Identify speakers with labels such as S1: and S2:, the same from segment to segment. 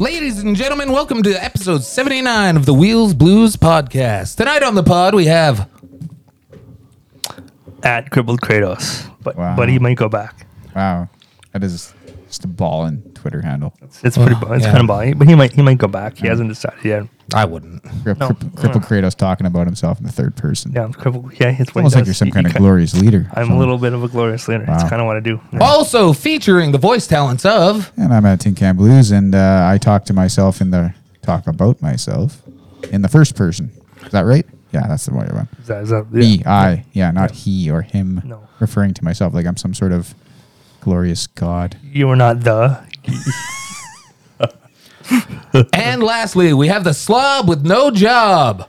S1: Ladies and gentlemen, welcome to episode 79 of the Wheels Blues podcast. Tonight on the pod, we have
S2: at Crippled Kratos. But
S3: Wow.
S2: but he might go back.
S3: Wow, that is just a ball and Twitter handle.
S2: It's, it's pretty. bu- It's
S1: yeah.
S2: kind of balmy, but he might he might go back. He hasn't decided yet.
S1: I wouldn't.
S3: Crip,
S2: No.
S3: crip, cripple Kratos talking about himself in the third person.
S2: Yeah, I'm crippled. Yeah, it's what
S3: almost
S2: he
S3: like
S2: does.
S3: you're some
S2: He-
S3: kind
S2: he
S3: of
S2: ki-
S3: glorious leader.
S2: I'm a little bit of a glorious leader. It's
S3: Wow.
S2: kind of what I do.
S1: Also featuring the voice talents of
S3: And I'm at Tin Can Blues, and uh, I talk to myself in the talk about myself in the first person. Is that right? Yeah, that's the right one.
S2: Is that- is that- yeah.
S3: He, I, yeah, not he or him.
S2: No.
S3: Referring to myself like I'm some sort of glorious god.
S2: You are not the.
S1: and lastly, we have the slob with no job.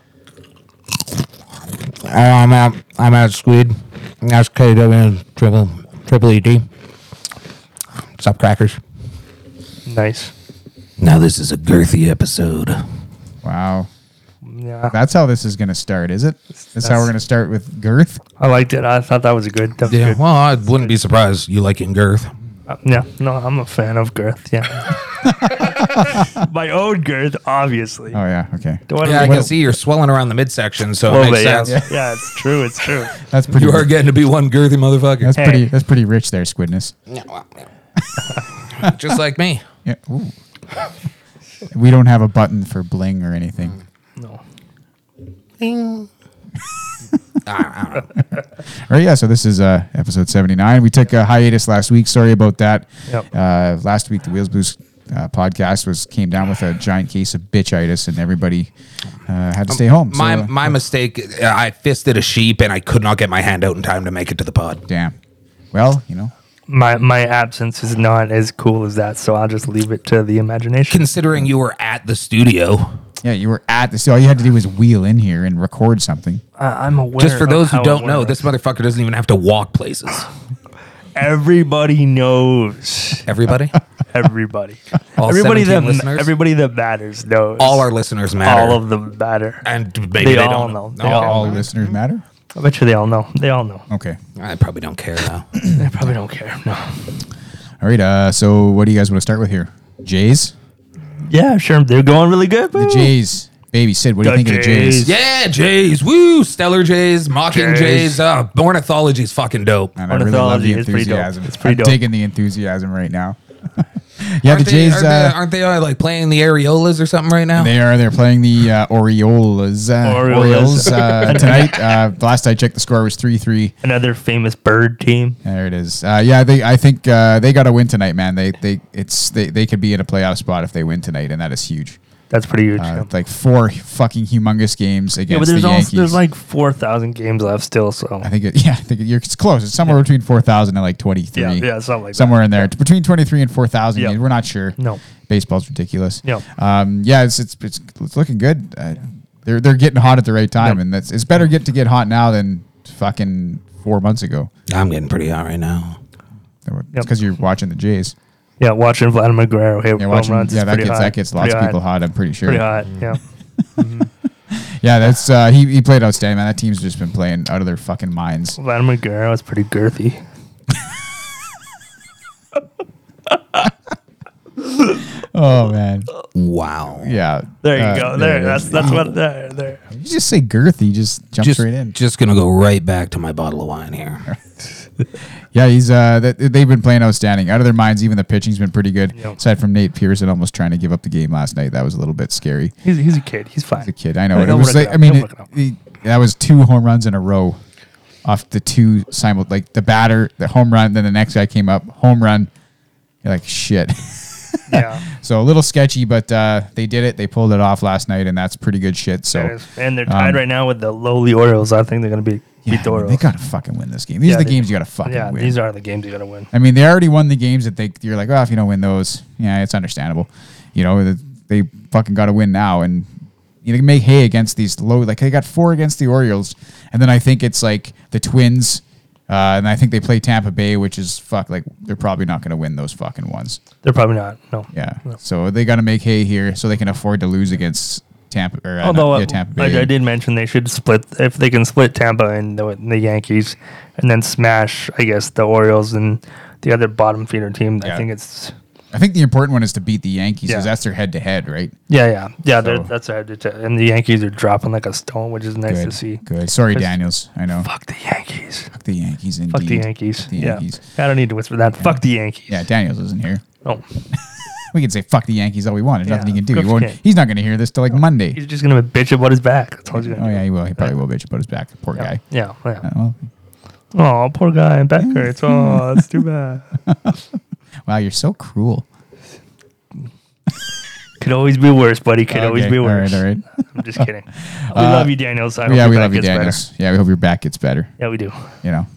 S4: Oh,
S5: I'm out. I'm out. Squid. That's KW triple triple
S1: E
S5: ED. Sup crackers.
S2: Nice.
S1: Now this is a girthy episode.
S3: Wow.
S2: Yeah,
S3: That's how this is going to start, is it? That's how we're going to start with girth.
S2: I liked it. I thought that was a good. That was
S1: Yeah,
S2: good.
S1: well, I wouldn't be surprised you liking girth.
S2: Uh, yeah. No, I'm a fan of girth. Yeah. My own girth, obviously.
S3: Oh, yeah. Okay.
S2: Don't wanna
S1: Yeah, I
S2: be-
S1: can see you're swelling around the midsection, so it
S2: a little
S1: makes
S2: bit, yeah.
S1: sense.
S2: yeah, it's true. It's true.
S3: That's pretty
S1: You are getting to be one girthy motherfucker,
S3: That's
S2: Hey.
S3: pretty. That's pretty rich there, Squidness.
S1: just like me.
S3: Yeah. Ooh. we don't have a button for bling or
S2: Mm.
S3: anything,
S2: No.
S3: All right? Yeah. So this is uh, episode seventy nine. We took a hiatus last week. Sorry about that.
S2: Yep.
S3: Uh, last week, the Wheels Blues uh, podcast was came down with a giant case of bitchitis, and everybody uh,
S2: Um,
S3: had to stay home. So,
S1: My
S3: uh,
S1: my mistake. uh, I fisted a sheep and I could not get my hand out in time to make it to the pod.
S3: damn. Well, you know,
S2: my my absence is not as cool as that, so I'll just leave it to the imagination.
S1: Considering you were at the studio,
S3: yeah, you were at the. So all you had to do was wheel in here and record something.
S2: I, I'm aware.
S1: just for
S2: of
S1: those
S2: how
S1: who
S2: it
S1: don't know,
S2: works.
S1: this motherfucker doesn't even have to walk places.
S2: everybody knows.
S1: Everybody,
S2: Everybody,
S1: All
S2: everybody
S1: 17
S2: that
S1: listeners?
S2: everybody that matters knows.
S1: all our listeners matter.
S2: all of them matter.
S1: and maybe they,
S2: They all
S1: don't
S2: know. They
S1: Oh,
S2: all Mm-hmm.
S3: All listeners matter.
S2: I bet you they all know. They all know.
S3: Okay.
S1: I probably don't care now.
S2: They probably don't care. No.
S3: All right. Uh, so what do you guys want to start with here? Jays.
S2: Yeah, sure. They're going really good.
S3: The
S2: woo.
S3: Jays. Baby Sid, what do you
S2: The
S3: think of the Jays?
S2: Jays.
S1: yeah, Jays, woo, stellar Jays, mocking
S2: Jays.
S1: Jays. Uh, ornithology's fucking dope.
S3: And I really love
S2: Ornithology
S3: the
S2: is pretty dope.
S3: enthusiasm.
S2: It's pretty
S3: I'm
S2: dope.
S3: digging the enthusiasm right now. yeah,
S1: Aren't
S3: the
S1: they,
S3: Jays.
S1: aren't,
S3: uh,
S1: they, aren't they uh, like playing the areolas or something right now?
S3: they are. They're playing the uh, Orioles. Uh,
S2: Orioles.
S3: Orioles uh, tonight. Uh, last I checked, the score was three three.
S2: Another famous bird team.
S3: There it is. Uh, yeah, they. I think uh, they got to win tonight, man. They. They. It's. They. They could be in a playoff spot if they win tonight, and that is huge.
S2: That's pretty huge.
S3: Uh,
S2: yeah.
S3: Like four fucking humongous games against
S2: yeah, but there's
S3: the Yankees.
S2: also there's like four thousand games left still. So
S3: I think it, yeah, I think it, you're, it's close. It's somewhere between four thousand and like twenty three.
S2: Yeah, yeah, something like that.
S3: somewhere in there It's between twenty three and four thousand.
S2: Yeah.
S3: We're not sure.
S2: No.
S3: baseball's ridiculous.
S2: Yeah.
S3: um, yeah, it's it's it's, it's looking good. Uh, they're they're getting hot at the right time,
S2: Yeah.
S3: and that's it's better get to get hot now than fucking four months ago.
S1: I'm getting pretty hot right now.
S3: It's because you're watching the Jays.
S2: yeah, watching Vladimir Guerrero hit
S3: Yeah,
S2: home
S3: watching.
S2: runs.
S3: yeah,
S2: is
S3: that
S2: pretty
S3: gets
S2: hot.
S3: that gets lots
S2: Pretty
S3: of people hot. I'm pretty sure. Mm-hmm.
S2: Pretty hot. Yeah.
S3: Yeah, that's uh, he he played outstanding. Man, that team's just been playing out of their fucking minds.
S2: Vladimir Guerrero is pretty girthy.
S3: Oh man,
S1: Wow.
S3: yeah.
S2: There you
S3: Uh,
S2: go. There.
S3: it
S2: That's
S3: is.
S2: that's what. There. There.
S3: you just say girthy, just jump
S1: Just,
S3: straight in.
S1: just gonna go right back to my bottle of wine here.
S3: Yeah, he's uh, th- they've been playing outstanding, out of their minds. Even the pitching's been pretty good.
S2: Yeah.
S3: Aside from Nate Pearson almost trying to give up the game last night, that was a little bit scary.
S2: He's he's a kid. He's fine.
S3: The kid, I know.
S2: He'll
S3: it
S2: work
S3: was
S2: it
S3: like,
S2: out.
S3: I mean,
S2: He'll work it
S3: it,
S2: out.
S3: it- that was two home runs in a row, off the two simul, like the batter, the home run, then the next guy came up, home run. You're like shit.
S2: yeah.
S3: so a little sketchy, but uh, they did it. They pulled it off last night, and that's pretty good shit. So.
S2: There it is. And they're tied
S3: um,
S2: right now with the lowly Orioles. I think they're going to be
S3: Yeah,
S2: beat the Orioles.
S3: they gotta fucking win this game. These
S2: Yeah,
S3: are the
S2: they
S3: games
S2: do.
S3: you gotta fucking
S2: yeah,
S3: win.
S2: these are the games you got to win.
S3: I mean, they already won the games that they you're like, oh, if you don't win those, yeah, it's understandable. You know, that they fucking got to win now and you know, make hay against these low. Like they got four against the Orioles, and then I think it's like the Twins, uh, and I think they play Tampa Bay, which is fuck. Like they're probably not going to win those fucking ones.
S2: They're probably not. No.
S3: Yeah, so they got to make hay here so they can afford to lose against Tampa or uh,
S2: Although
S3: not- yeah,
S2: uh,
S3: Tampa Bay.
S2: I, I did mention they should split if they can split Tampa and the, the Yankees, and then smash I guess the Orioles and the other bottom feeder team. I
S3: Yeah.
S2: think it's
S3: I think the important one is to beat the Yankees because
S2: Yeah.
S3: that's their head to head, right?
S2: Yeah, yeah, yeah. they're
S3: So-
S2: That's what I did. Too. And the Yankees are dropping like a stone, which is nice
S3: Good.
S2: to see.
S3: Good. Sorry,
S2: 'Cause-
S3: Daniels. I know.
S2: Fuck the Yankees.
S3: Fuck the Yankees. Indeed.
S2: Fuck the Yankees.
S3: The
S2: yeah.
S3: Yankees.
S2: I don't need to whisper that. Fuck the Yankees.
S3: Yeah, Daniels isn't here.
S2: Oh,
S3: We can say fuck the Yankees all we want. There's
S2: Yeah,
S3: nothing he can do. He
S2: Griff
S3: won't,
S2: can't.
S3: he's not going to hear this till like Monday.
S2: he's just gonna bitch about his back. That's all he's gonna
S3: Oh
S2: do.
S3: yeah, he will. He probably will bitch about his back. Poor guy.
S2: Yeah,
S3: Uh,
S2: yeah.
S3: well,
S2: Oh, poor guy. Back hurts. Oh, it's too bad.
S3: wow, you're so cruel.
S2: Could always be worse, buddy. Could always
S3: Okay,
S2: be worse.
S3: All right,
S2: I'm just kidding. We love you, Daniels. I hope
S3: all right. Yeah,
S2: your
S3: we
S2: back
S3: love you,
S2: gets better.
S3: Daniels. Yeah, we hope your back gets better.
S2: Yeah, we do.
S3: You know.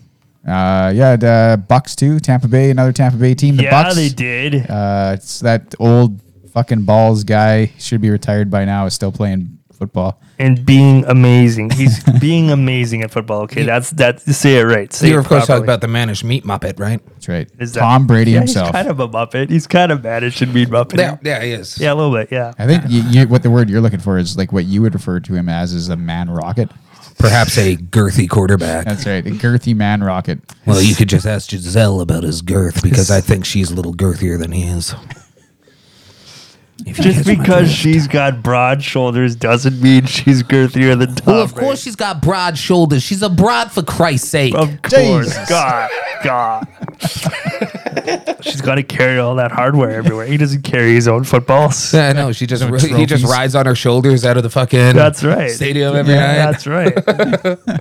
S3: Uh, yeah, the uh, Bucks too. Tampa Bay, another Tampa Bay team. The
S2: yeah,
S3: Bucks.
S2: they did.
S3: Uh, it's that old fucking balls guy. Should be retired by now. Is still playing football.
S2: and being amazing. He's being amazing at football. Okay, that's that's say it right. Say
S1: You're
S2: it
S1: of course talking
S2: properly.
S1: about the mannish meat muppet, right?
S3: That's right.
S2: Is that-
S3: Tom Brady
S2: yeah,
S3: himself.
S2: He's kind of a muppet. He's kind of mad. It should be muppet.
S1: Yeah,
S2: Yeah,
S1: yeah, he is.
S2: a little bit. Yeah,
S3: I think you, you, what the word you're looking for is like what you would refer to him as is a man rocket.
S1: Perhaps a girthy quarterback.
S3: That's right, a girthy man rocket.
S1: Well, you could just ask Giselle about his girth because I think she's a little girthier than he is. If you
S2: just
S1: catch my
S2: because
S1: drift.
S2: she's got broad shoulders doesn't mean she's girthier than Tom.
S1: Well, of
S2: Brady.
S1: course she's got broad shoulders. She's a broad for Christ's sake.
S2: Of course,
S3: Jesus.
S2: God, God. She's got to carry all that hardware everywhere. He doesn't carry his own footballs.
S1: Yeah, no, she just
S3: No
S1: he just
S3: trophies.
S1: rides on her shoulders out of the fucking
S2: That's right.
S1: stadium every
S3: Yeah,
S1: night.
S2: That's right.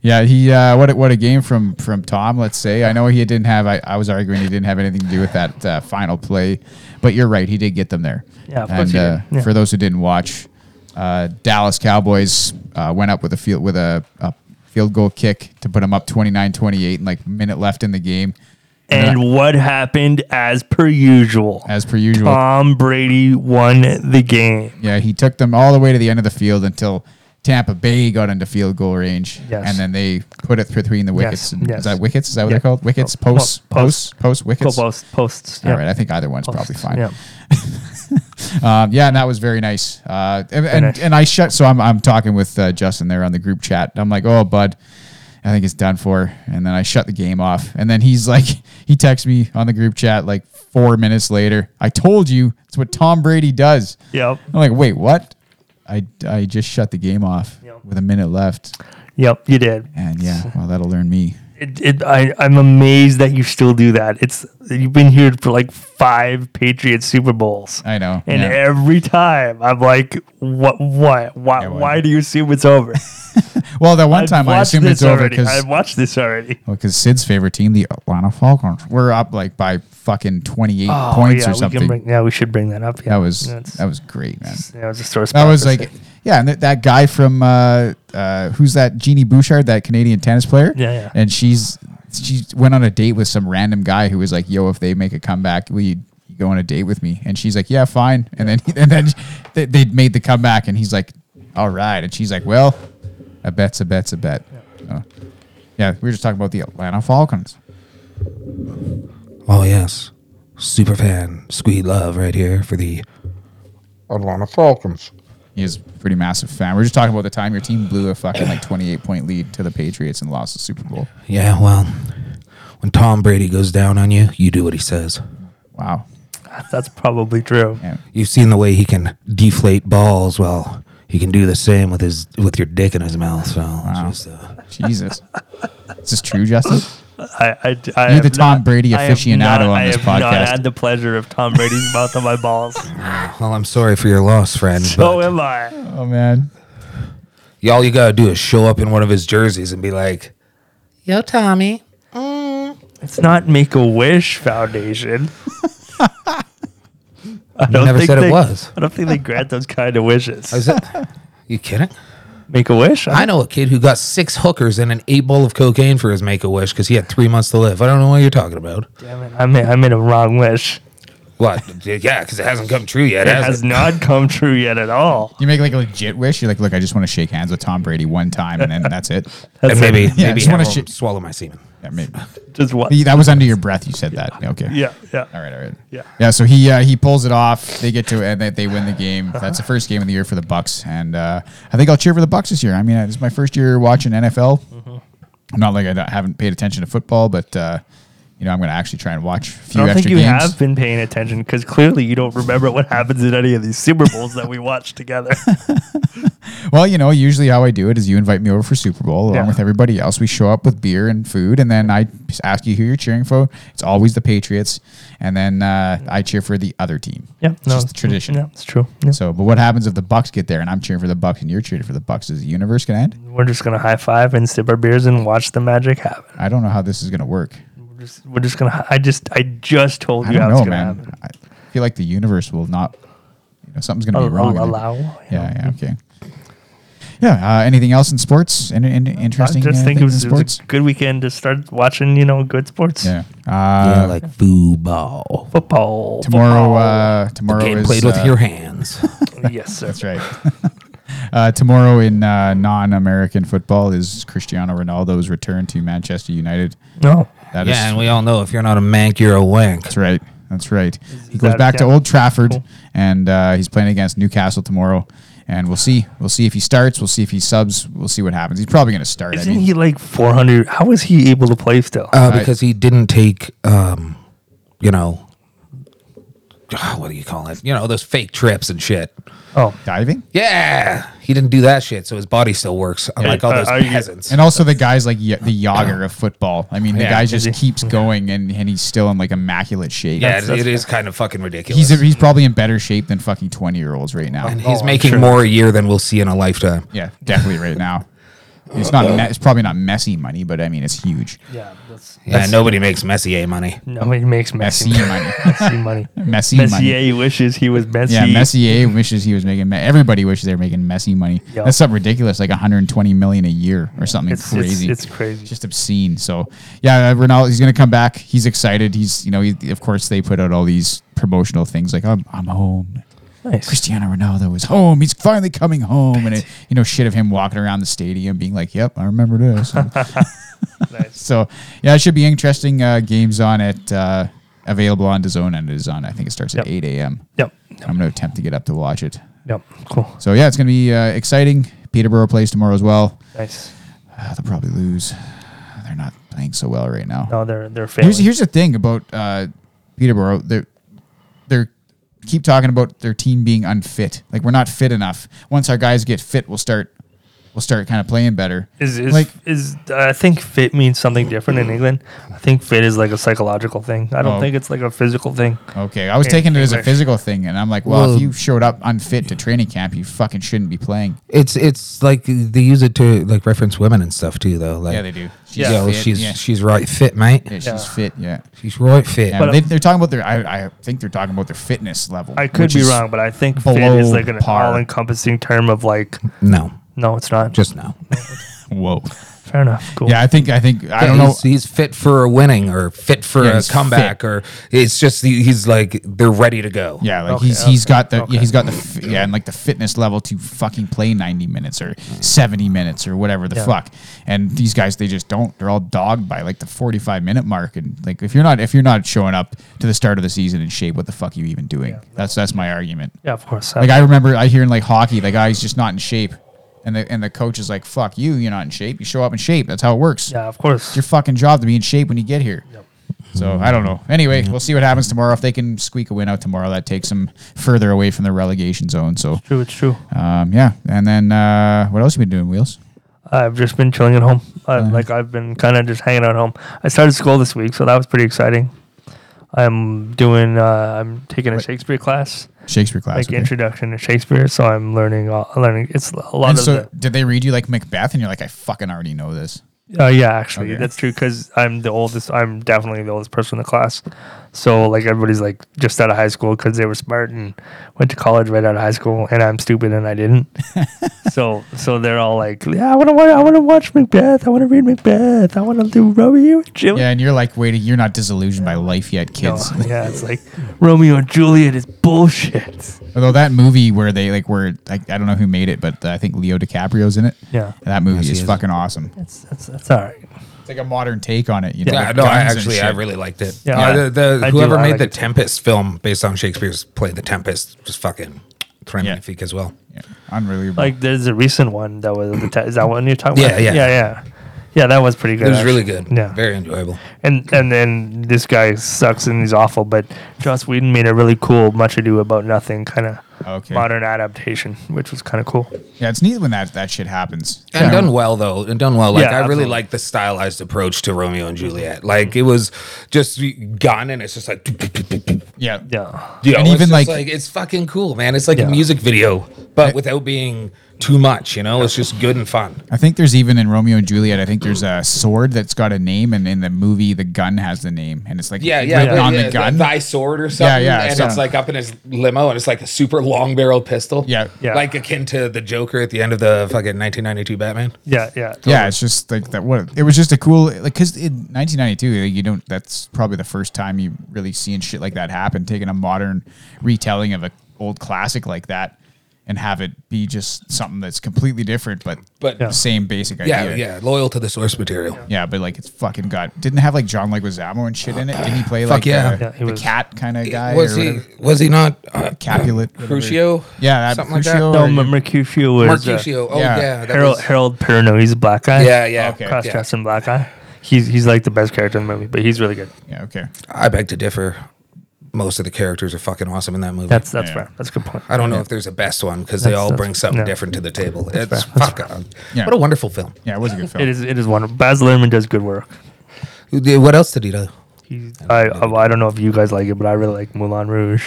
S3: Yeah, he uh, what a- what a game from from Tom. Let's say I know he didn't have. I, I was arguing he didn't have anything to do with that uh, final play, but you're right. He did get them there.
S2: Yeah, of
S3: and
S2: course he did.
S3: uh,
S2: Yeah.
S3: for those who didn't watch, uh, Dallas Cowboys uh, went up with a field with a, a field goal kick to put them up 29-28 and like minute left in the game.
S2: And what happened as per usual?
S3: As per usual,
S2: Tom Brady won the game.
S3: Yeah, he took them all the way to the end of the field until Tampa Bay got into field goal range.
S2: Yes.
S3: And then they put it between the
S2: Yes,
S3: wickets. and- Is
S2: yes.
S3: that wickets? Is that what
S2: Yeah.
S3: they're called? Wickets,
S2: Po-
S3: posts,
S2: po-
S3: posts, posts, wickets.
S2: Cool posts, posts.
S3: All right, I think either one's probably
S2: Posts,
S3: fine.
S2: Yeah.
S3: Um, yeah, and that was very nice. Uh, and, and,
S2: nice.
S3: and I shut, so I'm, I'm talking with uh, Justin there on the group chat. I'm like, oh, bud, I think it's done for. And then I shut the game off. And then he's like, he texts me on the group chat like four minutes later. I told you, it's what Tom Brady does.
S2: Yep.
S3: I'm like, wait, what? I, I just shut the game off
S2: Yep.
S3: with a minute left.
S2: Yep. You did.
S3: And yeah, well, that'll learn me.
S2: It, it, I, I'm amazed that you still do that. It's you've been here for like five Patriot Super Bowls,
S3: I know.
S2: and
S3: yeah.
S2: every time I'm like, what? What? Why?
S3: Yeah, why?
S2: why do you assume it's over?
S3: well, that one
S2: I've
S3: time I
S2: watched
S3: assumed
S2: this
S3: it's over
S2: already.
S3: because
S2: I've watched this already.
S3: Sid's favorite team, the Atlanta Falcons, were up like by fucking 28
S2: Oh,
S3: points
S2: yeah,
S3: or
S2: we can
S3: something.
S2: bring- yeah, we should bring that up. Yeah.
S3: That was
S2: That's-
S3: that was great, man.
S2: that was a sore spot.
S3: That was
S2: for
S3: like,
S2: Sid.
S3: yeah, and that, that guy from uh, uh, who's that? Jeannie Bouchard, that Canadian tennis player.
S2: Yeah, yeah.
S3: And she's she went on a date with some random guy who was like, "Yo, if they make a comeback, will you go on a date with me?" And she's like, "Yeah, fine." And then and then they, they made the comeback, and he's like, "All right," and she's like, "Well, a bet's a bet's a bet." Yeah, yeah we were just talking about the Atlanta Falcons.
S1: Oh yes, super fan Squeed Love right here for the
S5: Atlanta Falcons.
S3: He is a pretty massive fan. We were just talking about the time your team blew a fucking like twenty eight point lead to the Patriots and lost the Super Bowl.
S1: yeah. Well, when Tom Brady goes down on you, you do what he says.
S3: Wow.
S2: That's probably true.
S3: Yeah.
S1: You've seen the way he can deflate balls. Well, he can do the same with his with your dick in his mouth. So it's just, uh,
S3: Jesus. Is this true, Justin?
S2: I, I, I
S3: You're the
S2: have
S3: Tom Brady
S2: I have
S3: aficionado
S2: not-
S3: on
S2: I
S3: this
S2: have not
S3: podcast.
S2: had the pleasure of Tom Brady's mouth on my balls.
S1: well, I'm sorry for your loss, friend.
S2: So
S1: but
S2: am I.
S3: Oh man.
S1: all you gotta do is show up in one of his jerseys and be like,
S6: Yo, Tommy.
S2: It's not Make a Wish Foundation. I don't
S1: never
S2: think
S1: said it
S2: they-
S1: was.
S2: I don't think they grant those kind of wishes.
S1: "Is it? You kidding?"
S2: Make a wish?
S1: I know a kid who got six hookers and an eight bowl of cocaine for his make a wish because he had three months to live. I don't know what you're talking about.
S2: Damn it, I made, I made a wrong wish.
S1: What? yeah, because it hasn't come true yet.
S2: It
S1: has
S2: has not come true yet at all.
S3: You make like a legit wish. You're like, look, I just want to shake hands with Tom Brady one time, and then that's it.
S2: That's
S1: And
S2: it.
S1: maybe,
S3: Yeah,
S1: maybe
S3: just wanna
S1: have him
S3: sh-
S1: swallow my semen.
S3: Yeah, maybe.
S2: just what?
S3: That was under your breath. You said that. Okay.
S2: Yeah, yeah.
S3: All right. All right.
S2: Yeah.
S3: Yeah. So he uh, he pulls it off. They get to and they, they win the game.
S2: Uh-huh.
S3: That's the first game of the year for the Bucks, and uh, I think I'll cheer for the Bucks this year. I mean, it's
S2: Mm-hmm.
S3: my first year watching NFL. Not like I don't- haven't paid attention to football, but uh, you know, I'm going to actually try and watch a
S2: I
S3: few
S2: don't
S3: extra
S2: think you
S3: games.
S2: have been paying attention because clearly you don't remember what happens in any of these Super Bowls that we watched together.
S3: Well, you know, usually how I do it is you invite me over for Super Bowl along
S2: Yeah.
S3: with everybody else. We show up with beer and food, and then I just ask you who you're cheering for. It's always the Patriots, and then uh, I cheer for the other team.
S2: Yeah,
S3: it's just the tradition.
S2: Yeah, it's true. Yeah.
S3: So, but what happens if the Bucks get there and I'm cheering for the Bucks and you're cheering for the Bucks? Is the universe gonna end?
S2: We're just gonna high five and sip our beers and watch the magic happen.
S3: I don't know how this is gonna work.
S2: We're just, we're just gonna. I just, I just told
S3: I
S2: you how
S3: don't
S2: it's
S3: know,
S2: gonna
S3: man.
S2: happen.
S3: I feel like the universe will not. You know, something's gonna
S2: I'll,
S3: be wrong.
S2: I'll
S3: and-
S2: allow. you know.
S3: yeah, yeah, okay. Yeah. Uh, anything else in sports? Any, any interesting?
S2: I just
S3: uh,
S2: think it
S3: things
S2: was,
S3: in
S2: it was
S3: sports.
S2: a good weekend to start watching. You know, good sports.
S3: Yeah. Uh,
S1: yeah, like football.
S2: Football
S3: tomorrow. Uh, tomorrow
S1: Oh. Game
S3: is
S1: played with
S3: uh,
S1: your hands.
S2: Football. yes, sir.
S3: That's right. uh, tomorrow in uh, non-American football is Cristiano Ronaldo's return to Manchester United.
S2: No,
S3: That is
S1: yeah, and we all know if you're not a mank, you're a wank.
S3: that's right. That's right. He
S2: is
S3: goes
S2: that-
S3: back to
S2: yeah.
S3: Old Trafford,
S2: Cool.
S3: and uh, he's playing against Newcastle tomorrow. And we'll see. We'll see if he starts. We'll see if he subs. We'll see what happens. He's probably going to start. I
S2: isn't
S3: mean,
S2: he like 400? How is he able to play still?
S1: Uh, because he didn't take, um, you know, ah, what do you call it? You know, those fake trips and shit.
S2: oh,
S3: diving.
S1: Yeah, he didn't do that shit, so his body still works, unlike all
S2: Uh,
S1: those
S2: are you-
S1: peasants.
S3: And also the guys like y- the Yager of football. I mean, the
S1: Yeah,
S3: guy
S1: is
S3: just
S2: he-
S3: keeps going, and, and he's still in like immaculate shape.
S1: yeah, it- it is kind of fucking ridiculous.
S3: he's he's probably in better shape than fucking twenty year olds right now.
S1: and he's making more a year than we'll see in a lifetime.
S3: Yeah, definitely right now. It's not. Me- it's probably not messy money, but I mean, it's huge.
S2: yeah. That's,
S1: Yeah, nobody makes Messier money.
S2: no, he makes
S3: Messy
S2: Messi
S3: money.
S2: Messi money.
S3: Messy money.
S2: Messier wishes he was Messi.
S3: Yeah, Messier wishes he was making. Me- Everybody wishes they were making messy money.
S2: Yeah.
S3: That's something ridiculous, like 120 million a year or something
S2: It's- it's-
S3: crazy.
S2: it's crazy.
S3: just obscene. So, yeah, uh, Ronaldo. He's gonna come back. He's excited. He's, you know, he, of course they put out all these promotional things like I'm, I'm home.
S2: Nice.
S3: Cristiano Ronaldo is home. He's finally coming home, and it, you know, shit of him walking around the stadium, being like, "Yep, I remember this."
S2: nice.
S3: So yeah, it should be interesting. Uh, games on it uh, available on DAZN and it is on. I think it starts at
S2: Yep.
S3: eight a.m.
S2: Yep.
S3: I'm going to attempt to get up to watch it.
S2: Yep. Cool.
S3: So yeah, it's going to be uh, exciting. Peterborough plays tomorrow as well.
S2: Nice.
S3: Uh, they'll probably lose. They're not playing so well right now.
S2: No, they're they're failing.
S3: here's here's the thing about uh, Peterborough. They're they're keep talking about their team being unfit. Like we're not fit enough. Once our guys get fit, we'll start we'll start kind of playing better.
S2: Is is,
S3: like
S2: is I think fit means something different in England. I think fit is like a psychological thing. I don't
S3: Oh.
S2: think it's like a physical thing.
S3: Okay, I was
S2: in
S3: taking it as a
S2: English.
S3: physical thing, and I'm like, well,
S1: Well-
S3: if you showed up unfit to training camp, you fucking shouldn't be playing.
S1: It's it's like they use it to like reference women and stuff too, though. Like,
S3: do. She's
S1: Yeah,
S2: Yeah.
S1: yo,
S3: fit,
S1: she's
S3: yeah.
S1: she's right fit, mate.
S3: Yeah, she's
S2: Yeah.
S3: fit. Yeah,
S1: She's right fit.
S3: yeah
S2: But-
S3: they, they're talking about their. I, I think they're talking about their fitness level.
S2: I could
S3: which
S2: be
S3: is-
S2: wrong, but I think fit is
S3: below
S2: like an
S3: par.
S2: all-encompassing term of like.
S1: no,
S2: No, it's not.
S1: just no.
S3: Whoa.
S2: fair enough. Cool.
S3: Yeah, I think I think I don't know.
S1: He's, he's fit for a winning or fit for
S3: Yeah,
S1: a
S3: he's
S1: comeback
S3: fit.
S1: or it's just he- he's like they're ready to go.
S3: Yeah, like
S2: Okay,
S3: he's he's got the
S2: okay.
S3: yeah, he's got the fi- yeah, and like the fitness level to fucking play 90 minutes or 70 minutes or whatever the
S2: Yeah.
S3: fuck. And these guys they just don't. They're all dogged by like the 45 minute mark and like if you're not if you're not showing up to the start of the season in shape, what the fuck are you even doing? That's that's my argument.
S2: Yeah, of course.
S3: Like I remember I hearing like hockey, like oh, he's just not in shape. And the and the coach is like, "Fuck you, you're not in shape. You show up in shape. That's how it works.
S2: yeah, of course.
S3: It's your fucking job to be in shape when you get here." So I don't know. Anyway, we'll see what happens tomorrow. If they can squeak a win out tomorrow, that takes them further away from the relegation zone. So
S2: true. It's true.
S3: um, yeah. And then uh, what else you been doing, Wheels?
S2: I've just been chilling at home. I, Like I've been kind of just hanging out at home. I started school this week, so that was pretty exciting. I'm doing. Uh, I'm taking a Shakespeare class,
S3: Shakespeare class.
S2: like
S3: okay.
S2: introduction to Shakespeare. So I'm learning. Uh, learning. It's a lot
S3: and
S2: of
S3: so
S2: the.
S3: did they read you like Macbeth? And you're like, I fucking already know this.
S2: Uh, yeah, actually,
S3: Okay.
S2: that's true because I'm the oldest. I'm definitely the oldest person in the class. So like everybody's like just out of high school because they were smart and went to college right out of high school, and I'm stupid and I didn't. so so they're all like, yeah, I want to watch. I want to watch Macbeth. I want to read Macbeth. I want to do Romeo and Juliet.
S3: Yeah, and you're like, wait, you're not disillusioned by life yet, kids.
S2: No, yeah, it's like Romeo and Juliet is bullshit.
S3: Although that movie where they like were like I don't know who made it, but uh, I think Leo DiCaprio's in it.
S2: Yeah.
S3: that movie
S1: Yes, he
S3: is
S1: is.
S3: fucking awesome.
S2: That's that's, that's all right.
S3: It's like a modern take on it. You know,
S1: Yeah,
S3: with
S1: no, I
S3: guns and
S1: actually I
S3: shit.
S1: really liked it.
S2: Yeah,
S1: Yeah,
S2: I-
S1: the, the,
S2: I do,
S1: whoever
S2: I
S1: made
S2: like
S1: the
S2: it too.
S1: Tempest film based on Shakespeare's play, The Tempest, was fucking terrific as well.
S3: yeah, unbelievable.
S2: Like there's a recent one that was the te- is that one you're talking
S1: Yeah,
S2: about?
S1: yeah.
S2: yeah, yeah. Yeah, that was pretty good.
S1: It was
S2: actually.
S1: really good.
S2: Yeah.
S1: Very enjoyable.
S2: And and then this guy sucks and he's awful, but Joss Whedon made a really cool Much Ado About Nothing kind of
S3: Okay.
S2: modern adaptation, which was kind of cool.
S3: Yeah, it's neat when that, that shit happens.
S1: And done well though, and done well. Like
S2: Yeah,
S1: I really
S2: absolutely.
S1: like the stylized approach to Romeo and Juliet. Like it was just gone, and it's just like,
S3: Yeah.
S2: Yeah.
S1: you know,
S3: And
S1: it's
S3: even,
S1: just
S3: like-
S1: it's fucking cool, man. It's like
S2: Yeah.
S1: a music video, but without being too much. You know, it's just good and fun.
S3: I think there's even in Romeo and Juliet, I think there's a sword that's got a name, and in the movie, the gun has the name, and it's like
S1: Yeah, yeah,
S3: written
S1: but
S3: on
S1: yeah,
S3: the
S1: it's
S3: gun.
S1: like thy sword or something.
S3: yeah,
S1: and it's
S3: something.
S1: like up in his limo, and it's like a super long barrel pistol.
S3: Yeah.
S2: Yeah.
S1: like akin to the Joker at the end of the fucking 1992 Batman.
S2: Yeah. Yeah.
S3: Yeah, it's just like that. What it was just a cool like because in 1992, like, you don't. That's probably the first time you really seen shit like that happen. Taking a modern retelling of an old classic like that and have it be just something that's completely different, but
S1: But
S3: the same basic
S1: yeah,
S3: idea.
S1: yeah, loyal to the source material.
S3: Yeah, but like it's fucking got didn't it have like John Leguizamo and shit in it. Didn't he play like
S1: yeah.
S3: the,
S2: Yeah, he
S3: the
S2: was-
S3: cat kind of guy?
S1: was
S3: or
S1: he?
S3: whatever?
S1: Was he not uh,
S3: Capulet? whatever.
S1: Crucio?
S3: Yeah, that
S1: something
S3: Crucio
S1: like
S2: No,
S3: or-
S2: Mer- Mercutio
S1: that.
S2: was uh,
S1: Mercutio. Oh
S3: yeah.
S1: yeah, that
S2: Harold
S1: was-
S2: Harold Perrineau. He's a black guy.
S1: Yeah, yeah.
S3: Okay.
S2: Cross
S1: yeah.
S2: dressing black guy. He's he's like the best character in the movie, but he's really good.
S3: Yeah, okay.
S1: I beg to differ. Most of the characters are fucking awesome in that movie.
S2: That's that's
S3: Yeah.
S2: fair. That's a good point.
S1: I don't know if there's a best one because they
S2: That's-
S1: all
S2: that's-
S1: bring something
S2: no.
S1: different to the table. It's
S2: fair, that's
S1: fuck. uh,
S3: Yeah.
S1: What a wonderful film.
S3: Yeah, it was a good film.
S2: It is it is wonderful. Baz Luhrmann does good work.
S1: Who did- What else did he do?
S2: He's, I, I I don't know if you guys like it, but I really like Moulin Rouge.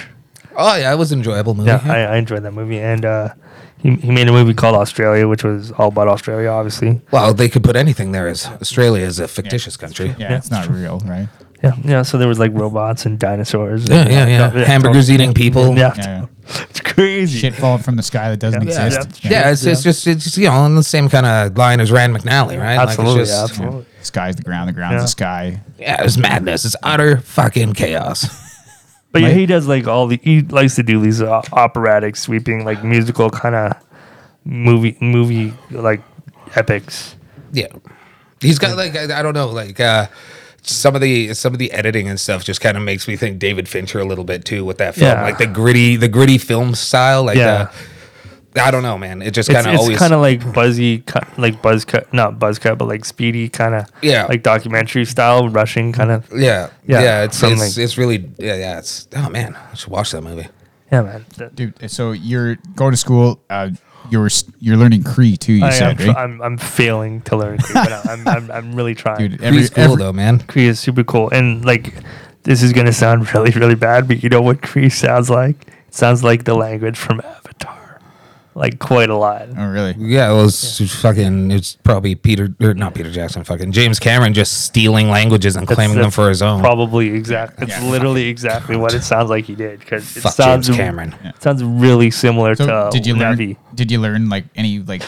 S1: Oh yeah, it was an enjoyable movie.
S2: Yeah, I, I enjoyed that movie, and uh, he he made a movie called Australia, which was all about Australia, obviously.
S1: well, they could put anything there. As Australia is a fictitious country.
S3: yeah, it's not real, right?
S2: Yeah, yeah. So there was like robots and dinosaurs.
S1: Yeah,
S2: and-
S1: yeah, yeah. Hamburgers eating people.
S2: Yeah,
S3: Yeah,
S2: it's crazy.
S3: shit falling from the sky that doesn't
S2: Yeah,
S3: exist.
S2: yeah.
S1: Yeah, it's, it's just it's just, you know on the same kind of line as Rand McNally, right? Like, it's
S2: Absolutely,
S1: just-
S2: yeah, absolutely.
S3: Sky's the ground, the ground's
S2: Yeah.
S3: the sky.
S1: yeah, it's madness. It's utter fucking chaos.
S2: But yeah,
S3: Mike?
S2: he does like all the he likes to do these uh, operatic, sweeping, like musical kind of movie movie like epics.
S1: yeah, he's got like I, I don't know like. uh some of the some of the editing and stuff just kind of makes me think David Fincher a little bit too with that film,
S2: Yeah.
S1: like the gritty the gritty film style. Like
S2: Yeah.
S1: the, I don't know, man. It just
S2: It's
S1: kind of
S2: it's
S1: always
S2: kind of like buzzy, cu- like buzz cut, not buzz cut, but like speedy kind of
S1: Yeah. Mm-hmm.
S2: like documentary style, rushing kind of.
S1: yeah yeah,
S2: Yeah,
S1: it's
S2: from,
S1: it's,
S2: like-
S1: it's really yeah yeah it's oh man I should watch that movie.
S2: Yeah, man. That-
S3: Dude, so you're going to school. Uh, you're you're learning Cree too. You
S2: I am
S3: said,
S2: tr-
S3: right?
S2: I'm, I'm failing to learn Cree, but I'm, I'm, I'm really trying.
S3: Dude,
S1: Pretty
S3: every,
S1: cool
S3: every-
S1: though, man.
S2: Cree is super cool. And like, this is going to sound really, really bad, but you know what Cree sounds like? It sounds like the language from Avatar. Like, quite a lot.
S3: oh really?
S1: Yeah, it was fucking. It's probably Peter, or not Peter Jackson. Fucking James Cameron just stealing languages and
S2: That's-
S1: claiming them
S2: that's
S1: for his own.
S2: Probably exact. It's
S3: Yeah.
S2: literally exactly what it sounds like he did because it
S1: Fuck
S2: sounds
S1: James Cameron.
S2: it sounds really similar
S3: So
S2: to
S3: did you learn?
S2: Navi.
S3: Did you learn like any like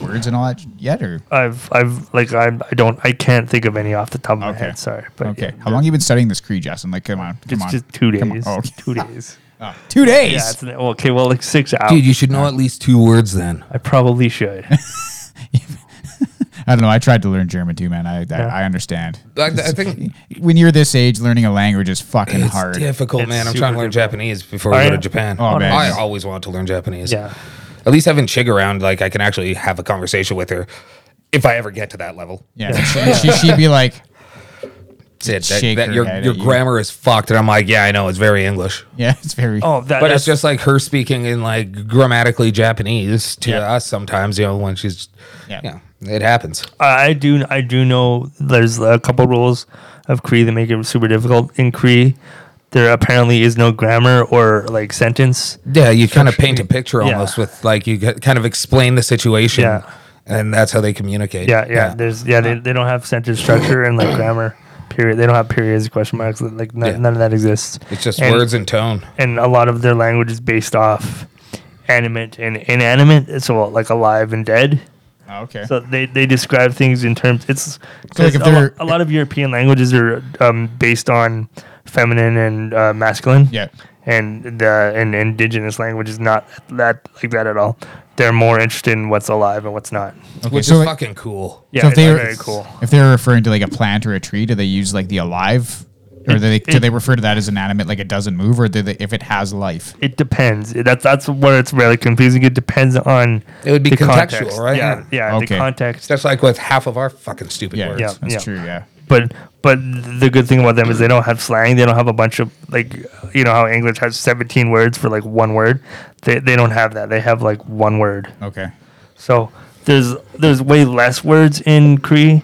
S3: words and all that yet? Or
S2: I've I've like I'm I don't I can't think of any off the top of my
S3: Okay.
S2: head. Sorry, but
S3: okay,
S2: yeah,
S3: how long you been studying this Cree, Justin? Like, come on, come
S2: It's
S3: on.
S2: just two
S3: Come on.
S2: days.
S3: Oh, okay.
S2: Two days.
S3: Oh, two days.
S2: yeah. It's, an- okay. Well, like six hours.
S1: Dude, you should know at least two words then.
S2: I probably should.
S3: I don't know. I tried to learn German too, man. I I,
S2: Yeah.
S3: I understand.
S1: I, I think
S3: When you're this age, learning a language is fucking
S1: it's
S3: hard.
S1: difficult,
S2: It's
S1: man. I'm
S2: super
S1: trying to learn
S2: difficult.
S1: Japanese before
S2: Are
S1: I go
S2: ya?
S1: to Japan.
S3: Oh, man.
S1: I always wanted to learn Japanese.
S2: Yeah.
S1: At least having Chig around, like I can actually have a conversation with her if I ever get to that level.
S3: Yeah, she, she, would be like,
S1: That's it. That-
S3: Shake
S1: that-
S3: her
S1: your
S3: head
S1: your
S3: at you.
S1: grammar is fucked, and I'm like, yeah, I know. It's very English.
S3: yeah, it's very.
S2: Oh, that,
S1: But
S2: that's
S1: it's just like her speaking in like grammatically Japanese to
S3: Yeah.
S1: us sometimes, you know, when she's,
S3: Yeah.
S1: yeah, it happens.
S2: I I do I do know there's a couple rules of Cree that make it super difficult in Cree. There apparently is no grammar or like sentence.
S1: Yeah, you kind of paint a picture
S2: Yeah.
S1: almost with like you get- kind of explain the situation,
S2: Yeah.
S1: and that's how they communicate.
S2: Yeah, yeah. There's yeah they, they don't have sentence structure and like grammar. Period. They don't have periods, question marks. Like none,
S1: Yeah.
S2: none of that exists.
S1: it's just
S2: And-
S1: words and tone.
S2: and a lot of their language is based off animate and inanimate. So like alive and dead.
S3: Oh, okay.
S2: So they, they describe things in terms. It's
S3: So, like,
S2: 'cause
S3: if
S2: a, lo-
S3: they're-
S2: a lot of European languages are um, based on feminine and uh, masculine.
S3: Yeah.
S2: And the and indigenous language is not that like that at all. They're more interested in what's alive and what's not.
S3: okay,
S1: Which
S3: so
S1: is
S3: like-
S1: fucking cool.
S2: Yeah,
S3: so if
S2: it's
S3: they were,
S2: very cool.
S3: If they're referring to like a plant or a tree, do they use like the alive or do they
S2: It-
S3: do
S2: it-
S3: they refer to that as inanimate, like it doesn't move, or do they, if it has life?
S2: It depends. That's that's what it's really confusing. It depends on
S1: It would be
S2: the
S1: contextual,
S2: context.
S1: right?
S2: Yeah, yeah,
S3: Okay.
S2: the context.
S1: That's like with half of our fucking stupid
S3: Yeah,
S1: words.
S2: Yeah,
S3: that's
S2: yeah.
S3: true. Yeah,
S2: But but the good thing about them is they don't have slang. They don't have a bunch of like you know how English has seventeen words for like one word. They they don't have that. They have like one word.
S3: okay.
S2: So there's there's way less words in Cree,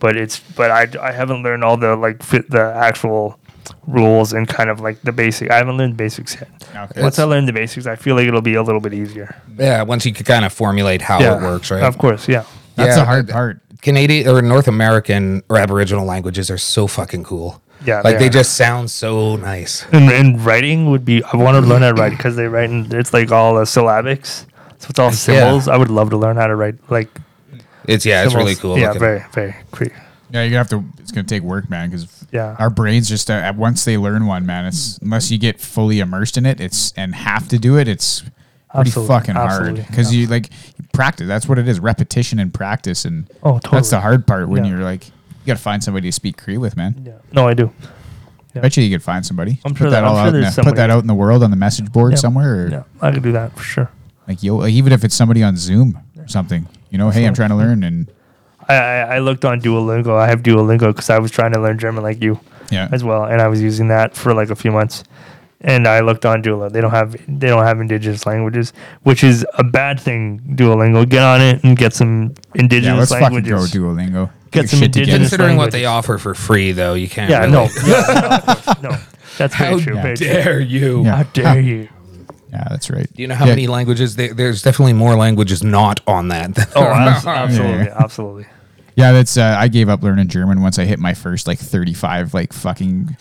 S2: but it's but I, I haven't learned all the like fit the actual rules and kind of like the basic. I haven't learned basics yet.
S3: Okay.
S2: Once I learn the basics, I feel like it'll be a little bit easier.
S1: Yeah, once you can kind of formulate how it works, right?
S2: Of course, yeah.
S3: That's
S1: Yeah,
S3: a hard
S1: but-
S3: part.
S1: Canadian or North American or Aboriginal languages are so fucking cool.
S2: Yeah,
S1: like
S2: they
S1: they
S2: are.
S1: just sound so nice.
S2: And, and writing would be I want to learn how to write because they write in it's like all uh, syllabics, so it's all symbols. I would love to learn how to write like
S1: It's yeah, it's really
S2: symbols.
S1: cool.
S2: Yeah,
S1: looking.
S2: very very Cree.
S3: Yeah, you're gonna have to. It's gonna take work, man. Because
S2: Yeah.
S3: our brains just uh, at- once they learn one, man. It's unless you get fully immersed in it, it's and have to do it. It's pretty
S2: Absolutely,
S3: fucking hard
S2: absolutely,
S3: because you like you practice. That's what it is. Repetition and practice, and
S2: Oh,
S3: that's the
S2: totally.
S3: hard part when
S2: Yeah.
S3: you're like you gotta find somebody to speak Cree with, man.
S2: Yeah. No, I do.
S3: I Bet you you could find somebody.
S2: I'm
S3: put
S2: sure
S3: that
S2: that- I'm
S3: all
S2: sure
S3: out. in
S2: there's
S3: the, put that
S2: somebody.
S3: out in the world on the message board
S2: Yeah.
S3: somewhere, or
S2: Yeah, I could do that for sure.
S3: like yo, like, even if it's somebody on Zoom or something. You know, hey, I'm trying to learn, and
S2: I, I I looked on Duolingo. I have Duolingo because I was trying to learn German like you
S3: yeah,
S2: as well, and I was using that for like a few months. And I looked on Duolingo. They don't have they don't have indigenous languages, which is a bad thing. Duolingo, get on it and get some indigenous
S3: yeah. Let's fucking
S2: languages.
S3: go Duolingo.
S2: Get
S3: your
S2: some
S3: shit together.
S2: indigenous-
S1: Considering what
S2: languages.
S1: they offer for free, though, you can't.
S2: yeah,
S1: really-
S2: no, yeah, no, of course, no, that's
S1: How
S2: very true. very true.
S1: dare you?
S3: Yeah.
S2: How dare you?
S3: Yeah, that's right.
S1: Do you know how
S3: Yeah.
S1: many languages? There, there's definitely more languages not on that. Than
S2: Oh,
S1: are on-
S2: abs- absolutely, absolutely.
S3: Yeah, that's. Uh, I gave up learning German once I hit my first like thirty-five like fucking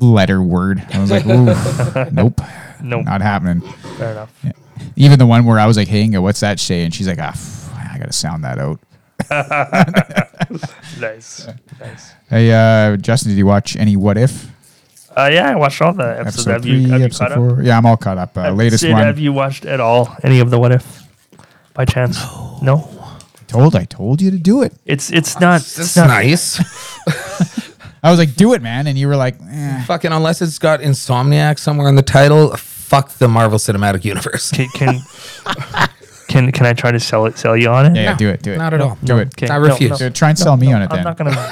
S3: letter word. I was like, Ooh, nope,
S2: Nope.
S3: not happening.
S2: Fair enough.
S3: Even the one where I was like, "Hey, Inga, what's that say?" and she's like, "Ah, f- I gotta sound that out."
S2: Nice, nice.
S3: Hey, uh, Justin, did you watch any What If?
S2: Uh, yeah, I watched all the episodes. have you, have you caught up?
S3: Yeah, I'm all caught up. Uh,
S2: Uh,
S3: latest
S2: Sid,
S3: one.
S2: Have you watched at all any of the What If by chance? No.
S3: told I told you to do it.
S2: It's it's not.
S1: That's
S2: It's not.
S1: nice.
S3: I was like, "Do it, man," and you were like, eh.
S1: fucking unless it's got insomniac somewhere in the title. Fuck the Marvel Cinematic Universe.
S2: Can, can can can I try to sell it? Sell you on it?
S3: "Yeah, yeah, do it, do it,
S1: Not at all.
S3: do it."
S2: Okay.
S1: I
S2: No,
S1: refuse.
S2: no,
S3: Do it. Try and sell me on it
S2: I'm
S3: then.
S2: not gonna.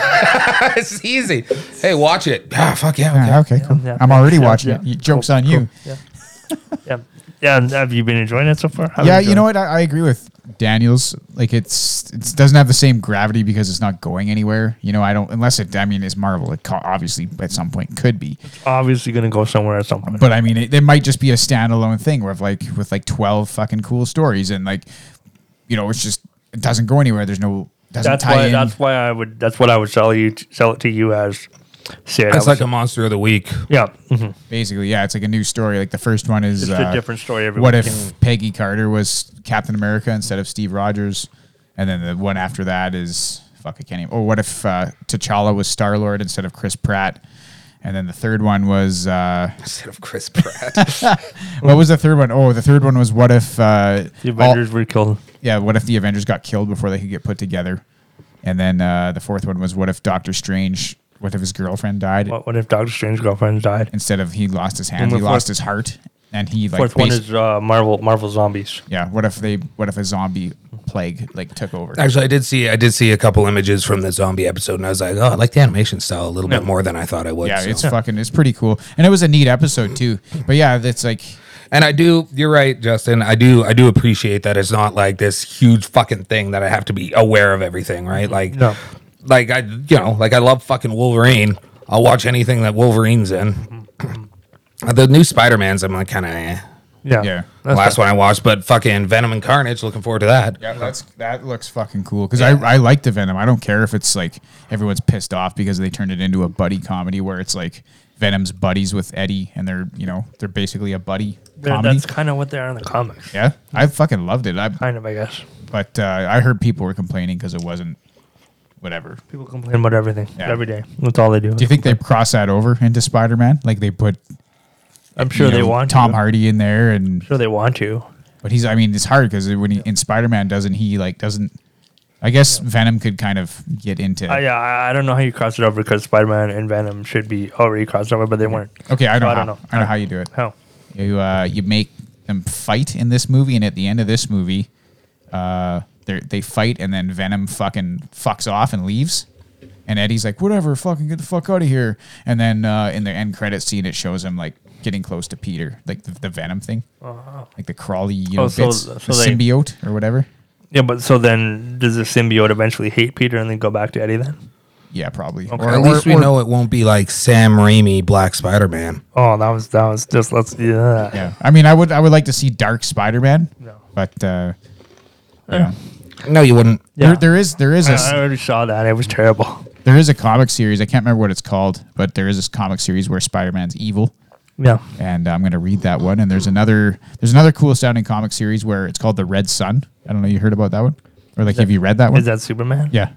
S1: it's easy. Hey, watch it. Ah, fuck yeah. Okay.
S3: Yeah, okay, cool.
S2: yeah,
S3: I'm already
S2: yeah,
S3: watching
S2: yeah.
S3: it. You- Joke's
S2: Cool,
S3: on you.
S2: Yeah. yeah. Yeah. and Have you been enjoying it so far? How
S3: yeah,
S2: have
S3: you know
S2: enjoyed
S3: what? I, I agree with Daniels. Like it's it doesn't have the same gravity because it's not going anywhere. You know, I don't unless it. I mean, it's Marvel. It co- obviously at some point could be,
S2: it? Obviously, gonna go somewhere at some point.
S3: but I mean, it, it might just be a standalone thing where like with like twelve fucking cool stories and like, you know, it's just it doesn't go anywhere. There's no doesn't
S2: that's
S3: tie
S2: why.
S3: in.
S2: That's why I would. That's what I would sell you. Sell it to you as. Sid.
S1: That's
S2: I would
S1: like a monster of the week.
S2: Yeah. mhm.
S3: basically, yeah, it's like a new story. Like the first one is
S2: Just a
S3: uh,
S2: different story every
S3: what
S2: week,
S3: if Peggy Carter was Captain America instead of Steve Rogers? And then the one after that is fuck, I can't even. Or what if uh, T'Challa was Star Lord instead of Chris Pratt? And then the third one was uh,
S1: Instead of Chris Pratt.
S3: what was the third one? Oh, the third one was what if uh,
S2: The
S3: all-
S2: Avengers were killed.
S3: yeah, what if the Avengers got killed before they could get put together? And then uh, the fourth one was what if Doctor Strange? What if his girlfriend died
S2: What, what if Doctor Strange's girlfriend died?
S3: instead of he lost his hand?
S2: the
S3: He
S2: fourth-
S3: lost his heart, and he like
S2: Fourth one
S3: basi-
S2: is uh, Marvel Marvel zombies.
S3: yeah. What if they? What if a zombie plague like took over?
S1: Actually, I did see I did see a couple images from the zombie episode, and I was like, oh, I like the animation style a little bit more than I thought I would.
S3: Yeah,
S1: so.
S3: it's fucking it's pretty cool. And it was a neat episode too. But yeah, that's like
S1: and I do. You're right, Justin. I do. I do appreciate that it's not like this huge fucking thing that I have to be aware of everything. Right? Like,
S2: No.
S1: like I, you know, like I love fucking Wolverine. I'll watch anything that Wolverine's in. the new Spider Man's, I'm like kind of. Eh.
S2: Yeah.
S3: Yeah.
S2: That's
S1: Last one I watched, but fucking Venom and Carnage. Looking forward to that.
S3: yeah, that's that looks fucking cool cuz I I like the Venom. I don't care if it's like everyone's pissed off because they turned it into a buddy comedy where it's like Venom's buddies with Eddie and they're, you know, they're basically a buddy
S2: They're-
S3: comedy.
S2: That's kind of what they are in the comics.
S3: Yeah. I fucking loved it. I
S2: Kind of, I guess.
S3: but uh, I heard people were complaining cuz it wasn't whatever.
S2: People complain about everything
S3: Yeah.
S2: every day. That's all they do.
S3: Do you think they cross that over into Spider-Man? Like they put
S2: I'm sure
S3: you
S2: they
S3: know,
S2: want
S3: Tom
S2: to.
S3: Hardy in there
S2: I'm
S3: and
S2: sure they want to.
S3: But he's, I mean, it's hard because when he in Spider Man, doesn't he like doesn't I guess Venom could kind of get into.
S2: Uh, yeah, I, I don't know how you cross it over because Spider Man and Venom should be already crossed over, but they weren't.
S3: Okay, I
S2: So
S3: don't, know. I don't know. how you do it.
S2: How?
S3: You uh, you make them fight in this movie, and at the end of this movie, uh, they they fight, and then Venom fucking fucks off and leaves, and Eddie's like, "Whatever, fucking get the fuck out of here." And then uh, in the end credit scene, it shows him like getting close to Peter, like the, the Venom thing, like the crawly, you know,
S2: Oh, so-
S3: bits,
S2: so
S3: the
S2: they-
S3: symbiote or whatever.
S2: Yeah, but so then does the symbiote eventually hate Peter and then go back to Eddie then?
S3: Yeah, probably.
S1: Or at least we know it won't be like Sam Raimi Black Spider Man.
S2: Oh, that was that was just let's yeah.
S3: Yeah, I mean, I would I would like to see Dark Spider Man, but uh, you know,
S1: No, you wouldn't.
S2: Yeah.
S3: there, there is there is a
S2: I, I already saw that. It was terrible.
S3: there is a comic series. I can't remember what it's called, but there is this comic series where Spider Man's evil,
S2: Yeah.
S3: and I'm going to read that one. And there's another there's another cool sounding comic series where it's called the Red Sun. I don't know. You heard about that one, or like have you read that one?
S2: Is that Superman?
S3: yeah,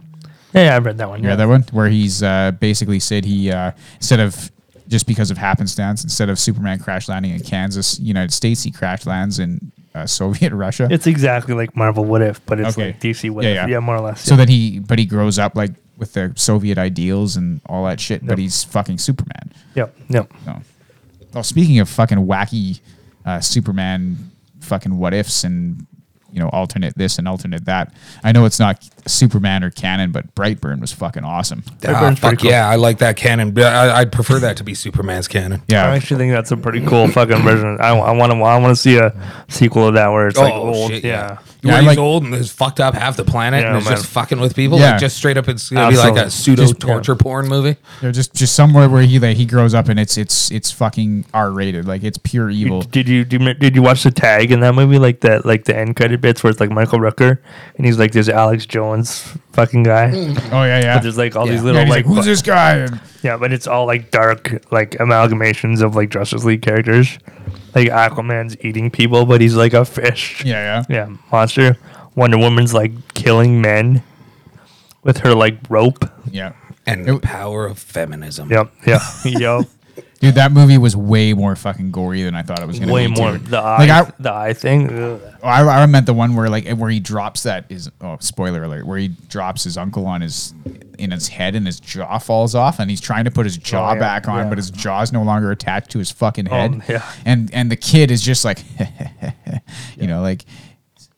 S2: Yeah, yeah, I read that one.
S3: you
S2: Yeah,
S3: read that one where he's uh, basically said he uh, instead of just because of happenstance, instead of Superman crash landing in Kansas, United States, he crash lands in uh, Soviet Russia.
S2: It's exactly like Marvel What If, but it's
S3: Okay.
S2: like DC What
S3: Yeah,
S2: If.
S3: yeah.
S2: Yeah. more or less.
S3: so
S2: yeah.
S3: that he but he grows up like with the Soviet ideals and all that shit, but
S2: Yep.
S3: he's fucking Superman.
S2: Yep. Yep.
S3: No. Well, speaking of fucking wacky uh, Superman fucking what ifs and you know alternate this and alternate that. I know it's not Superman or canon, but Brightburn was fucking awesome.
S2: That
S1: Ah,
S2: burn's pretty
S1: fuck
S2: cool.
S1: yeah, I like that canon. but I, I'd prefer that to be Superman's canon.
S2: I
S3: Yeah,
S2: actually think that's a pretty cool fucking version. I, I want to. I want to see a sequel of that where it's like
S1: oh,
S2: old. Oh, yeah.
S1: Where
S3: Oh, Yeah, I
S1: he's
S3: like-
S1: old and has fucked up half the planet
S2: Yeah,
S1: and is
S2: man.
S1: just fucking with people.
S3: Yeah.
S1: Like just straight up, it's gonna be like a pseudo
S3: Absolutely. Just-
S1: torture porn movie.
S3: they're just just somewhere where he like, he grows up and it's it's it's fucking R rated, like it's pure evil.
S2: Did you, did you did you watch the tag in that movie? Like that, like the end credit bits where it's like Michael Rooker and he's like this Alex Jones fucking guy.
S3: Oh yeah, yeah.
S2: But there's like all
S1: Yeah.
S2: these
S3: Yeah,
S2: little
S3: and he's like,
S2: like,
S3: who's
S2: bu-
S3: this guy? And
S2: yeah, but it's all like dark like amalgamations of like Justice League characters. Like Aquaman's eating people, but he's like a fish.
S3: yeah, yeah.
S2: Yeah, monster. Wonder Woman's like killing men with her like rope.
S3: Yeah.
S1: And the power of feminism.
S2: Yep, yeah, yep.
S3: Dude, that movie was way more fucking gory than I thought it was going to be.
S2: Way
S3: too.
S2: more the eye,
S3: Like, I-
S2: the eye thing. Ugh.
S3: Oh, I, I meant the one where like where he drops that is oh spoiler alert where he drops his uncle on his in his head and his jaw falls off and he's trying to put his jaw
S2: yeah,
S3: back on
S2: yeah.
S3: but his jaw is no longer attached to his fucking head
S2: Um, yeah.
S3: and and the kid is just like you know like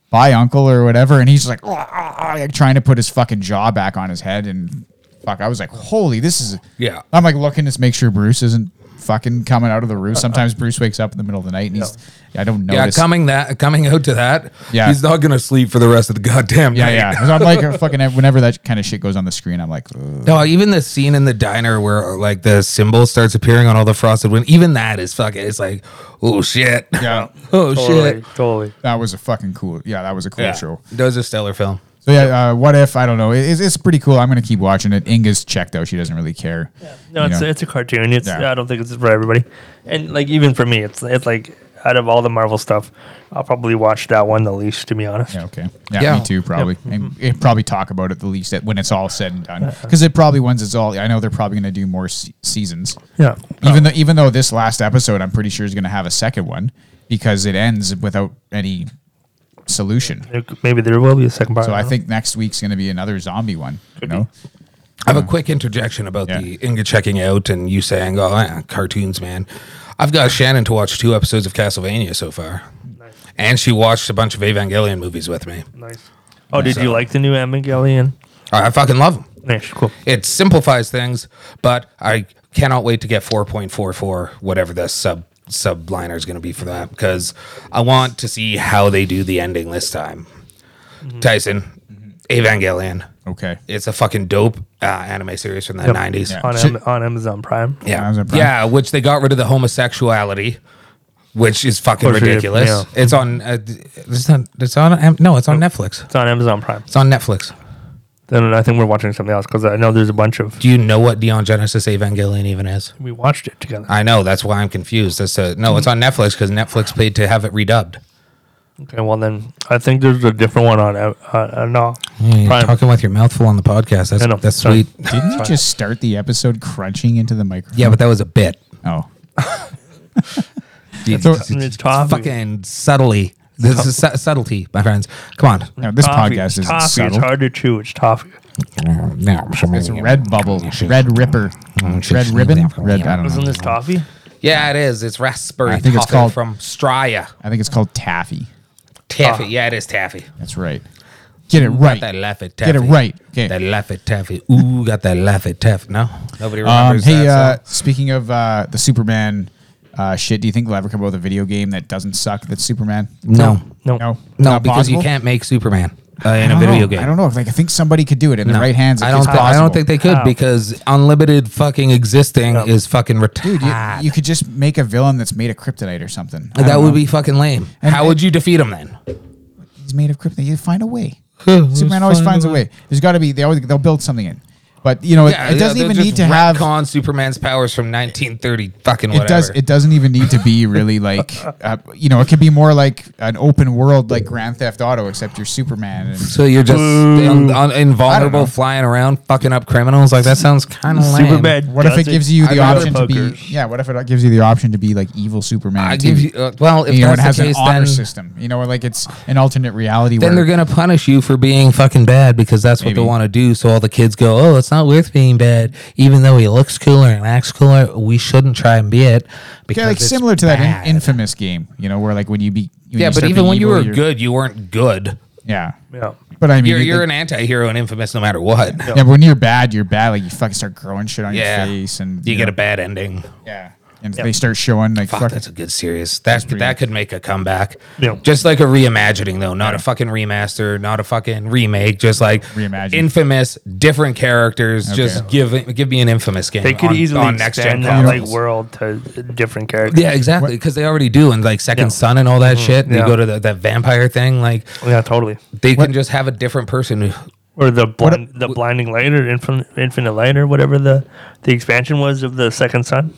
S3: bye uncle or whatever and he's just like, "Ah, ah, ah," like, trying to put his fucking jaw back on his head and fuck I was like holy this is
S1: Yeah.
S3: I'm like looking to make sure Bruce isn't fucking coming out of the roof sometimes Bruce wakes up in the middle of the night and he's I don't
S1: Yeah,
S3: notice
S1: coming that coming out to that,
S3: Yeah.
S1: he's not gonna sleep for the rest of the goddamn
S3: Yeah,
S1: night.
S3: yeah. 'Cause I'm like fucking whenever that kind of shit goes on the screen, I'm like, "Ugh."
S1: No, even the scene in the diner where like the symbol starts appearing on all the frosted wind, even that is fucking. It's like, oh shit,
S3: yeah,
S1: oh
S2: Totally,
S1: shit.
S2: totally.
S3: that was a fucking cool. Yeah, that was a cool
S1: Yeah.
S3: show.
S1: That was a stellar film.
S3: So yeah, uh, what if I don't know? It, it's, it's pretty cool. I'm gonna keep watching it. Inga's checked out. She doesn't really care.
S2: No,
S3: you
S2: it's
S3: know?
S2: it's a cartoon. It's
S3: Yeah.
S2: I don't think it's for everybody, and like even for me, it's it's like out of all the Marvel stuff, I'll probably watch that one the least, to be honest.
S3: yeah, okay. Yeah,
S1: Yeah.
S3: me too. Probably. And it probably talk about it the least at, when it's all said and done, because it probably once it's all. I know they're probably gonna do more se- seasons.
S2: Yeah,
S1: Oh.
S3: Even though even though this last episode, I'm pretty sure is gonna have a second one because it ends without any solution.
S2: There c- maybe there will be a second part.
S3: So I
S2: don't
S3: think next week's gonna be another zombie one. You know.
S1: I have a quick interjection about
S3: Yeah.
S1: the Inga checking out and you saying, "Oh, eh, cartoons, man." I've got Shannon to watch two episodes of Castlevania so far, and she watched a bunch of Evangelion movies with me.
S2: know. nice. Oh, did
S3: uh,
S2: you like the new Evangelion?
S1: I, I fucking love them.
S2: Nice, cool.
S1: It simplifies things, but I cannot wait to get 4.44, whatever the sub subliner is going to be for that, because I want to see how they do the ending this time. Tyson, Evangelion.
S3: Okay.
S1: It's a fucking dope uh, anime series from the 90s.
S3: Yeah.
S2: On, Am- on Amazon Prime.
S1: Yeah.
S3: Amazon Prime.
S1: Yeah, which they got rid of the homosexuality, which is fucking
S2: Of course they did,
S1: ridiculous.
S2: yeah.
S1: It's on. Uh, it's on. It's on. um, No, it's on Netflix.
S2: It's on Amazon Prime.
S1: It's on Netflix.
S2: Then I think we're watching something else because I know there's a bunch of.
S1: Do you know what Dion Genesis Evangelion even is?
S2: We watched it
S3: Uh,
S2: together.
S1: I know. That's why I'm confused. That's a, no. It's on Netflix because Netflix paid to have it redubbed.
S2: Okay, well then I think there's a different one on. Uh, uh, no, Prime.
S1: talking with your mouth full on the podcast. That's
S2: I know.
S1: that's
S2: Sorry.
S1: sweet.
S3: Didn't you just start the episode crunching into the microphone?
S1: Yeah, but that was a bit.
S3: Oh.
S1: Dude,
S3: So-
S1: it's-
S2: It's
S1: it's
S2: tough.
S1: fucking subtly. This is su- subtlety, my friends. Come on.
S3: No, this
S2: Toffee. It's
S3: podcast is
S2: toffee.
S3: subtle.
S2: It's hard to chew. It's toffee.
S1: Now,
S3: It's a red bubble, red ripper, red ribbon, red. I don't
S2: Wasn't
S3: know.
S2: this toffee?
S1: Yeah, it is. It's raspberry.
S3: I think it's
S1: toffee
S3: called-
S1: from Straya
S3: I think it's called taffy.
S1: taffy. Yeah, it is taffy.
S3: That's right. Get it Uh-huh. right.
S1: That Laffy taffy.
S3: Get it right. Okay.
S1: That Laffy taffy. Ooh, got that Laffy taffy. No, nobody
S3: Um,
S1: remembers
S3: hey, uh,
S1: that.
S3: speaking of uh, the Superman uh, shit, do you think they'll ever come up with a video game that doesn't suck? That's Superman.
S1: no,
S2: No.
S3: No,
S1: no,
S3: Not
S1: because you
S3: possible?
S1: can't make Superman uh, in
S3: I
S1: a
S3: don't
S1: video
S3: know.
S1: game.
S3: I don't know. Like I think somebody could do it in
S1: No.
S3: the right hands.
S1: I don't.
S3: Think,
S1: thi- I don't think they could
S2: How?
S1: because unlimited fucking existing
S2: No.
S1: is fucking retarded.
S3: You, you could just make a villain that's made of kryptonite or something. I
S1: that
S3: don't
S1: would
S3: know.
S1: be fucking lame.
S3: And-
S1: How would you defeat him then?
S3: He's made of kryptonite. You find a way. Superman always finds a way. There's got to be. They always they'll build something in. But you know, it- it, doesn't even need to have.
S1: con Superman's powers from 1930 fucking whatever.
S3: It does. It doesn't even need to be really like, uh, you know, it could be more like an open world like Grand Theft Auto, except you're Superman. And
S1: so you're just un, un, invulnerable,
S3: know.
S1: flying around, fucking up criminals. Like that sounds kind of lame.
S2: Superman.
S3: what if
S2: does
S3: it gives you
S2: I
S3: the
S2: got
S3: option to be?
S2: pokers.
S3: Yeah. What if it gives you the option to be like evil Superman?
S1: I
S3: too?
S1: give you uh, well. If
S3: you know, it
S1: that's
S3: has
S1: the
S3: an
S1: case,
S3: honor
S1: then,
S3: system. You know, like it's an alternate reality.
S1: then
S3: where,
S1: they're gonna punish you for being fucking bad because that's what
S3: Maybe.
S1: they want to do. So all the kids go, "Oh, it's not worth being bad, even though he looks cooler and acts cooler. We shouldn't try and be it." Because
S3: yeah, like
S1: it's
S3: similar to that
S1: bad."
S3: in- infamous game. You know, where like when you be when
S1: yeah,
S3: you
S1: but
S3: start
S1: even
S3: being
S1: when you
S3: evil,
S1: were
S3: you're-
S1: good, you weren't good.
S3: yeah.
S2: Yeah.
S3: But I mean,
S1: You're
S3: it-
S1: you're
S3: it-
S1: an anti-hero and infamous no matter what.
S3: yeah, but when you're bad, you're bad. Like you fucking start growing shit on
S1: Yeah,
S3: your face, and
S1: you, get
S3: know,
S1: a bad ending.
S3: yeah, and they start showing like
S1: Fuck,
S3: fuck-
S1: that's a good series. That that could make a comeback.
S2: Yeah.
S1: Just like a reimagining though, not a fucking remaster, not a fucking remake. Just like
S3: Reimagine.
S1: infamous, different characters. Just
S3: Okay.
S1: give give me an infamous game.
S2: They could
S1: on-
S2: easily
S1: on next-gen
S2: expand that like
S1: consoles.
S2: world to different characters.
S1: Yeah, exactly. Because they already do, and like Second
S2: Yeah.
S1: Son and all that shit. They
S2: Mm-hmm.
S1: go
S2: yeah.
S1: to the, that vampire thing. Like
S2: Yeah, totally.
S1: they can just have a different person. who-
S2: Or the blind, the blinding light or infinite, infinite light or whatever the the expansion was of the second son.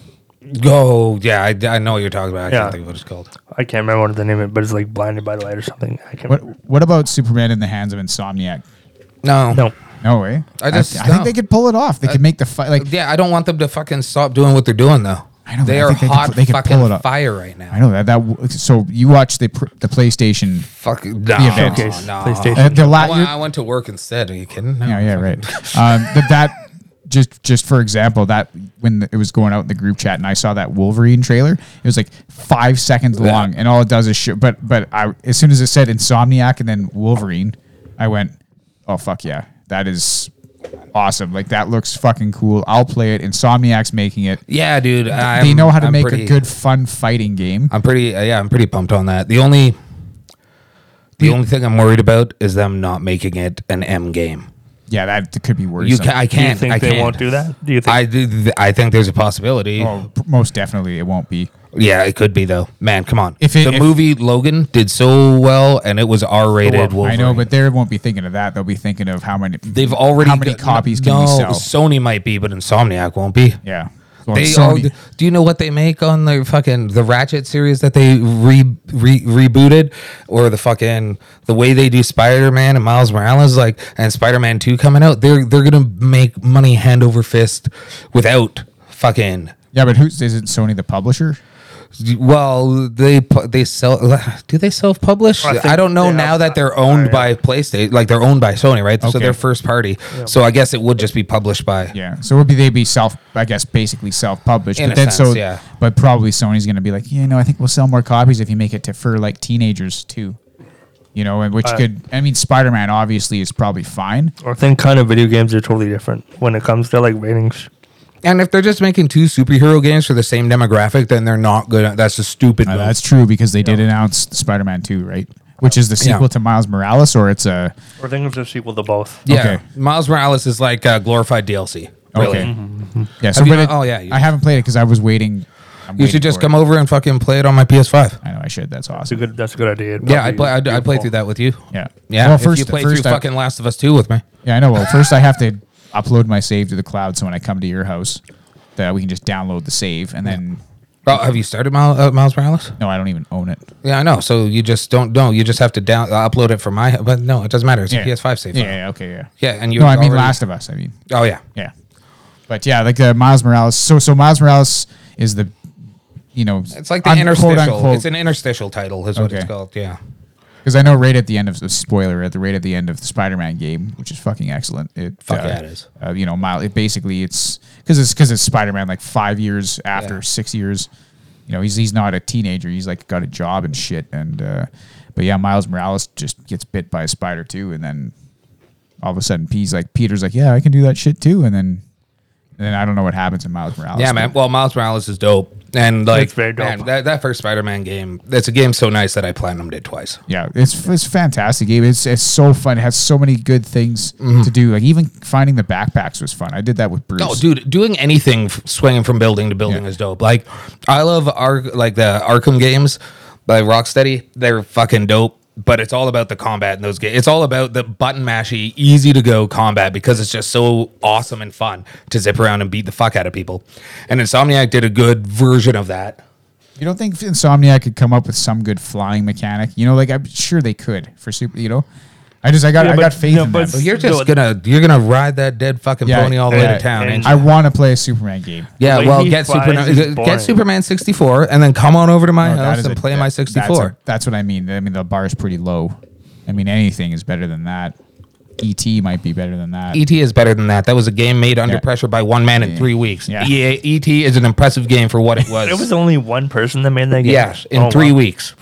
S1: Go, yeah, I, I know what you're talking about. I
S2: Yeah.
S1: can't think of what it's called.
S2: I can't remember what the name of it, but it's like blinded by the light or something. I can't.
S3: What What about Superman in the hands of Insomniac?
S1: No,
S2: No.
S3: No way.
S1: I just-
S3: I, think
S1: no.
S3: they could pull it off. They could make the fight. Like
S1: Yeah, I don't want them to fucking stop doing what they're doing though.
S3: I know, but
S1: they
S3: I
S1: are
S3: think they could
S1: hot
S3: pu- they could pull it
S1: fucking
S3: up.
S1: fire right now.
S3: I know that that. w- So you watch the pr- the PlayStation.
S1: Fuck no,
S3: event.
S2: Showcase,
S1: no.
S2: PlayStation.
S3: Uh, the la-
S1: I, went,
S3: you're-
S1: I went to work instead. Are you kidding? No,
S3: Yeah, yeah,
S1: fucking-
S3: right. Um, but that just just for example, that when it was going out in the group chat, and I saw that Wolverine trailer, it was like five seconds
S1: Yeah.
S3: long, and all it does is show. But but I as soon as it said Insomniac and then Wolverine, I went, oh fuck yeah, that is awesome. Like that looks fucking cool. I'll play it. Insomniac's making it.
S1: Yeah, dude. I'm,
S3: they know how to
S1: I'm
S3: make
S1: pretty-
S3: a good, fun fighting game.
S1: I'm pretty. Uh, yeah, I'm pretty pumped on that. The only, the only thing I'm worried about is them not making it an M game.
S3: yeah, that could be worse.
S1: You can, I
S2: Do you
S1: can't.
S2: think
S1: I
S2: they
S1: can't.
S2: won't do that? Do you think?
S1: I do. th- I think there's a possibility.
S3: Oh, p- most definitely, it won't be.
S1: Yeah, it could be though. Man, come on.
S3: If
S1: If
S3: it-
S1: the
S3: if-
S1: movie Logan did so well and it was R-rated,
S2: Well,
S1: Wolverine.
S3: Oh, I know, but they won't be thinking of that. They'll be thinking of how many
S1: they've already
S3: how many
S1: got-
S3: copies can we sell?
S1: Sony might be, but Insomniac won't be.
S3: Yeah. Well,
S1: They all,
S3: Sony-
S1: do you know what they make on the fucking the Ratchet series that they re, re rebooted or the fucking the way they do Spider-Man and Miles Morales like and Spider-Man 2 coming out they're they're going to make money hand over fist without fucking
S3: yeah, but who's isn't Sony the publisher?
S1: well they pu- they sell do they self publish
S2: I think
S1: I, don't know
S2: they
S1: now
S2: have- Oh,
S1: that they're owned
S2: yeah.
S1: by PlayStation like they're owned by Sony right so
S3: Okay.
S1: they're first party so I guess it would just be published by
S3: Yeah. So would be they be self I guess basically self published.
S1: In
S3: But
S1: a
S3: then
S1: sense,
S3: so
S1: yeah.
S3: but probably Sony's gonna be like, you know, I think we'll sell more copies if you make it to for like teenagers too. You know, and which
S1: Uh,
S3: could I mean Spider Man obviously is probably fine.
S2: or think kind of video games are totally different when it comes to like ratings.
S1: And if they're just making two superhero games for the same demographic, then they're not good. At, that's a stupid.
S3: Uh,
S1: move.
S3: that's true because they did announce Spider Man two, right? Which is the sequel
S1: Yeah.
S3: to Miles Morales or it's a
S2: Or think it's a sequel to both.
S1: yeah.
S3: okay.
S1: Miles Morales is like uh, glorified DLC. Really.
S3: Okay. Mhm. Mm-hmm. Yeah, so
S1: Have you
S3: but
S1: not-
S3: it-
S1: oh, yeah, you-
S3: I haven't played it because I was waiting. I'm
S1: You
S3: waiting
S1: should just
S3: for it.
S1: come over and fucking play it on my PS5.
S3: I know I should. That's
S2: That's a
S3: awesome.
S2: good. That's a good idea. It'd
S1: Yeah, I
S2: probably
S1: play. I,
S2: be
S1: I play
S2: beautiful.
S1: through that with you.
S3: Yeah.
S1: Yeah.
S3: Well,
S1: if
S3: first-
S1: you play
S3: first
S1: through
S3: I-
S1: fucking Last of Us Two with me.
S3: Yeah, I know. Well, first I have to upload my save to the cloud, so when I come to your house, that we can just download the save, and then
S1: Oh, have you started Miles, uh, Miles Morales?
S3: no, I don't even own it.
S1: Yeah, I know. So you just don't know. You just have to down uh, upload it from my. But no, it doesn't matter. It's
S3: Yeah.
S1: a PS5 save.
S3: Yeah,
S1: file.
S3: yeah, okay, yeah.
S1: Yeah, and you.
S3: no, I mean
S1: already-
S3: Last of Us. I mean,
S1: Oh yeah.
S3: yeah, but yeah, like uh, Miles Morales. So, so Miles Morales is the, you know,
S1: It's like the
S3: un- quote
S1: interstitial.
S3: unquote-
S1: It's an interstitial title, is what
S3: Okay.
S1: it's called. Yeah.
S3: Because I know right at the end of spoiler at the right at the end of the Spider-Man game, which is fucking excellent. It
S1: Fuck yeah, it is.
S3: Uh, you know, mile. It basically it's because it's because it's Spider-Man. Like five years after,
S1: Yeah.
S3: six years. You know, he's he's not a teenager. He's like got a job and shit. And uh, but yeah, Miles Morales just gets bit by a spider too, and then all of a sudden, P's like Peter's like, yeah, I can do that shit too, and then. And then I don't know what happens in Miles Morales.
S1: Yeah, man. Well, Miles Morales is dope, and like
S2: It's very dope.
S1: man, that, that first Spider-Man game, that's a game so nice that I platinumed it twice.
S3: Yeah, it's it's a fantastic game. It's it's so fun. It has so many good things to do. Like even finding the backpacks was fun. I did that with Bruce.
S1: Mm-hmm. No, dude, doing anything f- swinging from building to building
S3: Yeah.
S1: is dope. Like, I love Ar- like the Arkham games by Rocksteady. They're fucking dope, but it's all about the combat in those games. It's all about the button mashy, easy to go combat because it's just so awesome and fun to zip around and beat the fuck out of people. And Insomniac did a good version of that.
S3: You don't think Insomniac could come up with some good flying mechanic? You know, like I'm sure they could for super. You know, I just I got
S2: Yeah,
S3: I
S2: but-
S3: got faith
S2: no,
S3: in
S2: but-
S3: them.
S1: But you're just
S2: No,
S1: gonna you're gonna ride that dead fucking
S3: Yeah,
S1: pony all the way
S3: yeah.
S1: to town.
S2: And-
S1: ain't you?
S3: I want to play a Superman game.
S1: Yeah,
S2: The way
S1: well,
S2: he
S1: get
S2: flies
S1: Superman,
S2: is boring.
S1: get Superman 64, and then come on over to my
S3: No, that
S1: house
S3: is
S1: and
S3: a-
S1: play
S3: that-
S1: my
S3: that's a-
S1: 64.
S3: That's, what I mean. I mean the bar is pretty low. I mean anything is better than that. ET might be better than that.
S1: ET E is better than that. That was a game made under
S3: Yeah.
S1: pressure by one man in three weeks. E
S3: Yeah.
S1: Yeah. ET is an impressive game for what it was.
S2: It was only one person that made that game.
S1: yeah, in
S2: Oh,
S1: three
S2: wow.
S1: weeks.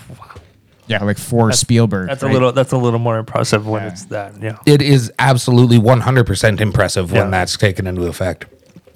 S3: yeah, like four Spielberg.
S2: That's
S3: right?
S2: a little. That's a little more impressive when it's that. Yeah.
S1: It is absolutely 100% impressive
S2: Yeah.
S1: when that's taken into effect.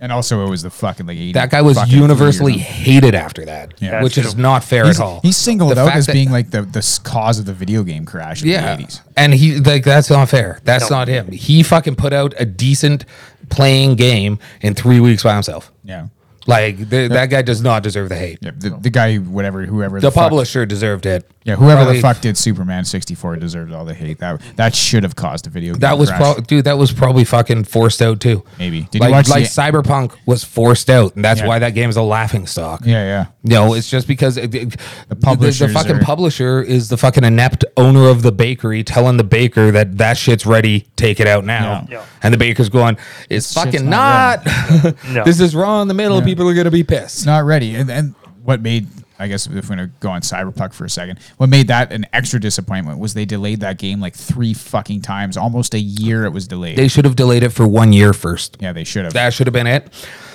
S3: And also, it was the fucking like 80
S1: That guy was
S3: fucking
S1: universally
S3: years.
S1: hated after that,
S3: Yeah.
S1: which
S2: That's
S1: is
S2: true.
S1: not fair
S3: he's,
S1: at all.
S3: he's singled
S1: The
S3: out
S1: fact
S3: as
S1: that-
S3: being like the, the s- cause of the video game crash in
S1: Yeah.
S3: the 80s.
S1: And he like that's not fair. That's
S2: No.
S1: not him. He fucking put out a decent playing game in 3 weeks by himself.
S3: Yeah.
S1: Like th- that guy does not deserve the hate.
S3: Yeah, the, the guy, who- whatever, whoever
S1: The
S3: fuck-
S1: publisher deserved it.
S3: yeah, whoever
S1: Probably-
S3: the fuck did Superman sixty four deserved all the hate that that should have caused a video. Game
S1: That was
S3: crash.
S1: pro- dude. That was probably fucking forced out too.
S3: Maybe. Did you
S1: like,
S3: watch
S1: like
S3: the-
S1: Cyberpunk was forced out, and that's
S3: Yeah.
S1: why that game is a laughing stock.
S3: yeah, yeah,
S1: No, it's just because it, it- the, the,
S3: publishers
S1: fucking
S3: are-
S1: publisher is the fucking inept owner of the bakery telling the baker that that shit's ready, take it out now.
S2: Yeah. Yeah.
S1: And the baker's going, it's fucking
S3: not
S1: not.
S2: No.
S1: this is raw in the middle. People are going to be pissed.
S3: it's not ready. And, and what made I guess if we're gonna go on Cyberpunk for a second, what made that an extra disappointment was they delayed that game like three fucking times, almost a year. It was delayed.
S1: They should have delayed it for one year first.
S3: yeah, they should have.
S1: That should have been it.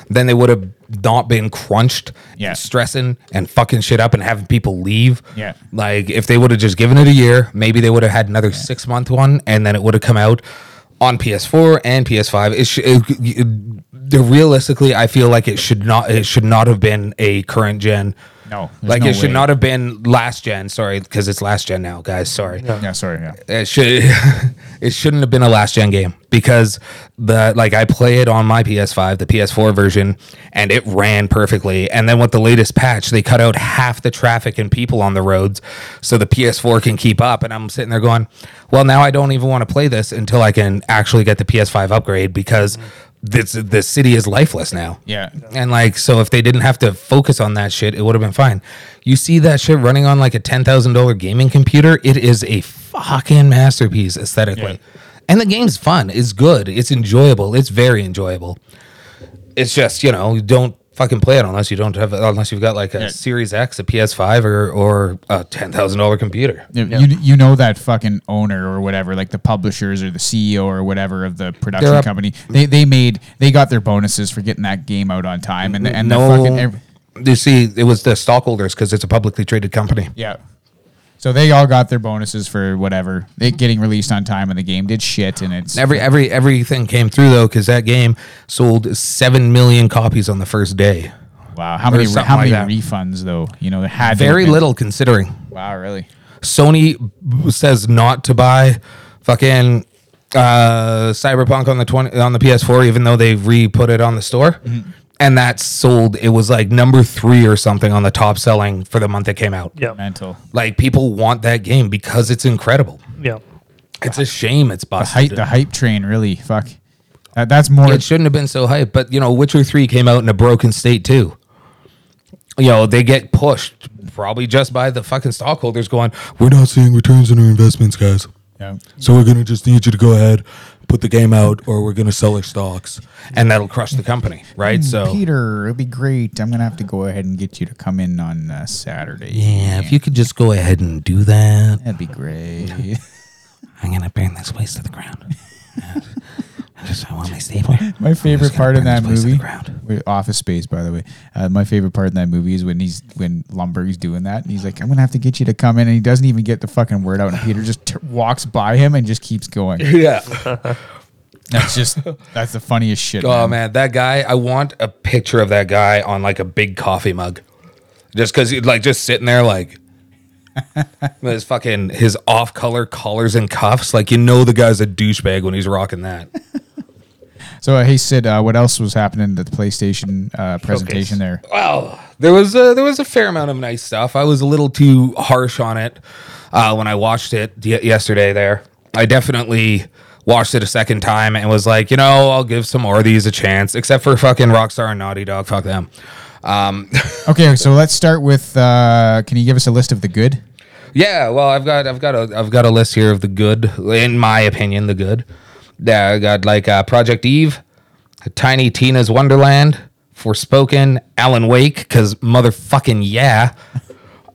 S1: Then they would have not been crunched,
S3: Yeah.
S1: and stressing and fucking shit up and having people leave.
S3: Yeah.
S1: Like if they would have just given it a year, maybe they would have had another six month one, and then it would have come out on PS4 and PS5. It, sh- it, it- the- realistically, I feel like it should not. It should not have been a current gen.
S3: No, there's
S1: like
S3: no
S1: it should
S3: way.
S1: not have been last gen. Sorry, because it's last gen now, guys. Sorry
S3: yeah, sorry. Yeah.
S1: it should it shouldn't have been a last gen game because the like I play it on my PS5, the PS4 version, and it ran perfectly. And then with the latest patch, they cut out half the traffic and people on the roads so the PS4 can keep up. And I'm sitting there going, Well, now I don't even want to play this until I can actually get the PS5 upgrade because this the city is lifeless now.
S3: Yeah.
S1: And like, so if they didn't have to focus on that shit, it would have been fine. You see that shit running on like a ten thousand dollar gaming computer? It is a fucking masterpiece aesthetically, and the game's fun. It's good. It's enjoyable. It's very enjoyable. It's just you know you don't fucking play it unless you don't have unless you've got like a Series X, a PS5, or or a ten thousand dollar computer.
S3: You, you you know that fucking owner or whatever, like the publishers or the CEO or whatever of the production
S1: They're up-
S3: company. They they made they got their bonuses for getting that game out on time and and the fucking
S1: No,
S3: ev-
S1: you see, it was the stockholders because it's a publicly traded company.
S3: yeah. So they all got their bonuses for whatever it getting released on time and the game did shit and it's
S1: Every every everything came through though, because that game sold seven million copies on the first day.
S3: wow how many
S1: or something
S3: how many
S1: like that.
S3: refunds though you know there had to have
S1: Very
S3: been-
S1: little considering.
S3: wow really
S1: Sony b- says not to buy fucking uh, Cyberpunk on the twenty on the PS4, even though they re put it on the store.
S3: Mm-hmm.
S1: And that sold. It was like number three or something on the top selling for the month it came out.
S2: Yeah.
S3: mental
S1: Like people want that game because it's incredible.
S2: Yeah.
S1: It's a shame it's busted.
S3: hype the hype train really fuck that, that's more
S1: it shouldn't have been so hype. But you know, Witcher Three came out in a broken state too. You know, they get pushed probably just by the fucking stockholders going,
S4: We're not seeing returns on our investments, guys.
S3: yeah.
S4: So we're gonna just need you to go ahead
S1: put the game out or we're going to sell our stocks and that'll crush the company right so
S3: Hmm, Peter, it'll be great. I'm gonna have to go ahead and get you to come in on uh, Saturday.
S1: yeah if you could just go ahead and do that
S3: that'd be great.
S1: i'm going to burn this place to the ground i just i want my stapler
S3: My favorite
S1: gonna
S3: part in
S1: burn
S3: that
S1: this place to the
S3: movie,
S1: ground.
S3: wait, Office Space, by the way. Uh, my favorite part in that movie is when he's when Lumberg's doing that, and he's like, "I'm gonna have to get you to come in," and he doesn't even get the fucking word out, and Peter just t- walks by him and just keeps going.
S1: yeah
S3: That's just that's the funniest shit.
S1: Oh man, that guy! I want a picture of that guy on like a big coffee mug, just because he's like just sitting there like with his fucking his off color collars and cuffs. Like you know the guy's a douchebag when he's rocking that.
S3: So uh, hey Sid, uh, what else was happening at the PlayStation uh, presentation there?
S1: Wow, there was a, there was a fair amount of nice stuff. I was a little too harsh on it uh, when I watched it y- yesterday. There, I definitely watched it a second time and was like, you know, I'll give some more of these a chance. Except for fucking Rockstar and Naughty Dog, fuck them. Um,
S3: Okay, so let's start with. Uh, can you give us a list of the good?
S1: Yeah, well, I've got I've got a I've got a list here of the good, in my opinion, the good. Yeah, I got like uh, Project Eve, Tiny Tina's Wonderland, Forspoken, Alan Wake, because motherfucking yeah.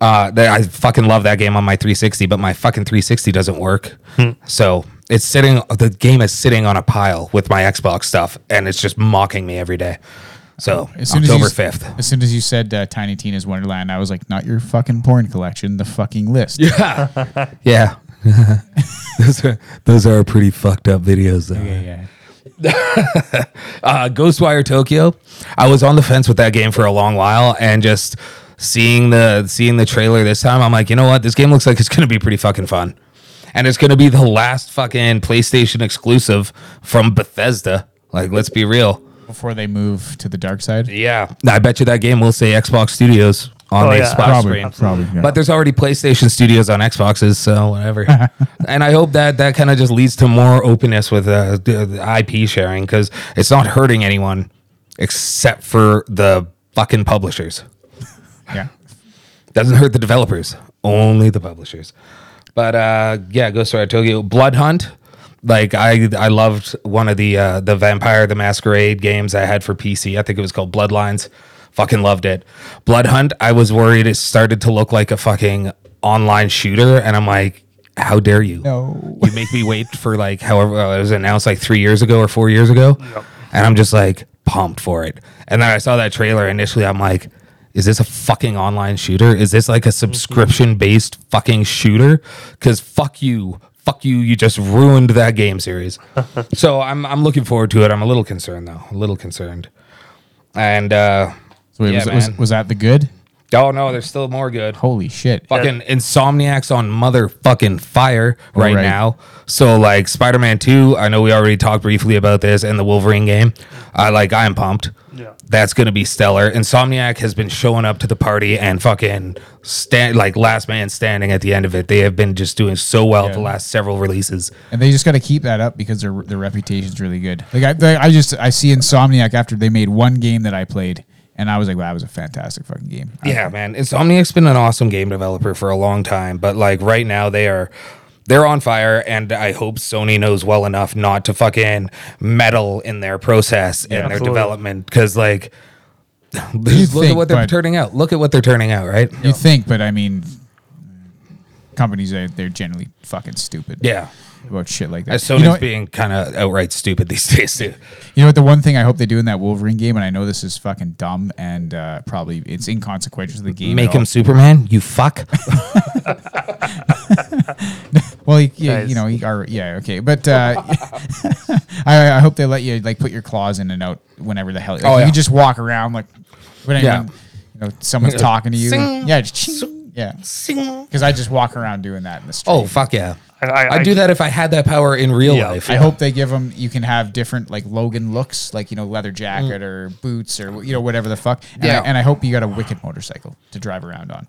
S1: Uh, that I fucking love that game on my 360, but my fucking 360 doesn't work.
S3: Hmm.
S1: So it's sitting. The game is sitting on a pile with my Xbox stuff, and it's just mocking me every day. So October
S3: as you,
S1: 5th.
S3: As soon as you said uh, Tiny Tina's Wonderland, I was like, not your fucking porn collection, the fucking list.
S1: Yeah. those are those are pretty fucked up videos though.
S3: yeah, yeah.
S1: Uh, Ghostwire Tokyo. I was on the fence with that game for a long while, and just seeing the seeing the trailer this time, I'm like, you know what? This game looks like it's gonna be pretty fucking fun, and it's gonna be the last fucking PlayStation exclusive from Bethesda. Like, let's be real.
S3: Before they move to the dark side,
S1: Yeah, I bet you that game will say Xbox Studios on
S2: Oh,
S1: the
S2: yeah.
S1: Xbox
S3: probably,
S1: screen.
S3: probably. yeah.
S1: But there's already PlayStation Studios on Xboxes, so whatever. and I hope that that kind of just leads to more openness with uh, the, the IP sharing because it's not hurting anyone except for the fucking publishers.
S3: yeah.
S1: Doesn't hurt the developers, only the publishers. But uh, yeah, Ghost Rider Tokyo, Blood Hunt. Like I, I loved one of the uh, the Vampire the Masquerade games I had for PC. I think it was called Bloodlines. Fucking loved it. Blood Hunt. I was worried it started to look like a fucking online shooter, and I'm like, how dare you?
S3: No.
S1: you make me wait for like however uh, it was announced like three years ago or four years ago, and I'm just like pumped for it. And then I saw that trailer initially. I'm like, is this a fucking online shooter? Is this like a subscription based fucking shooter? Because fuck you, fuck you, you just ruined that game series. so I'm I'm looking forward to it. I'm a little concerned though, a little concerned. And uh,
S3: So wait,
S1: Yeah,
S3: was, was,
S1: man.
S3: was that the good?
S1: oh no, there's still more good.
S3: Holy shit!
S1: Fucking Insomniac's on motherfucking fire right,
S3: right.
S1: now. So like Spider-Man 2, I know we already talked briefly about this and the Wolverine game. I like I am pumped.
S2: Yeah.
S1: That's going to be stellar. Insomniac has been showing up to the party and fucking stand like last man standing at the end of it. They have been just doing so well the last several releases.
S3: And they just got to keep that up because their their reputation's really good. Like I, they, I just I see Insomniac after they made one game that I played, and I was like, wow, that was a fantastic fucking game. I-
S1: Yeah, man. Insomniac's been an awesome game developer for a long time, but like right now they are they're on fire and I hope Sony knows well enough not to fucking meddle in their process and their
S2: Absolutely.
S1: development cuz like just look
S3: think,
S1: at what they're
S3: but-
S1: turning out. Look at what they're turning out, right?
S3: You think, but I mean, companies they they're generally fucking stupid.
S1: Yeah.
S3: About shit like that.
S1: As Sony's
S3: you know, what-
S1: being kind of outright stupid these days too.
S3: you know what? The one thing I hope they do in that Wolverine game, and I know this is fucking dumb and uh, probably it's inconsequential to the game.
S1: Make
S3: at all.
S1: him Superman, you fuck.
S3: Well, he, yeah,
S2: Nice.
S3: you know, he, or, yeah, okay, but uh, I, I hope they let you like put your claws in and out whenever the hell. Like,
S1: Oh,
S3: You
S1: yeah.
S3: can just walk around like when
S1: Yeah.
S3: anyone, you know, someone's talking to you.
S1: Sing.
S3: Yeah, just ching, yeah, because I just walk around doing that in the street.
S1: oh fuck yeah.
S2: I,
S1: I,
S2: I,
S1: would do that if I had that power in real
S2: Yeah.
S1: life.
S3: I hope they give them. You can have different like Logan looks, like you know, leather jacket or boots or you know whatever the fuck. And
S1: Mm. Yeah.
S3: I, and I hope you got a wicked motorcycle to drive around on.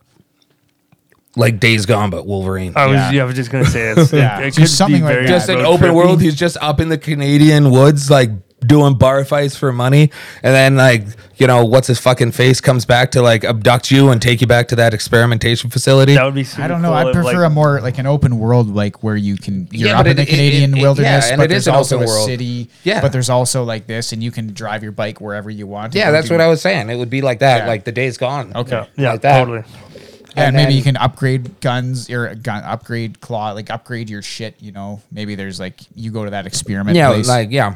S1: Like Days Gone but Wolverine.
S2: I was
S3: Yeah.
S2: yeah. I was just gonna say it's,
S3: Yeah.
S2: it,
S3: Just
S2: could be
S3: something like
S2: very
S3: that.
S1: just an
S2: road
S1: open
S2: trippy.
S1: world. He's just up in the Canadian woods, like doing bar fights for money, and then like you know what's his fucking face comes back to like abduct you and take you back to that experimentation facility.
S2: That would be. Super
S3: I don't know.
S2: Cool
S3: I
S2: if,
S3: prefer
S2: like,
S3: a more like an open world, like where you can you're
S1: Yeah,
S3: up
S1: but
S3: in the
S1: it- it-
S3: Canadian
S1: it- it-
S3: wilderness,
S1: yeah, and
S3: but
S1: it
S3: there's
S1: is an
S3: also
S1: open
S3: a
S1: world.
S3: city.
S1: Yeah.
S3: but there's also like this, and you can drive your bike wherever you want.
S1: yeah, that's what I was saying. It would be like that.
S3: Yeah.
S1: Like the day's gone.
S3: Okay.
S2: Yeah, yeah,
S1: like that.
S2: totally.
S3: Yeah, and
S1: And
S3: maybe
S1: then-
S3: you can upgrade guns, your gun, upgrade claw, like upgrade your shit. You know, maybe there's like you go to that experiment
S1: Yeah,
S3: place,
S1: like yeah.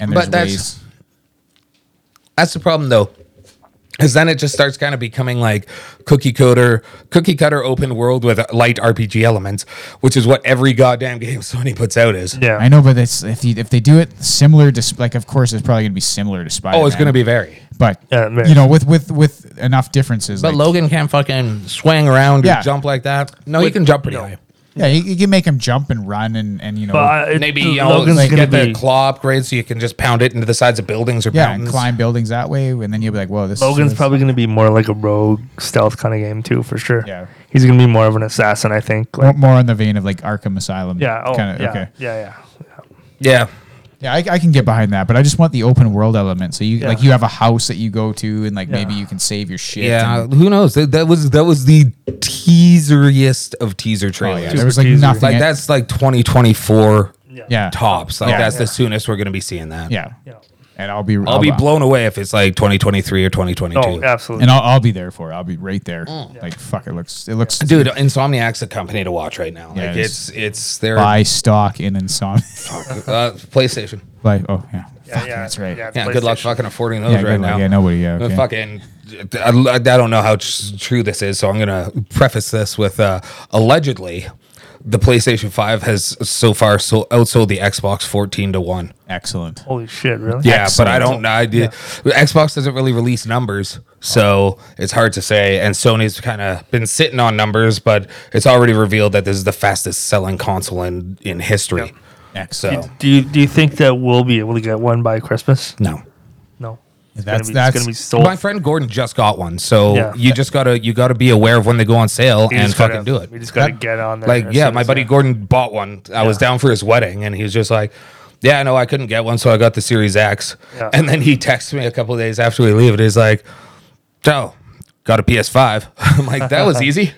S3: and
S1: but
S3: there's
S1: that's-
S3: ways.
S1: That's the problem though. Because then it just starts kind of becoming like cookie cutter, cookie cutter open world with uh, light RPG elements, which is what every goddamn game Sony puts out is.
S2: Yeah.
S3: I know, but it's if you, if they do it similar to Sp- like, of course, it's probably gonna be similar to Spider.
S1: Oh, it's going to be very.
S3: but
S2: Yeah, man.
S3: you know, with with with enough differences.
S1: But
S3: like-
S1: Logan can't fucking swing around
S3: Yeah.
S1: or jump like that. No, he can jump pretty high.
S3: yeah, you, you can make him jump and run, and and you know,
S2: But I, it-
S1: Maybe you know,
S2: Uh, Logan's
S1: like,
S2: gonna
S1: get the
S2: be
S1: claw upgrade so you can just pound it into the sides of buildings or
S3: yeah, and
S1: mountains.
S3: climb buildings that way, and then you'll be like, whoa, this.
S2: Logan's
S3: this-
S2: probably gonna be more like a rogue stealth kind of game too, for sure.
S3: Yeah.
S2: He's gonna be more of an assassin, I think.
S3: Mo-
S2: Like,
S3: more on the vein of like Arkham Asylum.
S2: yeah. Oh,
S3: kinda,
S2: yeah,
S3: okay.
S2: yeah. Yeah. Yeah.
S1: Yeah.
S3: Yeah, I, I can get behind that, but I just want the open world element. So you like
S2: Yeah.
S3: you have a house that you go to, and like maybe
S2: Yeah.
S3: you can save your shit.
S1: Yeah.
S3: and-
S1: Who knows? That, that was that was the teaseriest of teaser
S3: oh,
S1: trailers.
S3: yeah, there was
S2: Super
S3: like
S2: teaser.
S3: nothing.
S1: Like
S3: at-
S1: that's like 2024
S3: Yeah.
S1: tops. Like
S3: Yeah.
S1: that's the soonest we're going to be seeing that.
S3: Yeah.
S2: Yeah.
S3: And I'll be.
S1: I'll be blown away if it's like 2023 or 2022.
S2: Oh, absolutely.
S3: And I'll, I'll be there for. it. I'll be right there. Like fuck, it looks. It looks.
S1: Mm. Dude, Insomniac's a company to watch right now.
S3: Yeah,
S1: like
S3: it
S1: it's
S3: is.
S1: it's their uh,
S3: buy stock in insomnia.
S1: PlayStation.
S3: like oh yeah.
S2: yeah,
S3: Fuck,
S2: yeah,
S3: That's right.
S2: Yeah,
S3: Yeah.
S2: the
S1: Yeah, good luck
S2: PlayStation.
S1: fucking affording those
S3: good
S1: right
S3: luck.
S1: now.
S3: Yeah, nobody. Yeah.
S1: Uh,
S3: okay.
S1: Fucking, I, I don't know how tr- true this is, so I'm gonna preface this with uh, allegedly, the PlayStation Five has so far so outsold the Xbox 14 to one.
S3: Excellent.
S2: Holy shit! Really?
S1: Yeah, but I
S3: Excellent.
S1: don't know. I did- Xbox doesn't really release numbers, so it's hard to say. And Sony's kind of been sitting on numbers, but it's already revealed that this is the fastest selling console in in history.
S3: Excellent.
S1: So
S2: Do you do you think that we'll be able to get one by Christmas?
S1: no.
S2: No. It's
S3: That's-
S2: gonna be,
S3: that's-
S2: it's gonna be sold.
S1: My friend Gordon just got one, so
S2: Yeah.
S1: you just gotta you gotta be aware of when they go on sale
S2: We
S1: and
S2: just
S1: fucking
S2: gotta-
S1: do it.
S2: We just gotta
S3: That-
S2: get on there.
S1: like
S2: as
S1: yeah
S2: soon
S1: my
S2: as-
S1: buddy gordon bought one i was down for his wedding and he was just like yeah i know i couldn't get one so i got the series x
S2: Yeah.
S1: and then he texts me a couple of days after we leave and he's like joe got a ps5 i'm like that was easy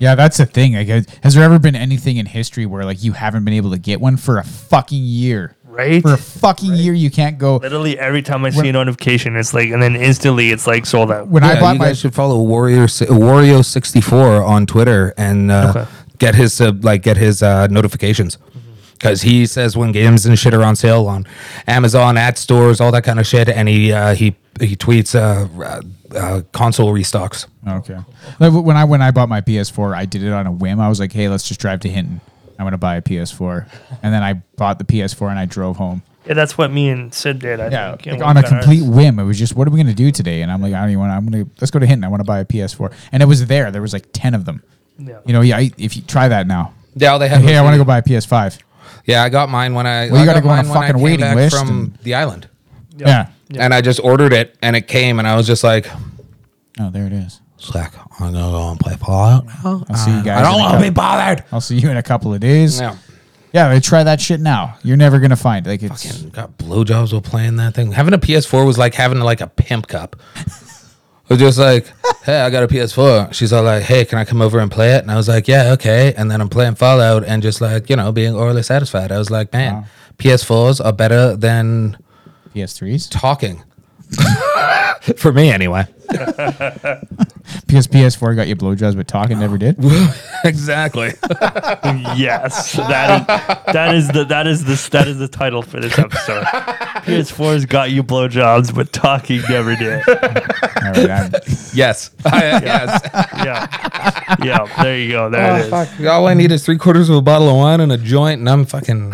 S3: Yeah, that's the thing. Like, has- has there ever been anything in history where like you haven't been able to get one for a fucking year?
S2: Right?
S3: For a fucking year, you can't go.
S2: Literally every time I see a notification, it's like, and then instantly it's like sold out.
S3: When I bought my
S1: should follow warrior wario 64 on twitter and uh,
S2: Okay.
S1: get his uh, like get his uh, notifications
S3: Mm-hmm.
S1: because he says when games and shit are on sale on Amazon, at stores, all that kind of shit, and he uh, he he tweets uh, uh, uh, console restocks.
S3: okay, like, wh- when I when I bought my PS4, I did it on a whim. I was like, hey, let's just drive to Hinton. I'm gonna buy a PS4, and then I bought the PS4 and I drove home.
S2: Yeah, that's what me and Sid did. I
S3: Yeah,
S2: think. and
S3: like
S2: we
S3: on a
S2: got ours.
S3: complete whim. It was just, what are we gonna do today? And I'm like, I don't even. want I'm gonna let's go to Hinton. I want to buy a PS4, and it was there. There was like ten of them.
S2: Yeah.
S3: You know, yeah. I- If you try that now,
S1: Yeah, all they had.
S3: hey,
S1: was
S3: I want to
S1: the-
S3: go buy a PS5.
S1: Yeah, I got mine when I.
S3: Well, you
S1: I
S3: gotta go on a
S1: mine when I
S3: fucking
S1: came
S3: waiting
S1: back
S3: list
S1: from
S3: and-
S1: the island,
S3: Yeah.
S1: and I just ordered it, and it came, and I was just like,
S3: Oh, there it is.
S1: "Slack, I'm gonna go and play Fallout now.
S3: I'll see you
S1: Uh,
S3: guys.
S1: I don't
S3: in a
S1: want to be
S3: couple-
S1: bothered."
S3: I'll see you in a couple of days.
S1: Yeah,
S3: Yeah, they try that shit now. You're never gonna find like it's
S1: Fucking got blowjobs while playing that thing. Having a PS4 was like having like a pimp cup. It was just like, "Hey, I got a PS4." She's all like, "Hey, can I come over and play it?" And I was like, "Yeah, okay." And then I'm playing Fallout, and just like you know, being orally satisfied. I was like, "Man, PS4s are better than
S3: PS3s,
S1: talking." For me, anyway.
S3: because PS4 got you blowjobs, but talking never did.
S1: exactly.
S2: Yes, that is that is the that is the that is the title for this episode. PS4's got you blowjobs, but talking never did.
S3: All right, I'm-
S1: yes. I- yes.
S2: Yeah, yeah. There you go. There
S1: Oh,
S2: it is.
S1: All I need is three quarters of a bottle of wine and a joint, and I'm fucking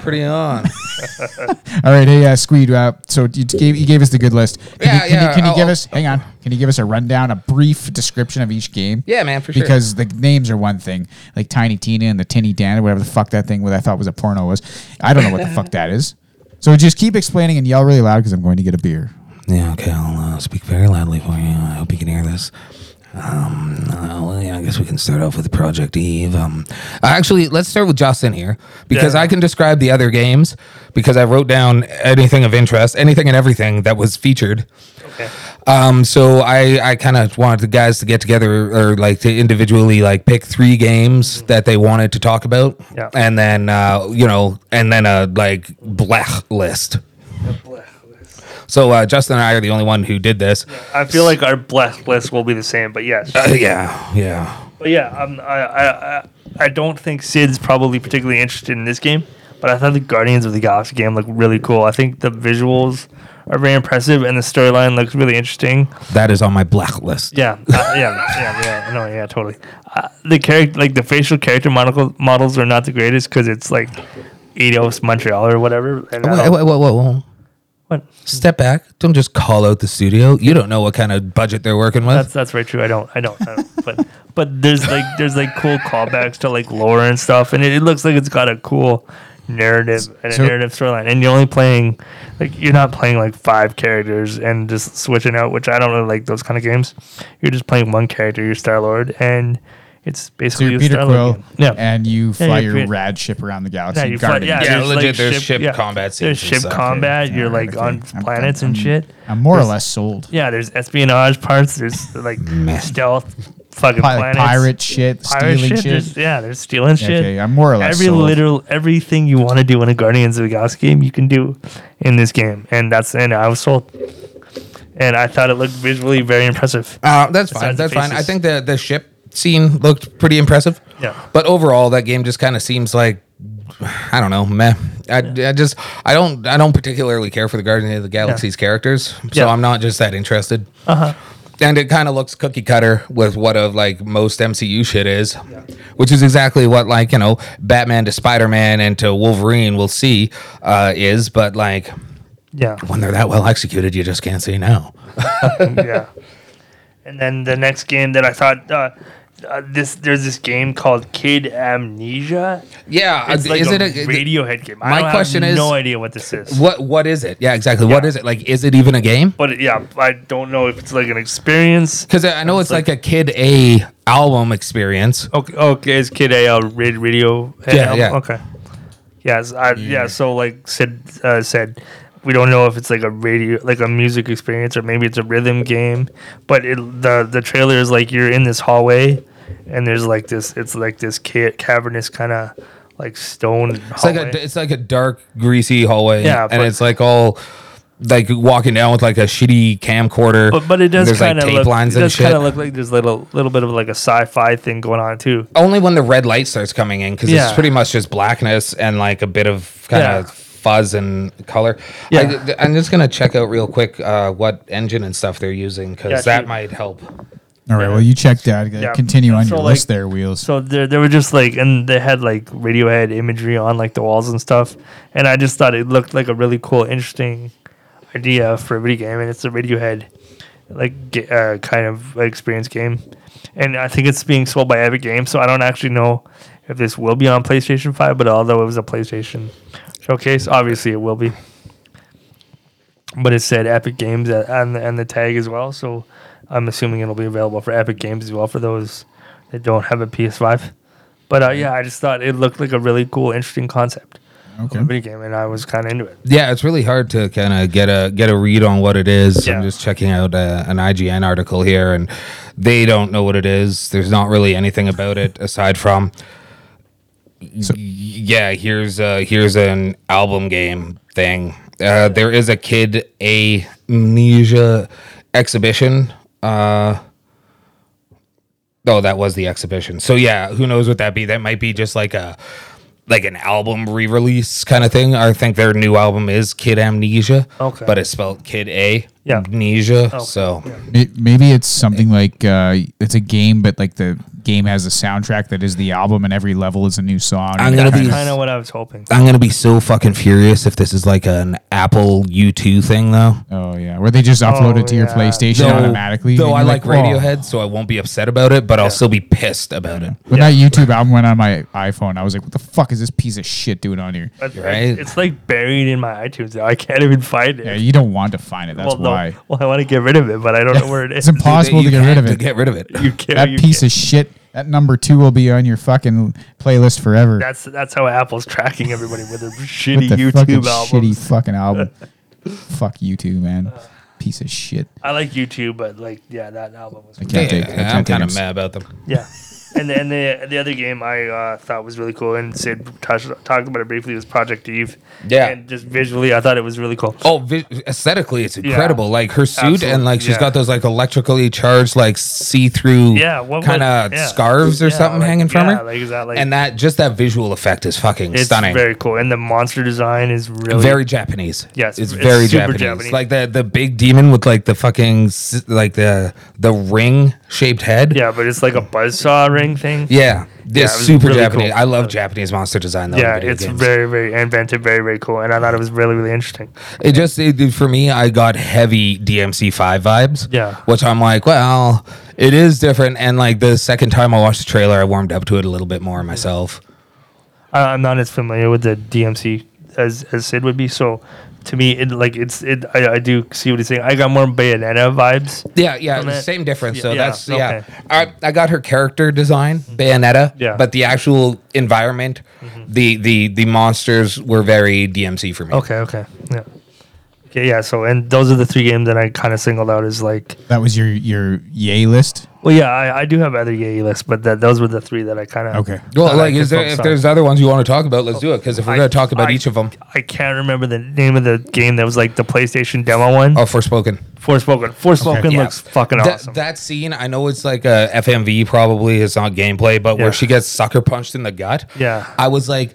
S1: pretty on.
S3: all right, hey, uh, Squeed. Uh, so you t- gave you gave us the good list. Can
S1: Yeah,
S3: you, can
S1: yeah, uh, oh.
S3: You, can you
S1: I'll-
S3: give us? Hang on. Can you give us a rundown, a brief description of each game?
S1: Yeah, man, for sure.
S3: Because the names are one thing, like Tiny Tina and the Tinny Dan, whatever the fuck that thing what I thought was a porno was. I don't know what the fuck that is. So just keep explaining and yell really loud because I'm going to get a beer.
S1: Yeah, okay. I'll uh, speak very loudly for you. I hope you can hear this. Uh, well, yeah, I guess we can start off with Project Eve. Um, actually, let's start with Justin here because
S2: Yeah.
S1: I can describe the other games because I wrote down anything of interest, anything and everything that was featured.
S2: Okay.
S1: Um, so I, I kind of wanted the guys to get together or like to individually like pick three games that they wanted to talk about,
S2: Mm-hmm. Yeah.
S1: and then uh, you know, and then a like blech list. So uh, Justin and I are the only one who did this.
S2: I feel like our blessed list will be the same, but yes.
S1: Uh, yeah, yeah.
S2: But yeah, um, I, I, I, I don't think Sid's probably particularly interested in this game, but I thought the Guardians of the Galaxy game looked really cool. I think the visuals are very impressive and the storyline looks really interesting.
S1: That is on my black list.
S2: Yeah, uh, yeah, yeah, yeah. No, yeah, totally. Uh, the character, like the facial character monocle- models, are not the greatest because it's like Eidos Montreal or whatever. And I
S1: Whoa,
S2: don't-
S1: whoa, whoa, whoa, whoa.
S2: what?
S1: Step back. Don't just call out the studio. You don't know what kind of budget they're working with.
S2: That's that's very true. I don't, I don't, I don't. but but there's like there's like cool callbacks to like lore and stuff, and it, it looks like it's got a cool narrative and a
S3: So-
S2: narrative storyline. And you're only playing like you're not playing like five characters and just switching out, which I don't really like those kind of games. You're just playing one character, your Star Lord, and it's
S3: So
S2: basically
S3: you're
S2: a
S3: Peter
S2: Star-Lord
S3: Quill,
S2: game. Yeah.
S3: and you
S2: Yeah,
S3: fly
S2: you're
S3: your
S2: Peter-
S3: rad ship around the galaxy.
S2: Yeah, you fly,
S3: guarding
S2: yeah,
S3: it.
S1: Yeah,
S2: there's
S1: legit,
S2: like
S1: there's
S2: ship,
S1: ship
S2: yeah.
S1: combat
S2: There's
S1: scenes and
S2: ship
S1: stuff, yeah.
S2: combat. You're
S3: Yeah,
S2: like
S3: okay.
S2: on
S3: I'm-
S2: planets
S3: I'm-
S2: and shit.
S3: I'm more or
S2: There's-
S3: less sold.
S2: Yeah, there's espionage parts. There's like stealth fucking
S3: Pi-
S2: planets.
S3: pirate shit,
S2: pirate
S3: stealing
S2: shit.
S3: shit.
S2: There's, yeah, there's stealing shit.
S3: Okay, I'm more or less
S2: every
S3: sold.
S2: literal everything you want to do in a Guardians of the Galaxy game, you can do in this game, and that's and I was sold. And I thought it looked visually very impressive.
S1: Uh, that's fine.
S2: Besides the
S1: That's fine. I
S2: faces.
S1: think the the ship scene looked pretty impressive.
S2: Yeah.
S1: But overall, that game just kind of seems like I don't know, meh. I, I just I don't I don't particularly care for the Guardian of the Galaxy's characters, so
S2: Yeah. Uh-huh.
S1: I'm not just that interested. Uh huh. And it kind of looks cookie cutter with what of like most MCU shit is, which is exactly what like you know Batman to Spider Man and to Wolverine we'll see uh, is, but like
S2: Yeah,
S1: when they're that well executed, you just can't say no.
S2: yeah. And then the next game that I thought uh, uh, this there's this game called Kid Amnesia.
S1: Yeah,
S2: It's
S1: uh,
S2: like
S1: is
S2: a
S1: it a
S2: Radiohead game? I
S1: my
S2: don't
S1: question
S2: have
S1: is,
S2: no idea what this is.
S1: What what is it? Yeah, exactly. What
S2: Yeah.
S1: is it? Like is it even a game?
S2: But it- yeah, I don't know if it's like an experience.
S1: Cuz I know it's like, a kid A album experience.
S2: Okay, okay, is Kid A uh, Rid Radio?
S1: Yeah, yeah.
S2: Okay. Yes, I, yeah. So like Sid uh, said, we don't know if it's like a radio, like a music experience, or maybe it's a rhythm game. But it, the the trailer is like you're in this hallway, and there's like this. It's like this ca- cavernous kind of like stone.
S1: It's like a it's like a dark greasy hallway
S2: Yeah,
S1: and
S2: but-
S1: it's like all like walking down with like a shitty camcorder.
S2: but, but it does
S1: There's like
S2: kind of
S1: tape
S2: look.
S1: lines
S2: it
S1: and
S2: does kind
S1: shit.
S2: of look like there's little little bit of like a sci-fi thing going on too.
S1: Only when the red light starts coming in cuz
S2: Yeah.
S1: it's pretty much just blackness and like a bit of kind
S2: Yeah.
S1: of fuzz and color.
S2: Yeah.
S1: I, am just going to check out real quick uh, what engine and stuff they're using cuz
S2: Yeah,
S1: that
S2: dude.
S1: might help.
S3: All right, well, you checked that. Uh,
S2: Yeah.
S3: Continue on
S2: So,
S3: your
S2: like-
S3: list there, Wheels.
S2: So there, they were just like, and they had like Radiohead imagery on like the walls and stuff. And I just thought it looked like a really cool, interesting idea for a video game. And it's a Radiohead like ga- uh, kind of experience game. And I think it's being sold by Epic Games, so I don't actually know if this will be on PlayStation Five. But although it was a PlayStation showcase, obviously it will be. But it said Epic Games a- on the, on the tag as well, so I'm assuming it'll be available for Epic Games as well for those that don't have a PS5. But uh, yeah, I just thought it looked like a really cool, interesting concept
S3: Okay.
S2: of a video game, and I was kind of into it.
S1: Yeah, it's really hard to kind of get a get a read on what it is.
S2: Yeah.
S1: I'm just checking out uh an IGN article here, and they don't know what it is. There's not really anything about it aside from, y- yeah, here's uh here's an album game thing. Uh, there is a kid amnesia exhibition. Uh, oh, that was the exhibition. So yeah, who knows what that be? That might be just like a like an album re-release kind of thing. I think their new album is Kid Amnesia.
S2: Okay.
S1: But it's spelled Kid A.
S2: Yeah.
S1: Amnesia. So
S3: May- Maybe it's something like uh, it's a game, but like the game has a soundtrack that is the album, and every level is a new song.
S1: I'm
S3: and
S1: gonna
S3: that
S1: be-
S3: kind
S2: Kind of what I was hoping.
S1: I'm gonna be so fucking furious if this is like an Apple U2 thing though.
S3: of- oh yeah, where they just upload
S2: Oh,
S3: it to your
S2: yeah.
S3: PlayStation automatically.
S1: Though
S3: and
S1: I
S3: you're
S1: like,
S3: "Whoa."
S1: Radiohead, so I won't be upset about it, but I'll still be pissed about it.
S3: When that YouTube album went on my iPhone, I was like, "What the fuck is this piece of shit doing on here?"
S2: But
S1: Right.
S2: It's like buried in my iTunes now. I can't even find it.
S3: Yeah, you don't want to find it. That's
S2: well, no.
S3: why
S2: well, I want to get rid of it, but I don't know where it
S3: it's
S2: is.
S3: impossible
S1: You
S3: to get rid
S1: have
S3: of
S1: to
S3: it.
S1: Get rid of it.
S2: You can't,
S3: that
S2: you
S3: piece
S2: can't.
S3: of shit. That number two will be on your fucking playlist forever.
S2: That's that's how Apple's tracking everybody with their shitty
S3: With the fucking
S2: YouTube albums.
S3: shitty fucking album. Fuck you two, man. Piece of shit.
S2: I like YouTube, but like, yeah, that album was.
S3: I can't take. I
S1: Yeah,
S3: can't
S1: I'm
S3: take
S1: kind
S3: him.
S1: of mad about them.
S2: Yeah. And then the the other game I uh, thought was really cool, and Sid touched, talked about it briefly, was Project Eve.
S1: Yeah.
S2: And just visually, I thought it was really cool.
S1: Oh, vi- aesthetically, it's incredible. Like her suit, and
S2: Absolutely,
S1: like she's
S2: yeah.
S1: got those like electrically charged, like see-through,
S2: Yeah, what
S1: kind
S2: was-
S1: of
S2: yeah.
S1: scarves or
S2: Yeah,
S1: something
S2: like-
S1: hanging from
S2: yeah,
S1: her.
S2: like, is that, like-
S1: and that just that visual effect is fucking
S2: It's
S1: stunning. Very,
S2: very cool. And the monster design is really.
S1: Japanese.
S2: Yes,
S1: it's,
S2: it's
S1: very
S2: super
S1: Japanese.
S2: Japanese.
S1: Like the the big demon with like the fucking s- like the the ring shaped head.
S2: Yeah, but it's like a buzzsaw ring thing.
S1: Yeah, this
S2: it was
S1: super
S2: really
S1: Japanese.
S2: cool.
S1: I love Japanese monster design. Though, in
S2: Yeah,
S1: video
S2: it's
S1: games.
S2: very, very inventive, very, very cool. And I thought it was really, really interesting.
S1: It just it, it- for me, I got heavy DMC five vibes.
S2: Yeah.
S1: which I'm like, well, it is different. And like the second time I watched the trailer, I warmed up to it a little bit more myself.
S2: I, I'm not as familiar with the DMC as, as Sid would be. So to me, it like it's it. I, I do see what he's saying. I got more Bayonetta vibes.
S1: Yeah, yeah,
S2: From it.
S1: same difference. So
S2: Yeah,
S1: that's yeah.
S2: okay.
S1: I, I got her character design, Bayonetta.
S2: Yeah. Mm-hmm.
S1: but the actual environment, the the the monsters were very DMC for me.
S2: Okay, okay, yeah, okay, yeah. So and those are the three games that I kind of singled out as like.
S3: That was your your yay list.
S2: Well, yeah, I, I do have other yay lists, but that those were the three that I kind of
S3: Okay.
S1: Well,
S2: I
S1: like,
S2: like
S1: is
S2: to
S1: there
S2: focus
S1: if
S2: on-
S1: there's other ones you want to talk about, let's do it. Because if we're
S2: Oh, I-
S1: gonna talk about
S2: I-
S1: each of them,
S2: I can't remember the name of the game that was like the PlayStation demo one.
S1: oh, Forspoken.
S2: Forspoken. Forspoken
S1: Yeah.
S2: looks fucking
S1: That-
S2: awesome.
S1: That scene, I know it's like a FMV probably, it's not gameplay, but
S2: Yeah.
S1: where she gets sucker punched in the gut.
S2: Yeah.
S1: I was like,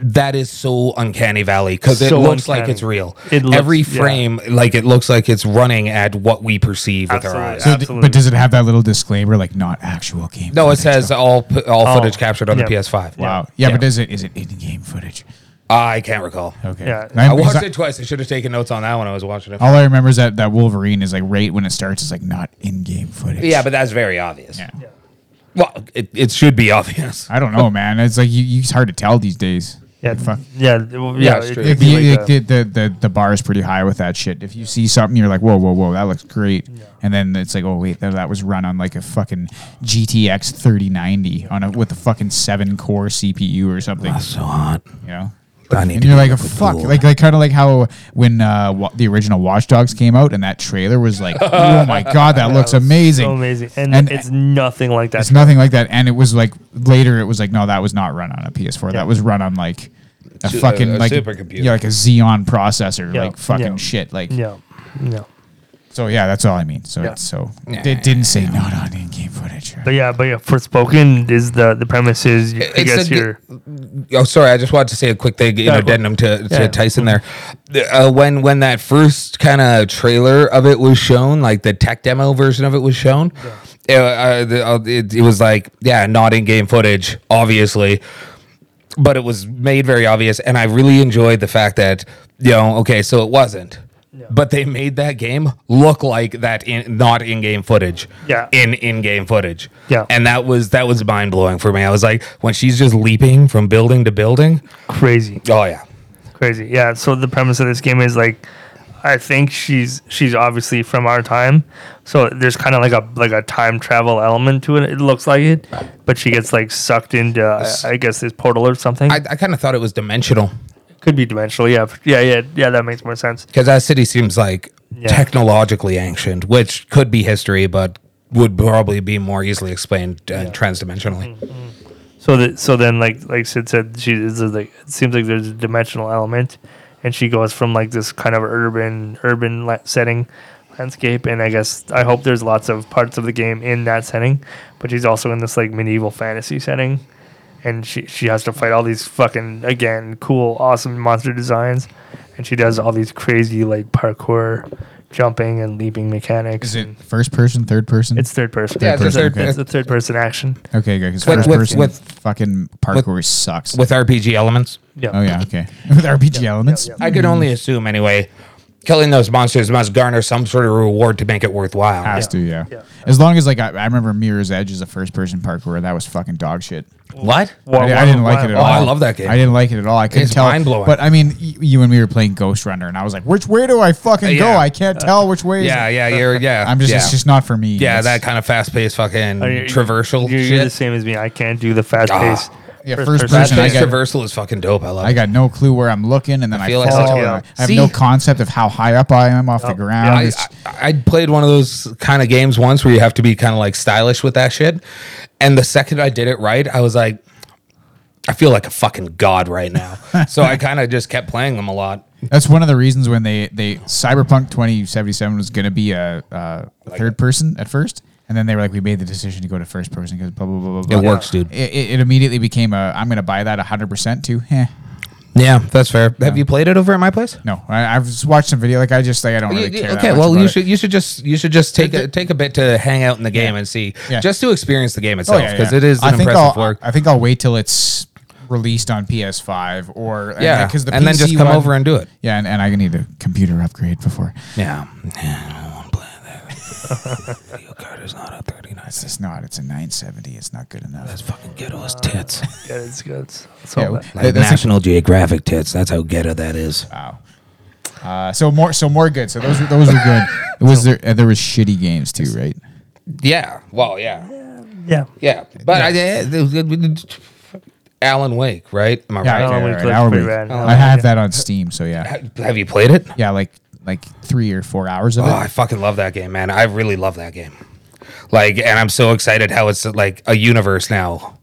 S1: that is so uncanny valley because it
S2: So
S1: looks like
S2: uncanny.
S1: it's real.
S2: It looks-
S1: Every
S2: yeah.
S1: frame, like it looks like it's running at what we perceive with our
S2: Absolutely.
S1: eyes.
S3: So d-
S2: Absolutely.
S3: but does it have that little disclaimer like not actual game?
S1: No, it
S3: footage,
S1: says
S3: though?
S1: all p- all
S2: Oh,
S1: footage captured on
S2: yeah.
S1: the PS5.
S3: wow. Yeah,
S2: yeah.
S3: but is it is it in game footage?
S1: I can't recall.
S3: Okay.
S2: Yeah.
S3: I,
S1: I Oh. watched
S3: because I-
S1: it twice. I should have taken notes on that when I was watching it.
S3: all I remember is that that Wolverine is like right when it starts is like not in game footage.
S1: Yeah, but that's very obvious.
S3: Yeah.
S1: Well, it, it should be obvious.
S3: I don't know, man. It's like you, you it's hard to tell these days.
S2: yeah,
S3: Fuck.
S2: yeah, it- well,
S1: Yeah,
S2: yeah.
S1: it's
S2: it
S1: true.
S2: could
S3: If
S2: be
S3: you,
S2: like
S3: like
S2: a-
S3: the, the, the, the bar is pretty high with that shit. If you see something, you're like, whoa, whoa, whoa, that looks great. And then it's like, oh, wait, that, that was run on like a fucking GTX 3090 on a, with a fucking seven core CPU or something,
S1: So hot.
S3: you know?
S1: I need
S3: And
S1: to
S3: you're
S1: be
S3: like,
S1: up with
S3: fuck,
S1: Google.
S3: like, like kind of like how when uh, wa- the original Watch Dogs came out and that trailer was like, oh my God, that looks amazing.
S2: so amazing, and,
S3: And-
S2: it's nothing like that.
S3: It's nothing like that. And it was like, later it was like, no, that was not run on a PS4.
S2: Yeah.
S3: That was run on like, a
S1: Su- a-
S3: fucking
S1: a
S3: like
S1: supercomputer.
S3: yeah, like a Xeon processor,
S2: Yeah,
S3: like fucking
S2: yeah.
S3: shit. Like
S2: no, no.
S3: so, yeah, that's all I mean. So
S2: Yeah.
S3: it's so
S1: Yeah.
S3: it didn't say not on in-game footage.
S2: But yeah, but yeah, Forspoken is the the premise is you, I
S1: it's
S2: guess
S1: a-
S2: you're
S1: Oh, sorry. I just wanted to say a quick thing in
S2: Yeah, go-
S1: addendum to, to
S2: yeah.
S1: Tyson there. The- Uh, when when that first kind of trailer of it was shown, like the tech demo version of it was shown, uh, uh, the, uh, it, it was like, yeah, not in game footage, obviously, but it was made very obvious. And I really enjoyed the fact that, you know, okay, so it wasn't. But they made that game look like that in not in game footage.
S2: Yeah.
S1: In in game footage.
S2: Yeah.
S1: And that was that was mind blowing for me. I was like, when she's just leaping from building to building.
S2: crazy.
S1: Oh yeah.
S2: crazy yeah so the premise of this game is like i think she's she's obviously from our time so there's kind of like a like a time travel element to it it looks like it but she gets like sucked into i, I guess this portal or something
S1: I, I kind of thought it was dimensional
S2: could be dimensional yeah yeah yeah yeah that makes more sense
S1: because that city seems like
S2: Yeah.
S1: technologically ancient, which could be history, but would probably be more easily explained uh, transdimensionally.
S2: Mm-hmm. so that so then like like sid said she is like it seems like there's a dimensional element and she goes from like this kind of urban urban la- setting landscape and i guess i hope there's lots of parts of the game in that setting but she's also in this like medieval fantasy setting and she she has to fight all these fucking again cool awesome monster designs and she does all these crazy like parkour jumping and leaping mechanics.
S3: Is
S2: and-
S3: it first person, third person?
S2: It's third person.
S1: Yeah, it's a
S3: person,
S1: third,
S3: okay.
S2: It's a third person action.
S3: okay, good. 'cause
S1: With-
S3: first
S1: with-
S3: person
S1: with-
S3: fucking parkour sucks.
S1: with RPG elements.
S2: Yeah.
S3: oh yeah, okay. with RPG elements.
S2: yeah.
S1: I could only assume anyway. Killing those monsters must garner some sort of reward to make it worthwhile.
S3: Has to, yeah.
S2: Yeah.
S3: As long as like I, I remember Mirror's Edge is a first person parkour that was fucking dog shit.
S1: What?
S2: Well,
S3: I, I
S2: well,
S3: didn't like
S2: well,
S3: it at
S1: Oh,
S3: all.
S1: I love that game.
S3: I didn't like it at all. I couldn't
S1: It's
S3: tell.
S1: mind-blowing.
S3: But I mean, y- you and me were playing Ghost Runner, and I was like, "Which way do I fucking
S1: Uh, Yeah.
S3: go? I can't tell which way." is
S1: Yeah,
S3: it."
S1: yeah, you're yeah.
S3: I'm just.
S1: yeah.
S3: It's just not for me.
S1: yeah,
S3: It's-
S1: that kind of fast paced fucking
S2: Are you-
S1: traversal
S2: Oh, You're, you're the
S1: shit.
S2: same as me. I can't do the fast
S1: Ah.
S2: pace.
S3: Yeah, first
S1: Fast
S3: person, I
S1: paced
S3: got-
S1: traversal is fucking dope. I love
S3: I
S1: it.
S3: got no clue where I'm looking, and then I,
S1: feel like
S3: fall.
S1: such a-
S3: and I-
S2: yeah.
S3: I have no
S1: See?
S3: concept of how high up I am off
S2: Oh,
S3: the
S1: Yeah,
S3: ground.
S1: I,
S3: It's-
S1: I, I played one of those kind of games once where you have to be kind of like stylish with that shit. And the second I did it right, I was like, I feel like a fucking god right now. so I kind of just kept playing them a lot.
S3: that's one of the reasons when they they Cyberpunk 2077 was going to be a, uh third person at first, and then they were like, "We made the decision to go to first person because blah blah blah blah." blah.
S1: works, dude.
S3: It, it, it immediately became a I'm going to buy that 100 percent too. Heh.
S1: Yeah, that's fair. Have you played it over at my place?
S3: No, I, I've just watched some video. Like I just like I don't
S1: You-
S3: really
S1: you-
S3: care. that
S1: okay,
S3: much
S1: well
S3: about
S1: you
S3: it.
S1: should you should just you should just take a take a bit to hang out in the game and see
S3: Yeah.
S1: just to experience the game
S3: Oh,
S1: itself
S3: yeah,
S1: because
S3: yeah.
S1: it is an
S3: think
S1: impressive
S3: I'll,
S1: work.
S3: I think I'll wait till it's released on PS5 or and
S1: yeah,
S3: like, the
S1: and then
S3: PC
S1: just come
S3: one-
S1: over and do it.
S3: yeah, and, and I need a computer upgrade before.
S1: Yeah, yeah I don't want to play that. Video card is not a thirty nine.
S3: It's just not. It's a 970. It's not good enough.
S1: That's fucking ghetto as tits.
S2: Yeah, it's good. It's, it's
S3: Yeah,
S2: all
S3: well,
S2: that.
S1: Like
S3: that's
S1: National Geographic tits. That's how ghetto that is.
S3: wow. Uh, so more, so more good. So those, were- those were good. It was there. Uh, there was shitty games too, right?
S1: Yeah. Well, yeah.
S2: Yeah.
S1: Yeah. But I, Alan Wake, right? Am I
S3: Yeah,
S1: right?
S2: Alan
S3: okay,
S2: Wake
S3: right,
S2: looks
S3: Alan
S2: pretty
S3: Wake.
S1: Oh,
S2: rad.
S3: I have that on Steam. So yeah,
S1: Ha- Have you played it?
S3: yeah, like like three or four hours of
S1: Oh, I
S3: it.
S1: fucking love that game, man. I really love that game. Like, and I'm so excited how it's like a universe now.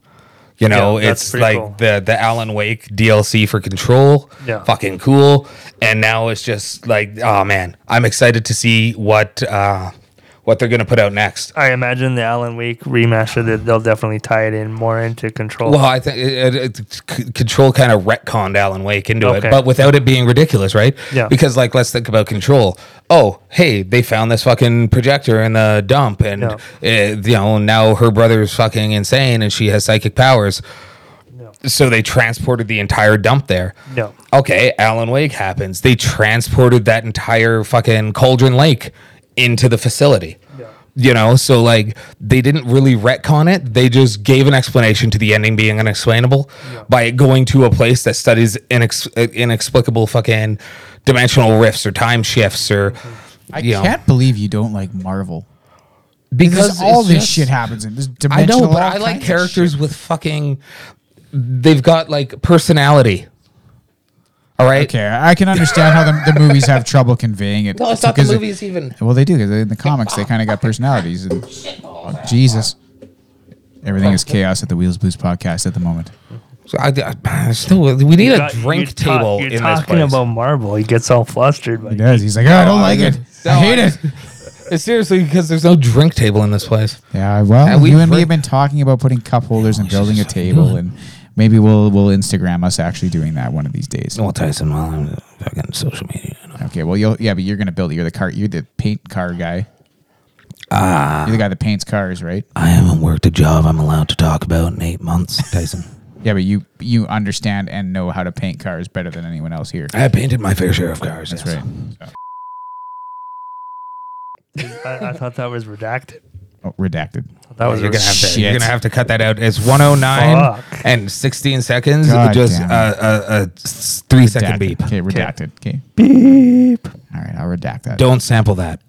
S1: You know,
S2: Yeah, that's
S1: it's
S2: pretty
S1: like
S2: cool.
S1: the the Alan Wake DLC for Control.
S2: Yeah.
S1: Fucking cool. And now it's just like, oh man, I'm excited to see what uh what they're gonna put out next.
S2: I imagine the Alan Wake remaster that they'll definitely tie it in more into control.
S1: Well, I think it, it, it, c- control kind of retconned Alan Wake into
S2: Okay.
S1: it, but without it being ridiculous, right?
S2: Yeah.
S1: Because like, let's think about control. Oh, hey, they found this fucking projector in the dump, and
S2: Yeah.
S1: it, you know now her brother's fucking insane, and she has psychic powers. So they transported the entire dump there.
S2: Yeah.
S1: Okay, Alan Wake happens. They transported that entire fucking Cauldron Lake into the facility. You know, so like they didn't really retcon it. They just gave an explanation to the ending being unexplainable by it going to a place that studies inex- uh, inexplicable fucking dimensional rifts or time shifts or
S3: Mm-hmm. I
S1: you know.
S3: can't believe you don't like Marvel.
S1: because
S3: Because all
S1: it's
S3: this
S1: just-
S3: shit happens in this
S1: I
S3: dimensional.
S1: know, but I like
S3: all kinds of shit.
S1: characters with fucking. They've got like personality. All right.
S3: Okay, I can understand how the, the movies have trouble conveying it.
S1: No, it's not the
S3: because it-
S1: movies even.
S3: well, they do because in the comics they kind of got personalities. And, Oh, Jesus, everything is chaos at the Wheels Blues podcast at the moment.
S1: So I, I- I still, we need a
S2: Got-
S1: drink
S2: you're ta-
S1: table
S2: you're
S1: in this
S2: talking
S1: place.
S2: about Marvel. He gets all flustered. But
S3: He does. He's like, oh, I don't
S1: No,
S3: like
S1: I-
S3: it. uh,
S1: no,
S3: I hate
S1: I-
S3: it.
S1: It's seriously because there's no drink table in this place.
S3: Yeah, well,
S1: Yeah, we
S3: you and me
S1: pre-
S3: have been talking about putting cup holders and building a table, and maybe we'll we'll Instagram us actually doing that one of these days.
S1: Well, Tyson, while I'm fucking social media.
S3: Okay, well, you'll yeah, but you're gonna build it. You're the car. You're the paint car guy. Ah, you're the guy that paints cars, right?
S1: I haven't worked a job I'm allowed to talk about in eight months, Tyson.
S3: Yeah, but you you understand and know how to paint cars better than anyone else here.
S1: I painted my fair share of cars.
S3: That's
S1: yes.
S3: right. So,
S2: I, I thought that was redacted.
S3: oh, redacted.
S2: That was
S1: You're gonna have to. You're
S3: Shit.
S1: gonna have to cut that out. It's 109
S2: Fuck.
S1: and 16 seconds.
S3: God
S1: just
S3: damn
S1: a
S3: it.
S1: uh, uh, uh, s- three second
S3: redacted.
S1: beep.
S3: Okay, redacted. Okay.
S2: beep.
S3: All right, I'll redact that.
S1: Don't sample that.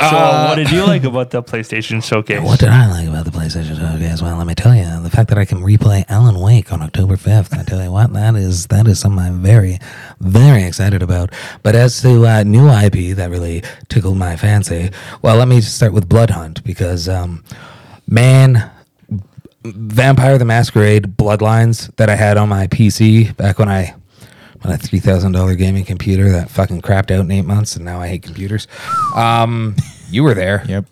S2: So,
S1: Uh,
S2: what did you like about the PlayStation showcase?
S4: What did I like about the PlayStation Showcase? Well, let me tell you, the fact that I can replay Alan Wake on October fifth. I tell you what, that is that is something I'm very, very excited about. But as to uh, new IP that really tickled my fancy, well, let me start with Blood Hunt because, um, man, Vampire the Masquerade Bloodlines that I had on my PC back when I on a three thousand dollar gaming computer that fucking crapped out in eight months, and now I hate computers.
S1: Um, you were there.
S3: Yep.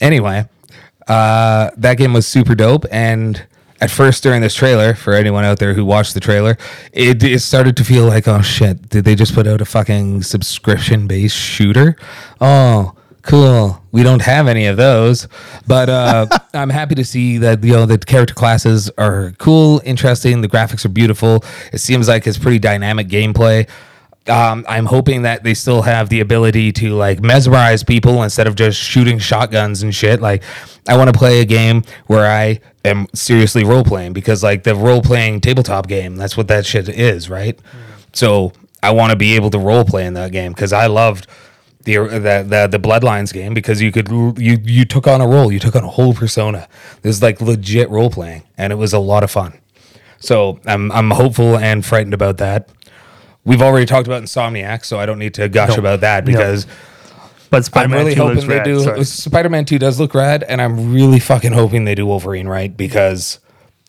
S1: Anyway, uh, that game was super dope, and at first during this trailer, for anyone out there who watched the trailer, it, it started to feel like, oh shit, did they just put out a fucking subscription based shooter? Oh, cool. We don't have any of those, but uh, I'm happy to see that you know the character classes are cool, interesting. The graphics are beautiful. It seems like it's pretty dynamic gameplay um, I'm hoping that they still have the ability to like mesmerize people instead of just shooting shotguns and shit. Like, I want to play a game where I am seriously role playing because like the role playing tabletop game, that's what that shit is, right? So I want to be able to role play in that game because I loved the, the the the Bloodlines game because you could you you took on a role, you took on a whole persona. This is like legit role playing, and it was a lot of fun. So I'm I'm hopeful and frightened about that. We've already talked about Insomniac, so I don't need to gush
S2: No.
S1: about that
S2: No.
S1: because
S2: But Spider-Man
S1: I'm really
S2: 2 looks
S1: hoping they
S2: rad,
S1: do.
S2: sorry.
S1: Spider-Man Two does look rad, and I'm really fucking hoping they do Wolverine right because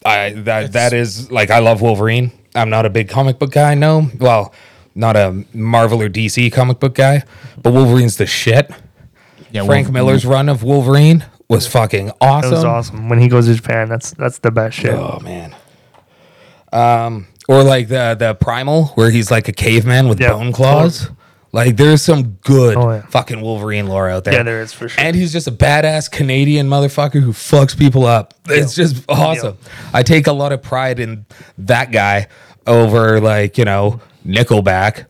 S1: I that that is like I love Wolverine. I'm not a big comic book guy, no. Well, not a Marvel or DC comic book guy, but Wolverine's the shit.
S3: Yeah,
S1: Frank
S3: Wolver-
S1: Miller's run of Wolverine was fucking
S2: That
S1: awesome.
S2: was awesome. When he goes to Japan, that's that's the best shit.
S1: Oh man. Um, or like the the primal where he's like a caveman with
S2: Yeah.
S1: bone claws. Like there's some good
S2: Oh, yeah.
S1: fucking Wolverine lore out there.
S2: Yeah, there is for sure.
S1: And he's just a badass Canadian motherfucker who fucks people up. It's just awesome. I take a lot of pride in that guy over like, you know, Nickelback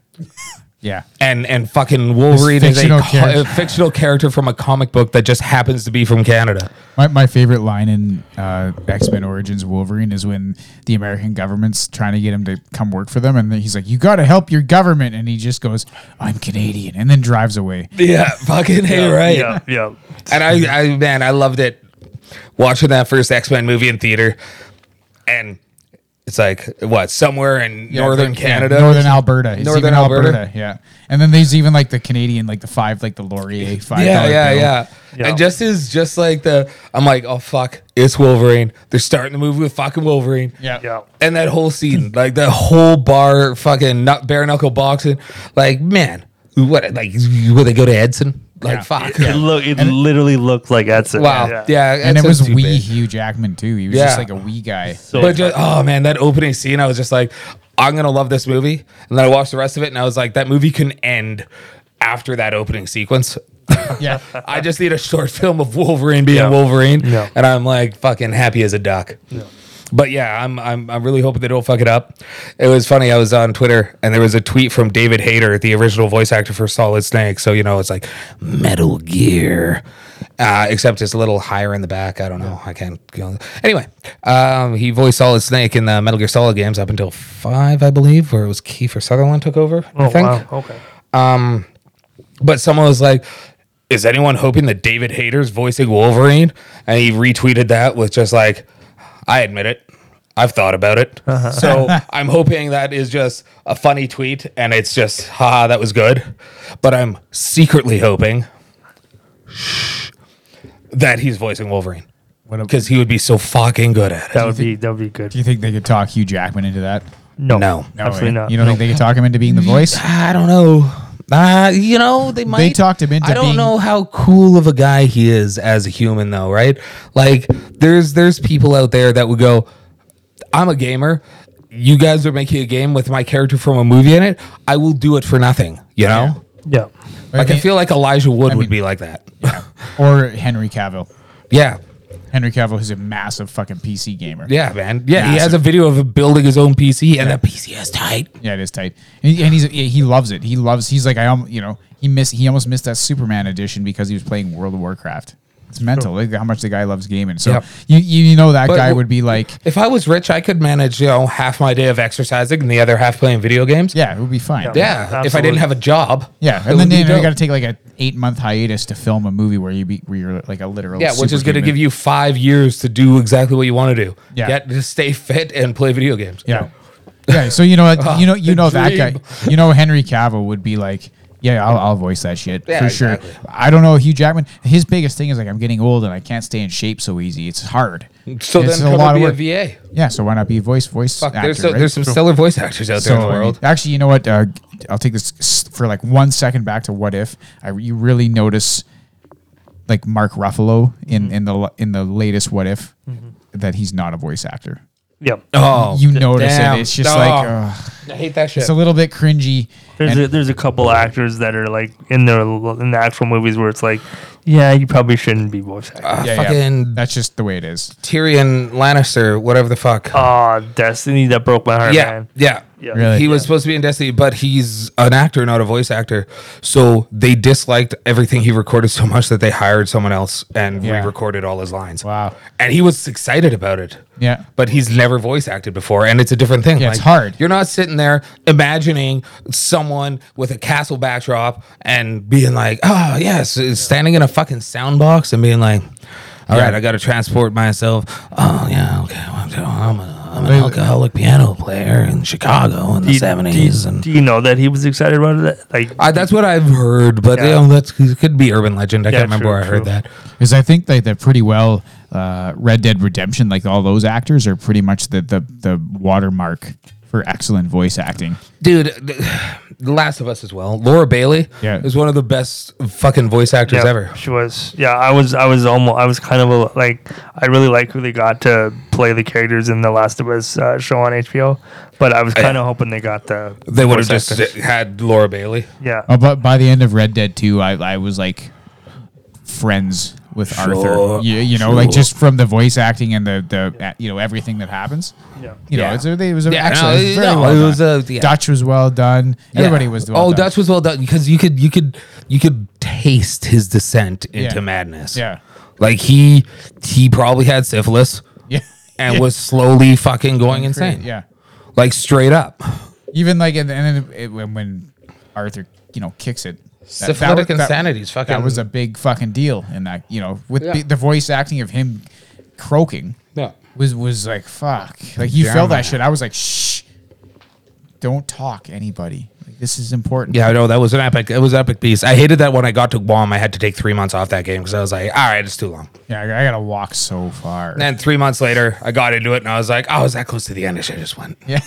S3: Yeah.
S1: and and fucking Wolverine is a,
S3: fictional
S1: co-
S3: character.
S1: a fictional character from a comic book that just happens to be from Canada.
S3: My, my favorite line in uh, X Men Origins Wolverine is when the American government's trying to get him to come work for them, and then he's like, "You got to help your government," and he just goes, "I'm Canadian," and then drives away.
S1: Yeah, fucking hey, right.
S2: Yeah, yeah.
S1: and I, I man, I loved it watching that first X Men movie in theater, and it's like what somewhere in
S3: Yeah,
S1: northern
S3: yeah,
S1: Canada,
S3: northern Alberta, it's
S1: Northern
S3: even Alberta.
S1: Alberta.
S3: yeah. And then there's even like the Canadian, like the five, like the Laurier five.
S1: Yeah,
S3: dollar
S1: yeah,
S3: bill.
S1: yeah,
S2: Yeah.
S1: And just is just like the I'm like, oh fuck, it's Wolverine. They're starting the movie with fucking Wolverine.
S3: yeah,
S2: Yeah.
S1: And that whole scene, like the whole bar fucking nut bare knuckle boxing, like man, what like would they go to Edson? Like
S3: Yeah.
S1: fuck.
S2: It look it literally looked like Edson.
S1: Wow. Yeah.
S2: Yeah.
S3: And it
S1: Edson's
S3: was
S1: too
S3: wee
S1: big.
S3: Hugh Jackman too. He was
S1: Yeah.
S3: just like a wee guy.
S2: So
S1: but just, oh man, that opening scene, I was just like, I'm gonna love this movie. And then I watched the rest of it, and I was like, that movie can end after that opening sequence.
S3: Yeah,
S2: Oh,
S1: I just need a short film of Wolverine being
S2: Yeah.
S1: Wolverine,
S2: Yeah.
S1: and I'm like fucking happy as a duck. But yeah, I'm, I'm I'm really hoping they don't fuck it up. It was funny. I was on Twitter and there was a tweet from David Hayter, the original voice actor for Solid Snake. So you know, it's like Metal Gear, uh, except it's a little higher in the back. I don't know. I can't. You know. Anyway, um, he voiced Solid Snake in the Metal Gear Solid games up until five, I believe, where it was Kiefer Sutherland took over.
S2: Oh
S1: I think.
S2: wow. Okay.
S1: But someone was like, "Is anyone hoping that David Hayter's voicing Wolverine?" And he retweeted that with just like, "I admit it, I've thought about it."
S3: Uh-huh.
S1: So I'm hoping that is just a funny tweet, and it's just, "Ha, that was good." But I'm secretly hoping shh, that he's voicing Wolverine
S3: What a-
S1: because he would be so fucking good at it.
S2: That would be that would be good.
S3: Do you think they could talk Hugh Jackman into that?
S2: No.
S1: No. No,
S2: Absolutely
S3: eh?
S2: not.
S3: You don't think they could talk him into being the voice?
S1: I don't know. Uh, you know, they might.
S3: talked him into
S1: I don't
S3: being-
S1: know how cool of a guy he is as a human, though, right? Like, there's there's people out there that would go, "I'm a gamer. You guys are making a game with my character from a movie in it. I will do it for nothing." You know,
S2: Yeah.
S1: like I
S3: mean-
S1: feel like Elijah Wood
S3: I
S1: would
S3: mean-
S1: be like that.
S3: Or Henry Cavill?
S1: yeah,
S3: Henry Cavill is a massive fucking PC gamer.
S1: yeah, man. Yeah, he has
S3: Massive.
S1: a video of him building his own PC, and that PC is tight.
S3: Yeah, it is tight, and, he- and he's he loves it. He loves. He's like I almost you know he missed he almost missed that Superman edition because he was playing World of Warcraft. It's mental like how much the guy loves gaming. So
S1: Yep.
S3: you you know that
S1: But
S3: guy
S1: w-
S3: would be like
S1: If I was rich, I could manage you know half my day of exercising and the other half playing video games.
S3: yeah it would be fine.
S2: Yeah,
S3: Yeah,
S1: Yeah, if I didn't
S2: absolutely.
S1: have a job. it
S3: and then
S1: would be
S3: you, know, you
S1: dope.
S3: got to take like a eight month hiatus to film a movie where you be where you're like a literal
S1: yeah, which is going to
S3: superhuman.
S1: give you five years to do exactly what you want to do.
S3: Yeah.
S1: Get to stay fit and play video games.
S3: yeah yeah. So you know what you know you
S1: Ah, the
S3: know that
S1: dream.
S3: guy you know Henry Cavill would be like. Yeah, I'll, I'll voice that shit
S1: Yeah,
S3: for sure.
S1: exactly.
S3: I don't know Hugh Jackman. His biggest thing is like I'm getting old and I can't stay in shape so easy. It's hard.
S1: So
S3: It's
S1: then come
S3: lot of
S1: and be
S3: work.
S1: a VA.
S3: Yeah, so why not be a voice voice
S1: Fuck,
S3: actor?
S1: there's, so,
S3: right?
S1: there's some
S3: so,
S1: stellar voice actors out there in
S3: I
S1: the
S3: mean,
S1: world.
S3: actually, you know what? Uh, I'll take this s- for like one second back to what if I, you really
S1: Mm-hmm.
S3: notice like Mark Ruffalo in in the l- in the latest What If. that he's not a voice actor.
S2: Yep.
S1: Oh,
S3: you notice
S1: damn.
S3: it. It's just
S1: Oh.
S3: like ugh,
S1: I hate that shit.
S3: it's a little bit cringy.
S2: There's a, there's a couple actors that are like in their in the actual movies where it's like, yeah, you probably shouldn't be voice
S1: Ah.
S2: acting.
S3: Yeah, yeah.
S1: fucking-
S3: That's just the way it is.
S1: Tyrion Lannister, whatever the
S3: Oh,
S1: fuck.
S2: Ah, Destiny that broke my heart,
S1: yeah,
S2: man.
S1: yeah,
S2: Yeah.
S3: Really?
S1: He was supposed to be in Destiny, but he's an actor, not a voice actor. So they disliked everything he recorded so much that they hired someone else and
S3: Yeah.
S1: re-recorded all his lines.
S3: Wow.
S1: And he was excited about it.
S3: Yeah.
S1: But he's never voice acted before, and it's a different thing.
S3: Yeah, it's hard.
S1: You're not sitting there imagining someone with a castle backdrop and being like, "Oh yes," standing in a fucking sound box and being like, "All right, I got to transport myself." Oh yeah, okay. I'm, I'm, a, I'm an alcoholic piano player in Chicago in the
S4: Do you-
S1: seventies, and
S2: Do you know that he was excited about that? Like,
S1: I, that's what I've heard. But
S2: Yeah.
S1: you know, that's it could be urban legend. I
S2: Yeah,
S1: can't remember
S2: true,
S1: where I heard
S2: true.
S1: that.
S3: Because I think they, they're pretty well. Uh, Red Dead Redemption, like all those actors, are pretty much the the, the watermark for excellent voice acting.
S1: dude th- the last of us as well laura bailey
S3: Yeah.
S1: is one of the best fucking voice actors
S2: yeah,
S1: ever
S2: She was. Yeah, I was. I was almost. I was kind of a, like. I really like who they got to play the characters in the Last of Us uh, show on HBO, but I was kind of hoping they got the.
S1: they would have
S2: voice
S1: just
S2: actors.
S1: had laura bailey
S2: Yeah.
S3: Oh, but by the end of Red Dead Two, I I was like friends with Arthur. You, you know, like just from the voice acting and the the uh, you know everything that happens.
S2: Yeah.
S3: You know,
S1: Yeah.
S3: it's a, it was a,
S1: Yeah,
S3: excellent.
S1: no,
S3: it was very
S1: no,
S3: well
S1: it was
S3: done.
S1: a- yeah.
S3: Dutch was well done. Everybody
S1: Yeah.
S3: was well
S1: oh
S3: done.
S1: dutch was well done because you could you could you could taste his descent into madness
S3: Yeah.
S1: like he he probably had syphilis
S3: Yeah.
S1: and was slowly fucking going insane
S3: Yeah.
S1: like straight up
S3: Even like and then it, when, when Arthur, you know, kicks it. that- that
S1: Syphilitic
S3: was- that-
S1: insanity is fucking-
S3: That was a big fucking deal, and that you know, with
S1: Yeah.
S3: the, the voice acting of him croaking
S1: yeah
S3: was was like fuck. Like you felt that shit. I was like, shh, don't talk anybody. Like, this is important.
S1: yeah, I know that was an epic. It was an epic piece. I hated that when I got to Guam. I had to take three months off that game because I was like, "All right, it's too long."
S3: yeah. I, I gotta walk so far.
S1: And three months later, I got into it and I was like, oh, I was that close to the end. I should have just went.
S3: Yeah.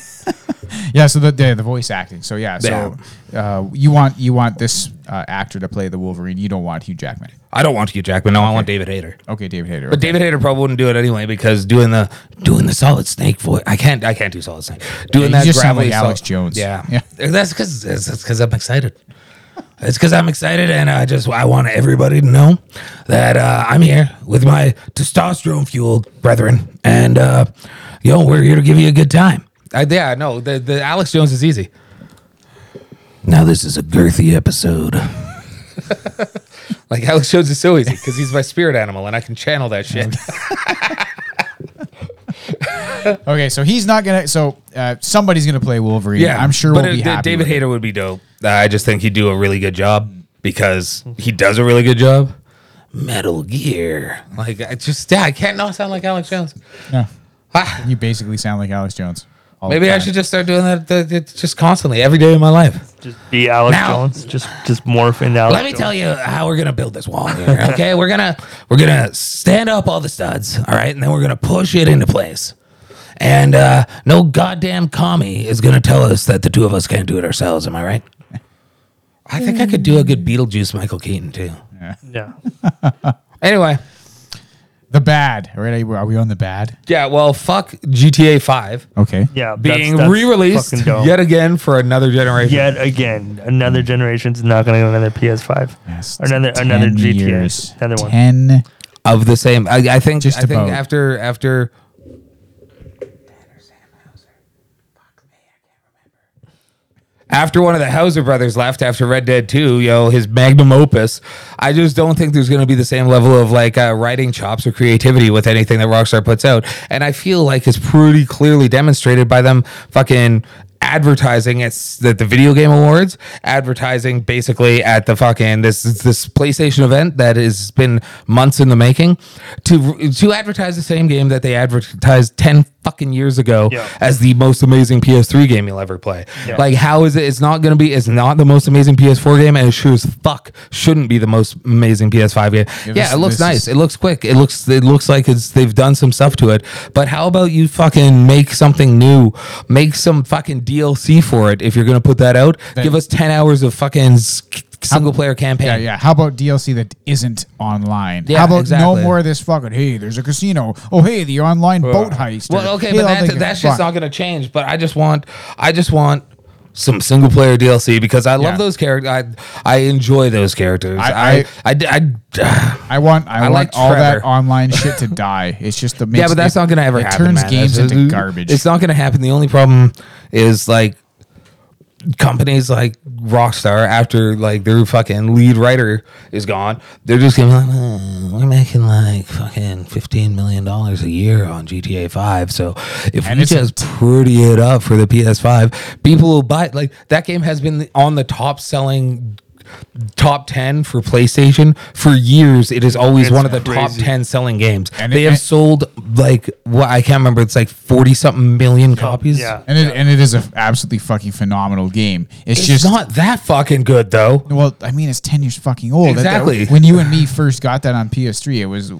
S3: yeah. So the, the the voice acting. So yeah. So uh, you want you want this uh, actor to play the Wolverine. You don't want Hugh Jackman.
S1: I don't want Hugh Jackman. No, I want David Hayter.
S3: Okay, David Hayter.
S1: But David Hayter probably wouldn't do it anyway because doing the doing the solid snake voice, I can't I can't do solid snake. Doing
S3: Yeah, you
S1: that
S3: just sound
S1: gravelly
S3: like
S1: sol-
S3: Alex Jones.
S1: Yeah,
S3: Yeah.
S1: That's because that's because I'm excited. It's because I'm excited and I just I want everybody to know that uh, I'm here with my testosterone fueled brethren and uh, yo, we're here to give you a good time. I, yeah, no, the the Alex Jones is easy.
S4: Now this is a girthy episode.
S1: Like Alex Jones is so easy because he's my spirit animal and I can channel that shit.
S3: Okay, so he's not gonna. So uh, somebody's gonna play Wolverine. I'm sure
S1: But
S3: we'll
S1: it-
S3: be
S1: da-
S3: happy.
S1: David
S3: with it.
S1: Hayter would be dope. Uh, I just think he'd do a really good job because he does a really good job. Metal Gear, like I just yeah, I can't not sound like Alex Jones.
S3: Yeah.
S1: Ah,
S3: You basically sound like Alex Jones. all the
S1: maybe I
S3: time.
S1: should just start doing that, that, that just constantly every day of my life.
S2: Just be Alex
S1: Now-
S2: Jones. Just just morph into Alex.
S1: Let me tell you how we're gonna build this wall here. Okay, we're gonna we're gonna stand up all the studs, all right, and then we're gonna push it into place. And uh, no goddamn commie is gonna tell us that the two of us can't do it ourselves. Am I right? I think I could do a good Beetlejuice Michael Keaton too.
S2: you. Yeah.
S1: Anyway,
S3: The bad. All right, are we on the bad?
S1: yeah. Well, fuck GTA Five
S3: Okay.
S2: Yeah. that's-
S1: being
S2: that's
S1: re-released
S2: fucking dope.
S1: yet again for another generation.
S2: Yet again, another generation's not going to get another PS5.
S3: Yes,
S2: Another
S3: t-
S2: another
S3: 10
S2: GTA.
S3: years.
S2: Another one.
S3: Ten.
S1: of the same. I, I think.
S3: Just
S1: I think
S3: about.
S1: after after. After one of the Hauser brothers left after Red Dead 2, yo, his magnum opus, I just don't think there's going to be the same level of like uh, writing chops or creativity with anything that Rockstar puts out. And I feel like it's pretty clearly demonstrated by them fucking advertising at s- the, the video game awards, advertising basically at the fucking this this PlayStation event that has been months in the making to to advertise the same game that they advertised 10 fucking years ago
S2: Yeah.
S1: as the most amazing PS3 game you'll ever play.
S2: Yeah.
S1: Like, how is it? It's not going to be. It's not the most amazing PS4 game, and it sure as fuck shouldn't be the most amazing PS5 game. Yeah,
S3: this-
S1: it looks
S3: this
S1: nice.
S3: is-
S1: it looks quick. It looks. It looks like it's they've done some stuff to it. But how about you fucking make something new? Make some fucking DLC for it if you're going to put that out. Give us ten hours of fucking s-
S4: single player campaign.
S3: Yeah, yeah. How about DLC that isn't online?
S4: Yeah,
S3: How about
S4: exactly.
S3: no more of this fucking, hey, there's a casino. Oh, hey, the online boat heist.
S1: Well,
S3: Or,
S1: okay,
S3: hey,
S1: but
S3: I'll
S1: that,
S3: take
S1: that,
S3: it.
S1: that's just
S3: Fuck.
S1: not going to change. But I just want, I just want some single player DLC because I love
S3: Yeah.
S1: those characters. I I enjoy those characters. I
S3: I-
S1: I I, I-
S3: I want I,
S1: I
S3: want
S1: liked
S3: all that
S1: Trevor.
S3: online shit to die. It's just the
S1: yeah, but that's not going to ever
S3: it
S1: happen.
S3: turns
S1: man.
S3: games
S1: That's-
S3: into garbage.
S1: It's not going to happen. The only problem is like companies like Rockstar after like their fucking lead writer is gone, they're just going to be like, "Hmm,
S4: Mm, We're making like fucking fifteen million dollars a year on GTA Five, so if
S3: And
S4: we
S3: it's a-
S4: just pretty it up for the PS Five,
S1: people will buy it. Like that game has been on the top selling top 10 for PlayStation for years. It is always
S2: It's
S1: one of the top
S2: crazy.
S1: 10 selling games.
S3: And
S1: they
S3: it-
S1: have
S3: and-
S1: sold like what I can't remember. It's like 40 something million copies.
S2: Yeah.
S3: and it and it is an absolutely fucking phenomenal game. It's,
S1: It's
S3: just
S1: not that fucking good though.
S3: well, I mean, it's ten years fucking old. That- that-
S1: Exactly.
S3: when you and me first got that on PS3, it was.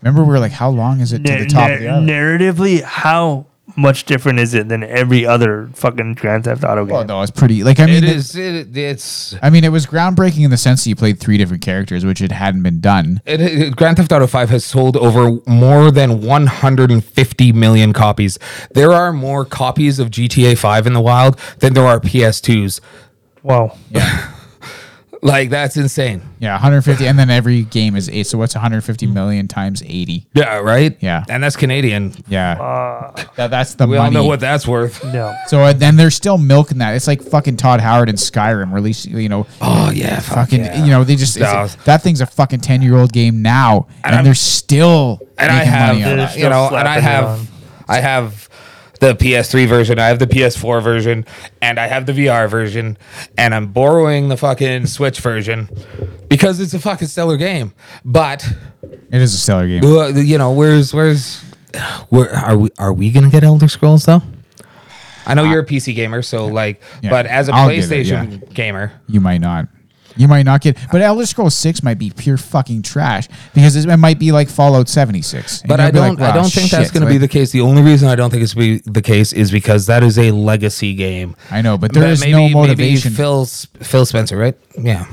S3: Remember, we were like, "How long is it to the
S2: Nar-
S3: top
S2: nar-
S3: of the island?
S2: narratively, how much different is it than every other fucking Grand Theft Auto game?
S3: Well, no, it's pretty. Like, I mean,
S1: It
S3: the-
S1: is. It, it's.
S3: I mean, it was groundbreaking in the sense that you played three different characters, which it hadn't been done.
S1: It, it- Grand Theft Auto 5 has sold over more than 150 million copies. There are more copies of GTA 5 in the wild than there are PS2s.
S2: Wow.
S1: Like that's insane.
S3: Yeah, 150, and then every game is eight. So what's 150 million times 80?
S1: Yeah, right?
S3: Yeah.
S1: And that's Canadian.
S3: Yeah, That- that's the
S1: Uh, We all
S3: money.
S1: know what that's worth.
S2: No.
S3: so uh, then they're still milking that. It's like fucking Todd Howard and Skyrim releasing. You know,
S1: Oh yeah, fuck
S3: fucking.
S1: yeah.
S3: You know, they just it's,
S1: No.
S3: that thing's a fucking 10 year old game now, and,
S1: I'm-
S3: they're still
S1: and I
S3: making
S1: have,
S3: money on
S2: They're
S3: that.
S2: still
S1: you know, and
S2: slapping
S1: I
S2: it
S1: have,
S2: on.
S1: I have the PS3 version, I have the PS4 version, and I have the VR version, and I'm borrowing the fucking Switch version because it's a fucking stellar game. But
S3: It is a stellar game.
S1: uh, you know, where's where's
S4: where are we? Are we gonna get Elder Scrolls though?
S1: I know you're a PC gamer, so like,
S3: Uh, Yeah,
S1: but as a
S3: I'll get it,
S1: PlayStation gamer,
S3: You might not. You might not get, but Elder Scrolls Six might be pure fucking trash because it might be like Fallout seventy six.
S1: But I don't, I don't think that's going to be the case. The only reason I don't think it's be the case is because that is a legacy game.
S3: I know, but there is no motivation.
S1: Maybe Phil S- Phil Spencer, right? Yeah,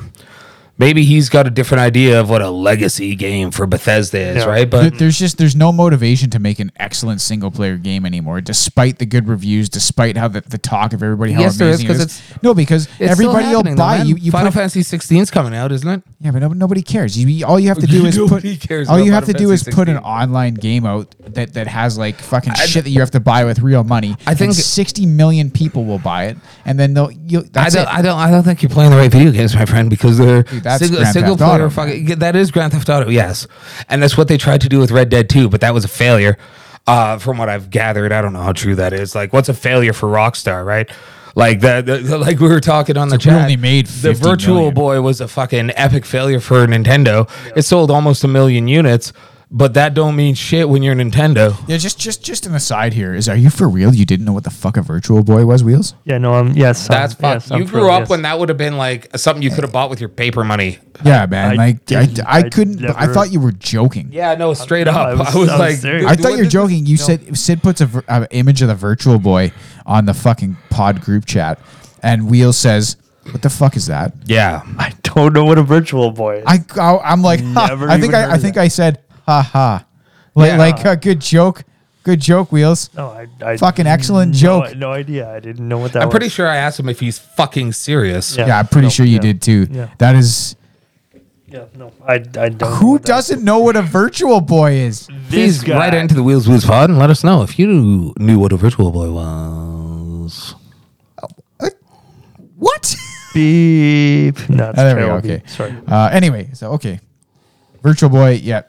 S1: maybe he's got a different idea of what a legacy game for Bethesda is,
S2: Yeah.
S1: right?
S3: There-
S1: But
S3: there's just there's no motivation to make an excellent single player game anymore, despite the good reviews, despite how the, the talk of everybody how
S1: Yes, there is,
S3: amazing
S1: 'cause
S3: it is. No, because
S1: it's still
S3: everybody will
S1: happening,
S3: buy
S1: though,
S3: you.
S1: man.
S3: You
S1: Final
S3: put,
S1: Fantasy 16 's coming out, isn't it?
S3: yeah, but no, nobody cares. You- You all you have to do is put
S1: Nobody cares
S3: all
S1: about
S3: you have to
S1: Final
S3: do is
S1: Fantasy
S3: put an
S1: 16.
S3: online game out that that has like fucking shit that you have to buy with real money.
S1: I think-
S3: and sixty million people will buy it, and then they'll you.
S1: I
S3: That's
S1: don't,
S3: it.
S1: I don't. I don't think you're playing the right video games, my friend, because they're
S3: that's
S1: single,
S3: Grand
S1: single
S3: Theft
S1: player.
S3: Auto,
S1: fucking, yeah, that is Grand Theft Auto, yes, and that's what they tried to do with Red Dead 2, but that was a failure. Uh, from what I've gathered, I don't know how true that is. Like, what's a failure for Rockstar, right? Like that, the- like we were talking on the
S3: we
S1: chat.
S3: only made
S1: the
S3: 50
S1: Virtual
S3: million.
S1: Boy was a fucking epic failure for Nintendo. It sold almost a million units, but that don't mean shit when you're Nintendo.
S3: yeah, just just just an aside here is: Are you for real? You didn't know what the fuck a virtual boy was, wheels?
S2: Yeah, no, I'm, yes.
S1: That's
S2: I'm,
S1: fuck.
S2: yes, I'm
S1: you
S2: for
S1: grew
S2: it,
S1: up
S2: yes.
S1: when that would have been like something you could have bought with your paper money.
S3: Yeah, man.
S2: I
S3: like I,
S2: didn't-
S3: I,
S2: I
S3: couldn't. I
S2: never-
S3: thought you were joking.
S1: Yeah, no, straight
S2: no,
S1: up.
S2: I
S1: I
S2: was-
S1: was,
S2: I was
S1: like,
S2: serious.
S3: I
S1: dude,
S3: thought
S1: what
S3: you were
S1: did this-
S3: joking. You said Sid puts a, vir- a image of the virtual boy on the fucking pod group chat, and Wheels says, "What the fuck is that?"
S1: Yeah.
S2: I don't know what a virtual boy is.
S3: I, I am like, "Ha."
S2: Never
S3: I think
S2: even heard
S3: I, I
S2: of
S3: think
S2: that.
S3: I said, "Ha ha," like,
S1: Yeah.
S3: like a good joke, good joke, Wheels.
S2: no, I, I
S3: Fucking excellent
S2: no,
S3: joke.
S2: No idea. I didn't know what that
S1: I'm
S2: was.
S1: pretty sure I asked him if he's fucking serious.
S3: Yeah, I'm pretty
S2: no,
S3: sure you
S2: yeah,
S3: did too.
S2: Yeah.
S3: That is
S2: Yeah, no, I, I don't.
S3: who doesn't know what a virtual boy is.
S2: This
S1: Please
S2: guy.
S1: write into the Wheels Wheels pod and let us know if you knew what a Virtual Boy was.
S3: What?
S2: Beep. No, it's
S3: Oh, there we go.
S2: terrible
S3: Okay.
S2: beep. Sorry.
S3: Uh, anyway, so okay, Virtual Boy. Yeah,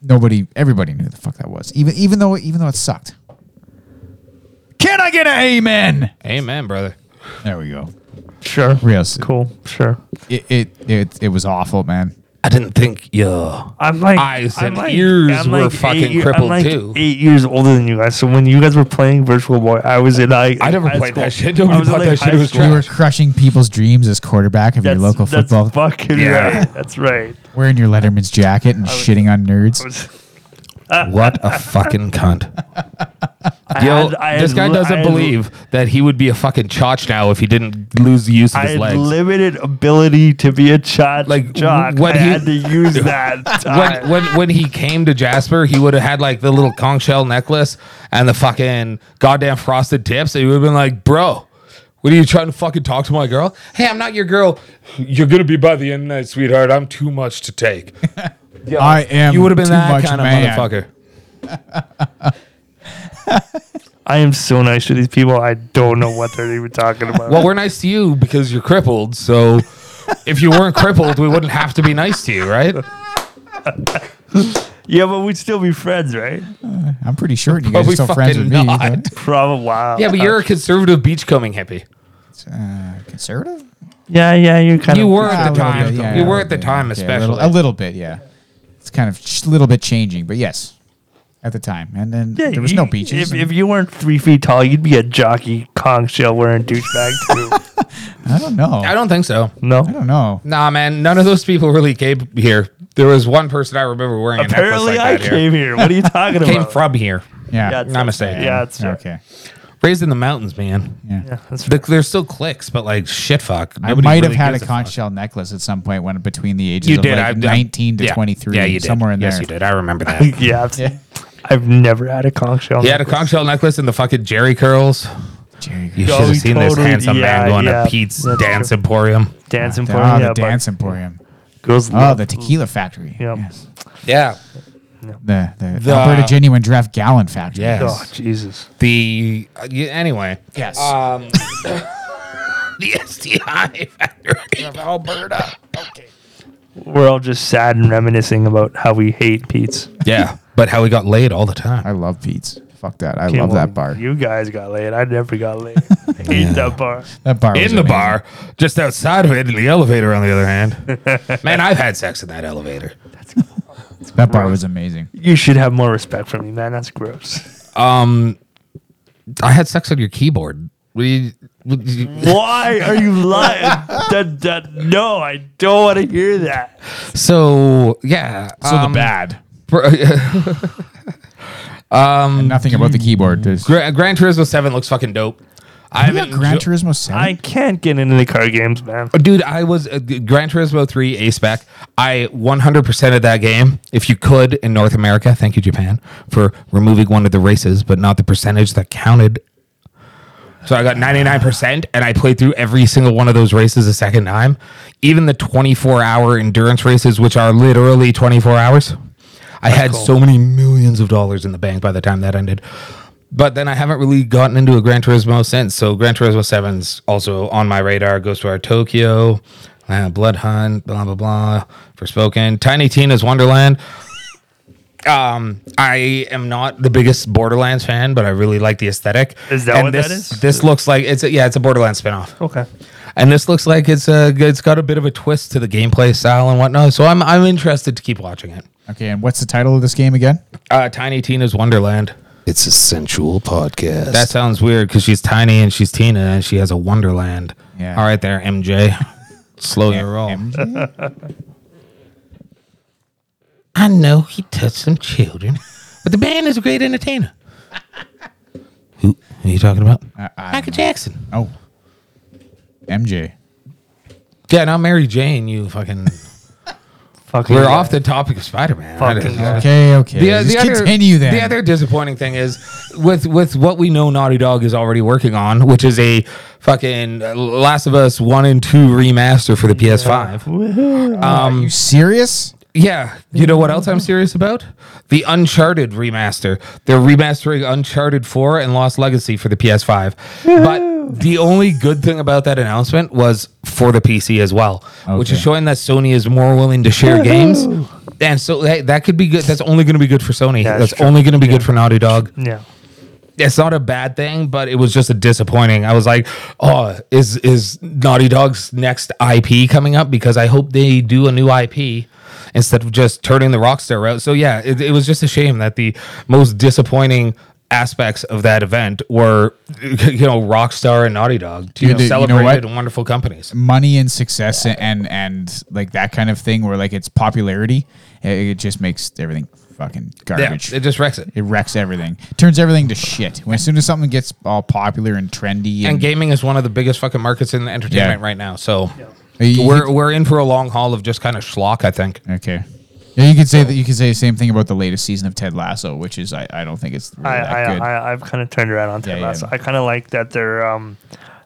S3: nobody, everybody knew who the fuck that was. Even even though even though it sucked. Can I get an amen?
S1: Amen, brother.
S3: There we go.
S2: Sure.
S3: Real si-
S2: Cool. Sure.
S3: It it it, it was awful, man.
S1: I didn't think yeah.
S2: I'm like
S1: Eyes
S2: I'm
S1: and
S2: like,
S1: ears
S2: I'm
S1: were
S2: like
S1: fucking
S2: eight year-
S1: crippled,
S2: I'm like
S1: too.
S2: Eight years older than you guys. So when you guys were playing Virtual Boy, I was in I.
S1: I never
S2: high
S1: played that
S2: school.
S1: shit. Nobody
S2: I was in,
S1: thought
S2: like,
S1: that shit
S2: high
S1: was
S2: school.
S1: trash.
S3: You were crushing people's dreams as quarterback of
S2: That's,
S3: your local
S2: that's
S3: football,
S2: fucking
S1: Yeah.
S2: right. That's right.
S3: wearing your Letterman's jacket and shitting on nerds.
S2: I was-
S1: What a fucking cunt.
S2: I
S1: Yo,
S2: had- I
S1: this
S2: had
S1: guy
S2: li- I
S1: doesn't
S2: had-
S1: believe that he would be a fucking chotch now if he didn't lose the use of
S2: I
S1: his
S2: had
S1: legs.
S2: limited ability to be a chot.
S1: Like,
S2: Like jock.
S1: what
S2: I
S1: he-
S2: had to use that.
S1: when,
S2: time.
S1: when when he came to Jasper, he would have had like the little conch shell necklace and the fucking goddamn frosted tips. And he would have been like, bro, what are you trying to fucking talk to my girl? Hey, I'm not your girl. You're gonna be by the end of the night, sweetheart. I'm too much to take.
S3: I am.
S1: You would have been
S3: too
S1: that
S3: much
S1: kind of
S3: man.
S1: motherfucker.
S2: I am so nice to these people. I don't know what they're even talking about.
S1: Well, we're nice to you because you're crippled. So if you weren't crippled, we wouldn't have to be nice to you, right?
S2: yeah, but we'd still be friends, right?
S3: I'm pretty sure you guys are
S1: Probably
S3: still friends with
S1: fucking
S3: me.
S1: not.
S3: but-
S2: Probably. Wow.
S1: Yeah, but you're a conservative beachcombing hippie.
S3: Uh, conservative?
S2: yeah, yeah, you're kind
S1: You
S2: of.
S1: were at
S3: Ah, a
S1: the
S3: little
S1: time.
S3: bit, yeah,
S1: you
S3: a
S1: were
S3: little
S1: at the
S3: bit,
S1: time,
S3: yeah, a
S1: especially.
S3: little- a little bit, yeah. It's kind of a little bit changing, but yes, at the time. And then
S2: Yeah,
S3: there was
S2: you-
S3: no beaches.
S2: If,
S3: and-
S2: if you weren't three feet tall, you'd be a jockey conch shell wearing douchebag too.
S3: I don't know.
S1: I don't think so.
S3: I
S2: No,
S3: don't know.
S1: Nah, man, none of those people really came here. There was one person I remember wearing a necklace
S2: apparently
S1: like
S2: I
S1: that here.
S2: came here. What are you talking about?
S1: Came from here,
S3: Yeah.
S2: Yeah,
S1: I'm mistaken.
S2: Yeah, that's fair.
S3: okay.
S1: raised in the mountains, man.
S3: Yeah.
S2: Yeah, that's fair.
S1: The, there's still clicks, but like shit, fuck.
S3: I
S1: Nobody
S3: might have
S1: really
S3: had a
S1: gives
S3: conch
S1: fuck.
S3: shell necklace at some point when between the ages
S1: You
S3: of
S1: did.
S3: like
S1: I've done-
S3: 19 to
S1: yeah.
S3: 23,
S1: Yeah, you did.
S3: somewhere in
S1: yes,
S3: there.
S1: you did. I remember that.
S2: yeah, I've,
S3: Yeah.
S2: I've never had a conch shell.
S1: He had a
S2: necklace.
S1: conch shell necklace and the fucking Jerry curls.
S3: Jerry
S1: You
S2: Oh,
S1: should have
S2: he
S1: seen this
S2: totally-
S1: handsome
S2: yeah,
S1: man going
S2: yeah.
S1: to Pete's
S2: That's
S1: Dance
S2: true.
S1: Emporium.
S2: dance
S3: Ah,
S2: emporium.
S3: the
S2: yeah,
S3: dance emporium.
S2: but Girls
S3: Oh,
S2: love
S3: the tequila factory.
S2: Yep.
S3: Yes.
S1: Yeah,
S3: The, the,
S1: The-
S3: Alberta Genuine Draft Gallon factory.
S1: Yes.
S2: Oh Jesus!
S1: The uh, yeah, anyway,
S3: Yes.
S1: Um, the STI factory of Alberta.
S2: We're all just sad and reminiscing about how we hate Pete's.
S1: Yeah, but how he got laid all the time.
S3: I love Pete's. Fuck that. I
S2: Can't
S3: love that
S2: believe
S3: bar.
S2: You guys got laid. I never got laid. Hate that bar.
S3: That bar was
S1: in the
S3: amazing.
S1: bar, just outside of it, in the elevator. On the other hand, man, I've had sex in that elevator.
S3: That bar was amazing.
S2: You should have more respect for me, man. That's gross.
S1: Um, I had sex on your keyboard. We, we-
S2: Why are you lying? That- that- no, I don't want to hear that.
S1: so yeah. um, So
S3: the bad. Nothing about the keyboard. There's-
S1: Gran, Gran Turismo Seven looks fucking dope. I
S3: You got Gran
S1: enjo-
S3: Turismo 7?
S2: I can't get into the car games, man.
S1: Dude, I was uh, Gran Turismo 3 Ace back. I 100% of that game. If you could in North America, thank you Japan for removing one of the races, but not the percentage that counted. So I got 99% and I played through every single one of those races a second time, even the 24-hour endurance races which are literally 24 hours. I had so many millions of dollars in the bank by the time that ended. But then I haven't really gotten into a Gran Turismo since. So Gran Turismo 7's also on my radar. Goes to our Tokyo, uh, Blood Hunt, blah blah blah. For spoken, Tiny Tina's Wonderland. Um, I am not the biggest Borderlands fan, but I really like the aesthetic.
S2: Is that
S1: And
S2: what
S1: this,
S2: that is?
S1: This looks like it's a, yeah, it's a Borderlands spinoff.
S2: Okay.
S1: And this looks like it's a it's got a bit of a twist to the gameplay style and whatnot. So I'm I'm interested to keep watching it.
S3: okay, and what's the title of this game again?
S1: Uh, Tiny Tina's Wonderland.
S4: It's a sensual podcast.
S1: That sounds weird because she's tiny and she's Tina and she has a Wonderland.
S3: Yeah.
S1: All right, there, MJ. Slow your roll.
S3: MJ?
S4: I know he touched some children, but the band is a great entertainer. Who are you talking about?
S3: I- I
S4: Michael
S3: don't
S4: Jackson.
S3: know. oh. MJ.
S1: Yeah, not Mary Jane. You fucking.
S2: Fucking
S1: We're
S2: yeah.
S1: off the topic of Spider Man.
S2: Fucking yeah.
S3: Okay, okay.
S1: The, uh,
S3: Just
S1: the other,
S3: continue then.
S1: the other disappointing thing is with with what we know Naughty Dog is already working on, which is a fucking Last of Us 1 and 2 remaster for the PS5.
S3: Are you serious?
S1: Yeah, you know what else I'm serious about? The Uncharted remaster. They're remastering Uncharted 4 and Lost Legacy for the PS5. But the only good thing about that announcement was for the PC as well, which is
S3: Okay.
S1: showing that Sony is more willing to share games. And so hey, that could be good. That's only going to be good for Sony.
S2: Yeah, that's
S1: That's
S2: true.
S1: only going to be good for Naughty Dog.
S2: Yeah.
S1: It's not a bad thing, but it was just a disappointing. I was like, "Oh, is is Naughty Dog's next IP coming up?" Because I hope they do a new IP instead of just turning the Rockstar route. So yeah, it, it was just a shame that the most disappointing aspects of that event were, you know, Rockstar and Naughty Dog, two
S3: Dude, you know
S1: celebrated
S3: what?
S1: and wonderful companies.
S3: Money and success and, and and like that kind of thing where like it's popularity, it, it just makes everything fucking
S1: Yeah,
S3: garbage.
S1: it just wrecks it.
S3: It wrecks everything. Turns everything to shit. When as soon as something gets all popular and trendy, and,
S1: And gaming is one of the biggest fucking markets in entertainment
S3: Yeah.
S1: right now. So
S3: Uh, You-
S1: we're we're in for a long haul of just kind of schlock, I think.
S3: okay, yeah, you could say that. You could say the same thing about the latest season of Ted Lasso, which is I, I don't think it's really
S2: I,
S3: that
S2: I,
S3: good.
S2: I, I've kind of turned around on Ted
S3: Yeah, yeah.
S2: Lasso. I kind of like that they're um,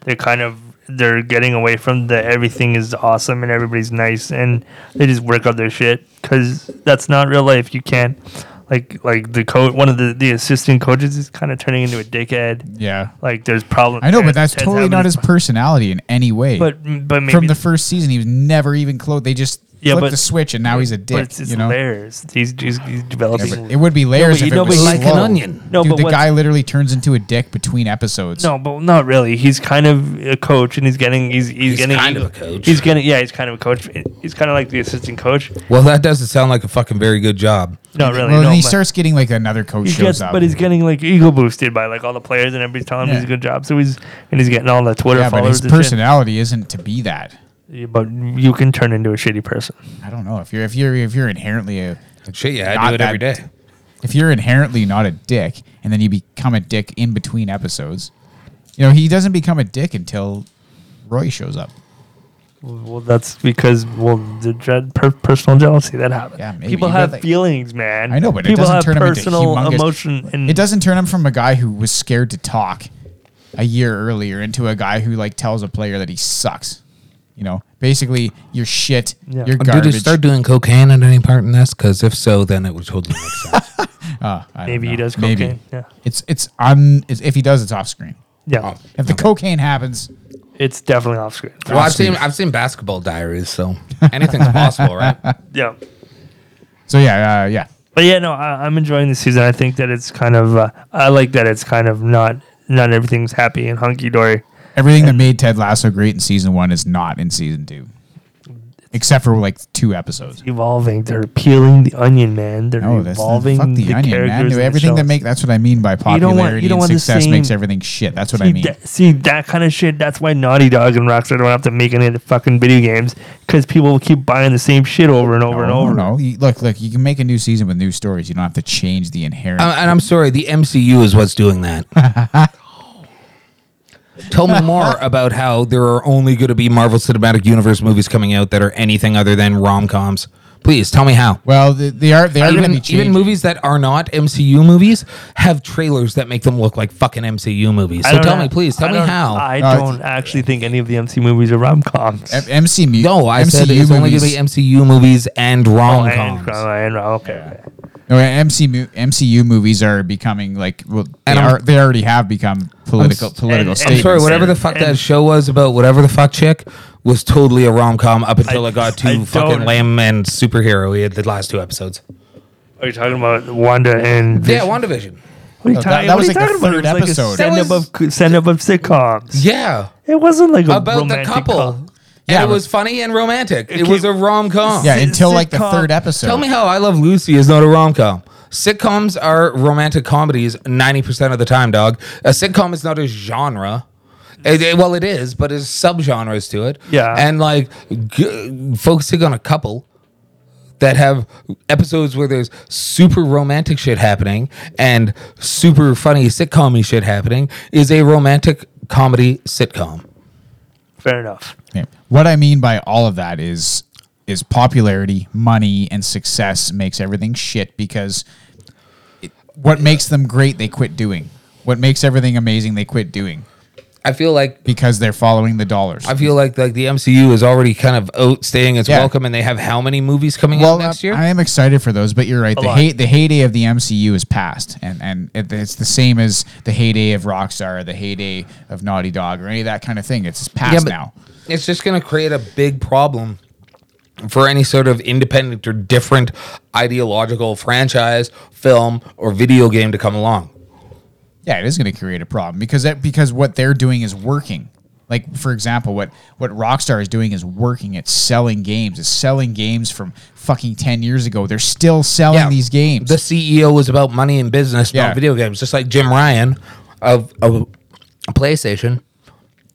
S2: they're kind of they're getting away from the everything is awesome and everybody's nice and they just work out their shit because that's not real life. You can't like like the coach one of the, the assistant coaches is kind of turning into a dickhead.
S3: yeah,
S2: Like there's problems.
S3: I know, but
S2: Ted's-
S3: that's
S2: Ted's
S3: totally
S2: having
S3: not his personality in any way.
S2: But but maybe
S3: from the first season, he was never even close. They just
S2: Yeah,
S3: flipped
S2: but-
S3: the switch, and now he's a
S2: but
S3: dick.
S2: it's, it's
S3: you know,
S2: layers. He's, he's, he's
S3: Yeah,
S2: developing.
S3: but it would be layers
S2: but
S3: if
S2: you
S3: it
S2: know,
S3: was
S2: but like an
S3: slow.
S4: onion.
S2: No,
S3: Dude,
S2: but
S3: the
S2: what's-
S3: guy literally turns into a dick between episodes.
S2: No, but not really. He's kind of a coach, and he's getting he's he's, getting
S1: kind of a coach.
S2: He's getting yeah, he's kind of a coach. He's kind of like the assistant coach.
S1: Well, that doesn't sound like a fucking very good job.
S2: Not really.
S3: well,
S2: no,
S3: then he
S2: but
S3: starts getting like another coach
S2: he
S3: shows
S2: gets,
S3: up,
S2: but he's getting like ego boosted by like all the players, and everybody's telling him he's
S3: Yeah.
S2: a good job. So he's and he's getting all the Twitter
S3: yeah, but
S2: followers.
S3: his
S2: and shit.
S3: personality isn't to be that.
S2: Yeah, But you can turn into a shitty person.
S3: I don't know if you're if you're if you're inherently a
S1: Shit, yeah, I
S3: Not
S1: do it
S3: that-
S1: every day.
S3: if you're inherently not a dick and then you become a dick in between episodes, you know he doesn't become a dick until Roy shows up.
S2: Well, that's because well, the dread, per- personal jealousy that happens.
S3: Yeah, maybe,
S2: People
S3: but
S2: have
S3: like-
S2: feelings, man.
S3: I know, but
S2: people
S3: it doesn't
S2: have
S3: turn him into
S2: personal
S3: humongous.
S2: emotion. And
S3: it doesn't turn him from a guy who was scared to talk a year earlier into a guy who like tells a player that he sucks. You know, basically you're shit.
S2: Yeah.
S3: You're
S4: Did
S3: garbage.
S4: he start doing cocaine at any part in this? Because if so, then it would totally make sense.
S3: I don't
S2: Maybe he
S3: know.
S2: does cocaine, yeah.
S3: It's it's un. It's, if he does, it's off screen.
S2: Yeah,
S3: If the cocaine happens,
S2: it's definitely off screen.
S1: Well, I've seen I've seen basketball diaries, so anything's possible, right?
S4: Uh,
S2: Yeah.
S3: so yeah, uh, yeah.
S2: But yeah, no, I, I'm enjoying the season. I think that it's kind of, uh, I like that it's kind of not, not everything's happy and hunky dory.
S3: Everything that made Ted Lasso great in season one is not in season two, except for like two episodes.
S2: Evolving, they're peeling the onion, man. They're
S3: No, that's fuck
S2: evolving
S3: the,
S2: the,
S3: onion, man.
S2: characters.
S3: Do
S2: in the
S3: everything that
S2: shows.
S3: make that's what I mean by
S2: want- you
S3: popularity
S2: don't want the
S3: and success makes
S2: same-
S3: everything shit. That's what
S2: See,
S3: I mean.
S2: that, see that kind of shit. That's why Naughty Dog and Rockstar don't have to make any of the fucking video games because people will keep buying the same shit over and over and
S3: No,
S2: over.
S3: no, you, look, look. You can make a new season with new stories. You don't have to change the inherent.
S4: Uh, and I'm sorry, the MCU is what's doing that.
S1: Tell me more about how there are only going to be Marvel Cinematic Universe movies coming out that are anything other than rom coms. Please tell me how.
S3: well, they, they are they are going to be
S1: Even,
S3: changing.
S1: even movies that are not MCU movies have trailers that make them look like fucking MCU movies.
S2: I
S1: So
S2: don't
S1: tell
S2: know.
S1: me, please, tell
S2: I
S1: me
S2: don't-
S1: how.
S2: I
S3: No, it's-
S2: don't actually think any of the MC movies are rom coms.
S3: M- MC mu-
S1: no, I said
S3: MCU
S1: it's only going to
S3: movies-
S1: be MCU movies and rom
S2: Oh, and,
S1: coms.
S2: and, okay. okay.
S3: No, MC mu- MCU movies are becoming like well, they
S1: And I'm-
S3: are they already have become political political
S2: and-
S1: I'm
S3: statements.
S1: sorry, whatever the fuck
S2: And-
S1: that show was about, whatever the fuck chick was totally a rom com up until
S2: I-
S1: it got
S2: I
S1: to
S2: don't-
S1: fucking lame and superhero y at the last two episodes.
S2: Are you talking about Wanda and
S1: Yeah,
S2: Vision?
S1: WandaVision.
S2: What are you
S3: No,
S2: talking, what are you
S3: that- that was like the
S2: talking about? It
S3: third
S2: was like
S3: episode.
S2: a send
S1: That
S2: up of co- send up of sitcoms.
S1: Yeah,
S2: It wasn't like a
S1: about the
S2: romantic
S1: couple.
S2: com-
S1: Yeah,
S3: Yeah,
S1: it
S3: but-
S1: was funny and romantic. It
S2: Okay.
S1: was a rom com.
S3: yeah, until like the
S2: sitcom.
S3: third episode.
S1: Tell me how I Love Lucy is not a rom com. Sitcoms are romantic comedies 90% of the time, dog. A sitcom is not a genre. It- it- well, it is, but there's subgenres to it.
S2: Yeah.
S1: And like g- focusing on a couple that have episodes where there's super romantic shit happening and super funny sitcom shit happening is a romantic comedy sitcom.
S2: Fair enough.
S3: Yeah. What I mean by all of that is is popularity, money, and success makes everything shit because it, what makes them great they quit doing. What makes everything amazing they quit doing
S1: I feel like
S3: because they're following the dollars.
S1: I feel like like the MCU is already kind of outstaying its
S3: Yeah.
S1: welcome, and they have how many movies coming out next year?
S3: I am excited for those, but you're right. the
S2: lot.
S3: hate, the heyday of the MCU is past, and and it, it's the same as the heyday of Rockstar, or the heyday of Naughty Dog, or any of that kind of thing. It's past
S1: but
S3: now.
S1: It's just going to create a big problem for any sort of independent or different ideological franchise, film, or video game to come along.
S3: Yeah, it is going to create a problem because that, because what they're doing is working. Like for example, what what Rockstar is doing is working. It's selling games. It's selling games from fucking ten years ago. They're still selling these games.
S1: The CEO was about money and business,
S3: Yeah.
S1: not video games. Just like Jim Ryan of, of PlayStation,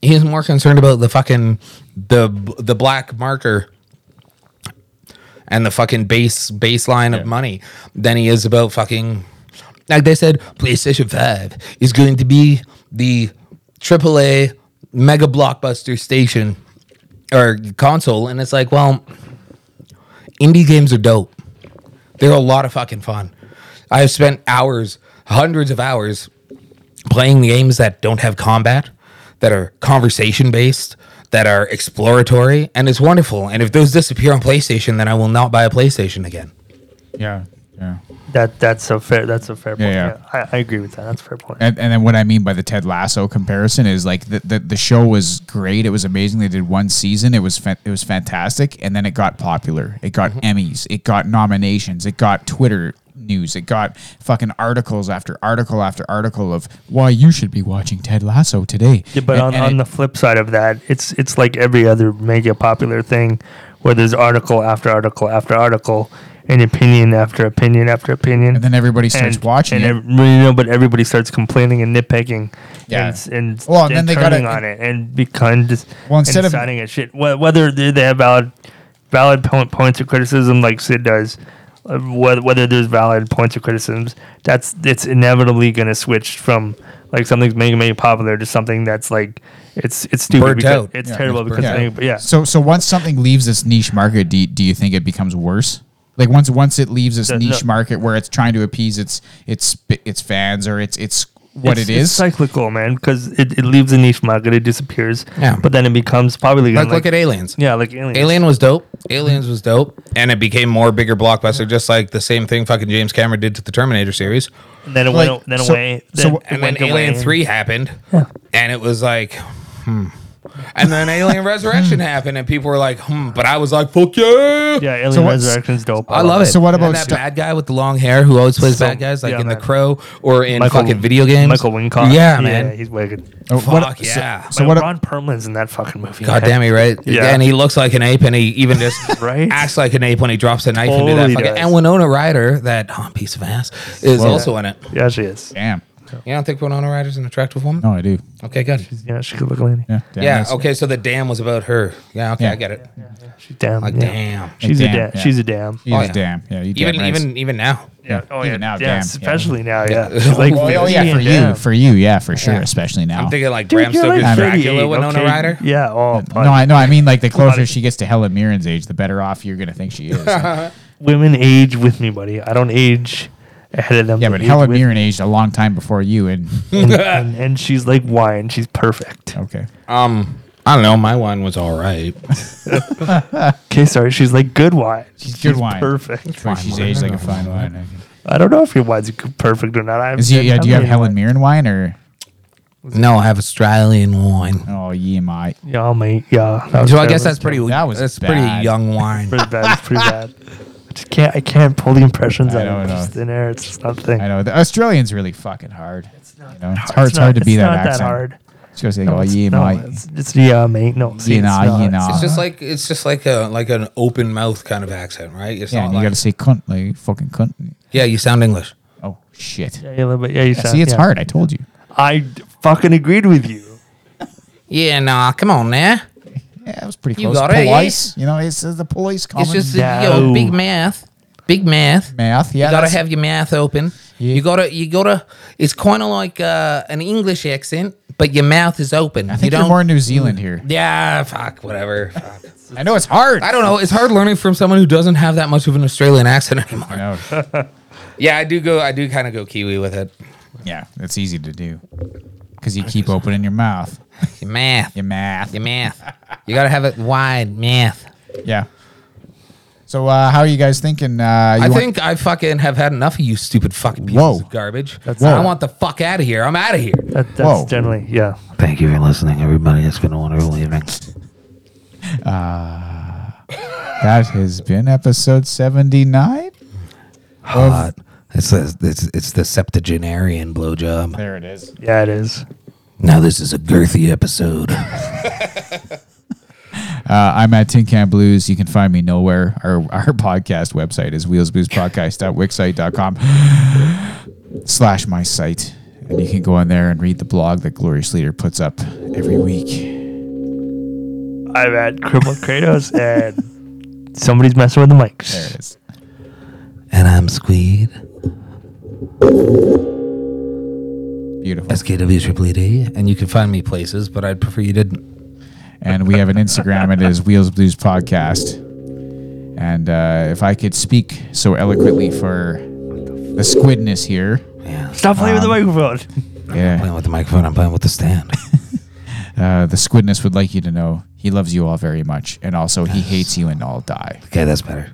S1: he's more concerned about the fucking the the black marker and the fucking base baseline of money than he is about fucking. Like they said, PlayStation Five is going to be the AAA mega blockbuster station or console, and it's like, well, indie games are dope. They're a lot of fucking fun. I have spent hours, hundreds of hours, playing games that don't have combat, that are conversation based, that are exploratory, and it's wonderful. And if those disappear on PlayStation, then I will not buy a PlayStation again.
S3: Yeah. Yeah.
S2: That that's a fair that's a fair point.
S3: yeah.
S2: Yeah, I, I agree with that. That's a fair point.
S3: And, and then what I mean by the Ted Lasso comparison is like the, the, the show was great. It was amazing. They did one season. It was fan it was fantastic, and then it got popular. It got
S2: Mm-hmm.
S3: Emmys. It got nominations. It got Twitter news. It got fucking articles after article after article of why you should be watching Ted Lasso today.
S2: Yeah, but
S3: And-
S2: on,
S3: and
S2: on
S3: it-
S2: the flip side of that, it's it's like every other mega popular thing where there's article after article after article and opinion after opinion after opinion.
S3: and then everybody starts watching
S2: and
S3: it.
S2: ev- you know, but everybody starts complaining and nitpicking.
S3: Yeah.
S2: And, s- and,
S3: Well,
S2: and
S3: and then they gotta-
S2: turning on it and become just
S3: Well, instead of-
S2: and deciding at shit wh- whether they they have valid valid po- points of criticism like Sid does. uh, Whether, whether there's valid points of criticisms, that's it's inevitably going to switch from like something's making me popular to something that's like it's it's stupid
S1: Burnt
S2: because
S1: out.
S2: it's
S3: Yeah,
S2: terrible
S1: it's
S2: because
S1: burnt
S2: yeah. yeah.
S3: So so once something leaves this niche market, do you, do you think it becomes worse? Like once once it leaves this
S2: The-
S3: niche
S2: the-
S3: market where it's trying to appease its its its fans or its its what
S2: it's,
S3: it is.
S2: it's cyclical, man, because it, it leaves a niche market, it disappears,
S1: Yeah.
S2: but then it becomes popular again.
S1: Like, look at Aliens.
S2: yeah, like aliens.
S1: Alien was dope. Aliens was dope, and it became more bigger blockbuster, just like the same thing fucking James Cameron did to the Terminator series.
S2: And then it
S3: Like,
S2: went then
S3: so-
S2: away.
S3: so
S2: Then
S3: what-
S2: it
S1: And then
S2: went
S1: Alien
S2: away.
S1: Three happened, and it was like, hmm. And then Alien Resurrection happened, and people were like, hmm. But I was like, fuck yeah,
S2: Yeah, Alien
S3: So what's-
S2: Resurrection's dope.
S1: I love it.
S3: So what
S1: And
S3: about
S1: that
S3: Star-
S1: bad guy with the long hair who always plays bad guys, like
S2: yeah,
S1: in
S2: man.
S1: The Crow or in
S2: Michael-
S1: fucking video games?
S2: Michael Wincott.
S1: Yeah, man.
S2: he's wicked.
S3: Oh,
S1: Fuck
S3: what-
S1: yeah.
S3: So
S2: So
S3: what-
S2: Ron Perlman's in that fucking movie.
S1: God damn it, right?
S2: Yeah.
S1: And he looks like an ape, and he even just
S2: Right?
S1: acts like an ape when he drops a knife into that
S2: Totally
S1: fucking.
S2: does.
S1: And Winona Ryder, that oh, piece of ass, is also in it.
S2: Yeah, she is.
S3: Damn.
S1: You don't think Winona Ryder's an attractive woman?
S3: No, I do.
S1: Okay, good.
S2: Yeah, she could look lady.
S3: Yeah. damn,
S1: yeah.
S3: that's-
S1: Okay, so the damn was about her. Yeah. Okay,
S3: Yeah.
S1: I get it.
S2: She's damn.
S1: Like
S2: yeah.
S1: damn.
S2: She's a
S3: Damn,
S2: damn.
S3: yeah.
S2: She's a damn.
S3: You
S1: Oh,
S3: just
S1: yeah.
S3: Damn. Yeah. You damn
S1: Even
S3: right.
S1: even even now.
S2: Yeah. Oh yeah.
S3: Even now,
S2: yeah,
S3: damn, yeah.
S2: Especially now. Yeah.
S1: Yeah.
S2: She's like
S1: Oh,
S3: Oh, yeah,
S2: 50
S3: for
S2: and damn.
S3: you, for you, yeah, for sure, especially now.
S1: I'm thinking like
S2: Dude,
S1: Bram
S2: you're
S1: Stoker's
S2: like
S1: Dracula
S2: 38,
S1: Winona
S2: okay?
S1: Ryder.
S2: Yeah. Oh,
S3: no, I no, I mean like the closer she gets to Helen Mirren's age, the better off you're gonna think she is. yeah,
S2: women age with me, buddy. I don't age ahead of them. They
S3: but
S2: age
S3: Helen
S2: with
S3: Mirren aged a long time before you, and
S2: me, and, and she's like wine. She's perfect.
S3: okay,
S1: Um, I don't know. My wine was all right.
S2: Okay, sorry. She's like good wine.
S3: she's good wine.
S2: Perfect.
S3: Sure, She's aged like a fine wine. okay.
S2: I don't know if your wine's good- perfect or not. I
S3: Is you,
S2: haven't-
S3: yeah, do you have
S2: haven't
S3: Helen Mirren wine or
S1: No, I have Australian wine.
S3: oh yeah, my
S2: Yeah, mate. Yeah. That was
S1: So I guess
S2: terrible.
S1: that's pretty.
S3: That was
S1: that's
S3: bad.
S1: pretty young wine.
S2: pretty bad. It's pretty bad. I just can't. I can't pull the impressions
S3: I
S2: out
S3: don't
S2: of
S3: know.
S2: just thin air. It's just not a thing.
S3: I know the Australian's really fucking hard. It's not you know, it's hard. It's,
S2: not-
S3: hard to be that
S2: not
S3: accent.
S2: hard.
S3: She goes like,
S2: No,
S3: oh
S2: it's,
S3: yeah,
S2: no,
S3: my
S2: it's, it's yeah, mate. No, see,
S3: you
S2: it's
S3: know,
S2: not.
S3: you
S2: It's-
S3: know.
S1: It's just like it's just like a like an open mouth kind of accent, right? It's
S3: Yeah,
S1: not
S3: and you
S1: like-
S3: gotta say cunt, like fucking cunt.
S1: yeah, you sound English.
S3: Oh shit.
S2: Yeah, you're a little bit. Yeah, you sound,
S3: See, it's
S2: yeah.
S3: hard. I told you.
S2: I d- fucking agreed with you.
S1: Yeah, nah, come on now.
S3: Yeah, that was pretty
S6: You
S3: close.
S6: got it,
S3: police, you know, it's uh, the police common
S6: It's just
S2: down.
S6: yo, big math, big math.
S3: math. Yeah,
S6: You gotta
S3: that's-
S6: have your math open. You gotta, you gotta. It's kind of like uh, an English accent, but your mouth is open.
S3: I think
S6: you
S3: you
S6: don't.
S3: are more New Zealand here.
S1: Yeah, fuck, whatever. Fuck.
S6: Mm.
S3: I know it's hard.
S1: I don't know. It's hard learning from someone who doesn't have that much of an Australian accent anymore.
S3: know.
S1: Yeah, I do go. I do kind of go Kiwi with it.
S3: yeah, it's easy to do because you keep opening your mouth,
S6: your math,
S3: your math.
S6: your math. you gotta have it wide math.
S3: Yeah. So, uh, how are you guys thinking? Uh, you
S1: I
S3: want-
S1: think I fucking have had enough of you stupid fucking pieces
S3: Whoa.
S1: of garbage.
S2: That's-
S1: I
S2: Whoa.
S1: want the fuck out of here. I'm out of here.
S2: That, that's
S3: Whoa.
S2: generally yeah.
S4: Thank you for listening, everybody. It's been a wonderful evening.
S3: that has been episode seventy-nine.
S4: Hot.
S1: It's a, it's it's the septuagenarian blowjob.
S3: There it is.
S2: Yeah, it is.
S4: Now this is a girthy episode.
S3: Uh, I'm at Tin Can Blues. You can find me nowhere. Our our podcast website is wheelsbluespodcast.wixsite.com slash my site. And you can go on there and read the blog that Glorious Leader puts up every week.
S2: I'm at Crippled Kratos, and Somebody's messing with the mics.
S3: There it is.
S4: And I'm Squeed.
S3: Beautiful.
S4: That's KW
S1: E
S4: Triple D.
S6: And you can find me places, but I'd prefer you didn't.
S3: and we have an Instagram. It is Wheels Blues Podcast. And uh, if I could speak so eloquently for the squidness here,
S2: Stop playing
S3: Um,
S2: with the microphone.
S3: yeah,
S4: Playing with the microphone, I'm playing with the stand.
S3: uh, the squidness would like you to know he loves you all very much, and also he hates you and all die.
S4: okay, that's better.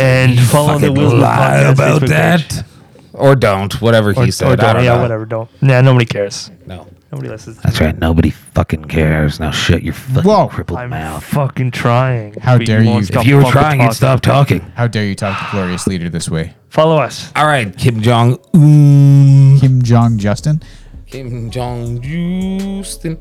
S2: And follow the
S4: fucking
S2: Wheels
S4: lie
S2: Podcast
S4: about
S2: Facebook
S4: that.
S2: page.
S1: Or don't, whatever
S2: Or,
S1: he said.
S2: or
S1: I
S2: don't,
S1: don't
S2: yeah,
S1: know.
S2: whatever. Don't. Nah, nobody cares.
S1: No.
S2: Nobody listens.
S4: That's right. Nobody fucking cares. Now shut your fucking
S3: Whoa.
S4: crippled
S2: I'm
S4: mouth.
S2: fucking trying.
S3: How
S2: but
S3: dare
S2: won't
S3: you.
S2: stop
S4: If you were
S2: fucking
S4: trying, you'd
S2: talking.
S4: stop talking.
S3: How dare you talk to glorious leader this way?
S2: Follow us.
S1: All right, Kim Jong Un.
S3: Kim Jong Justin.
S6: Kim Jong Justin.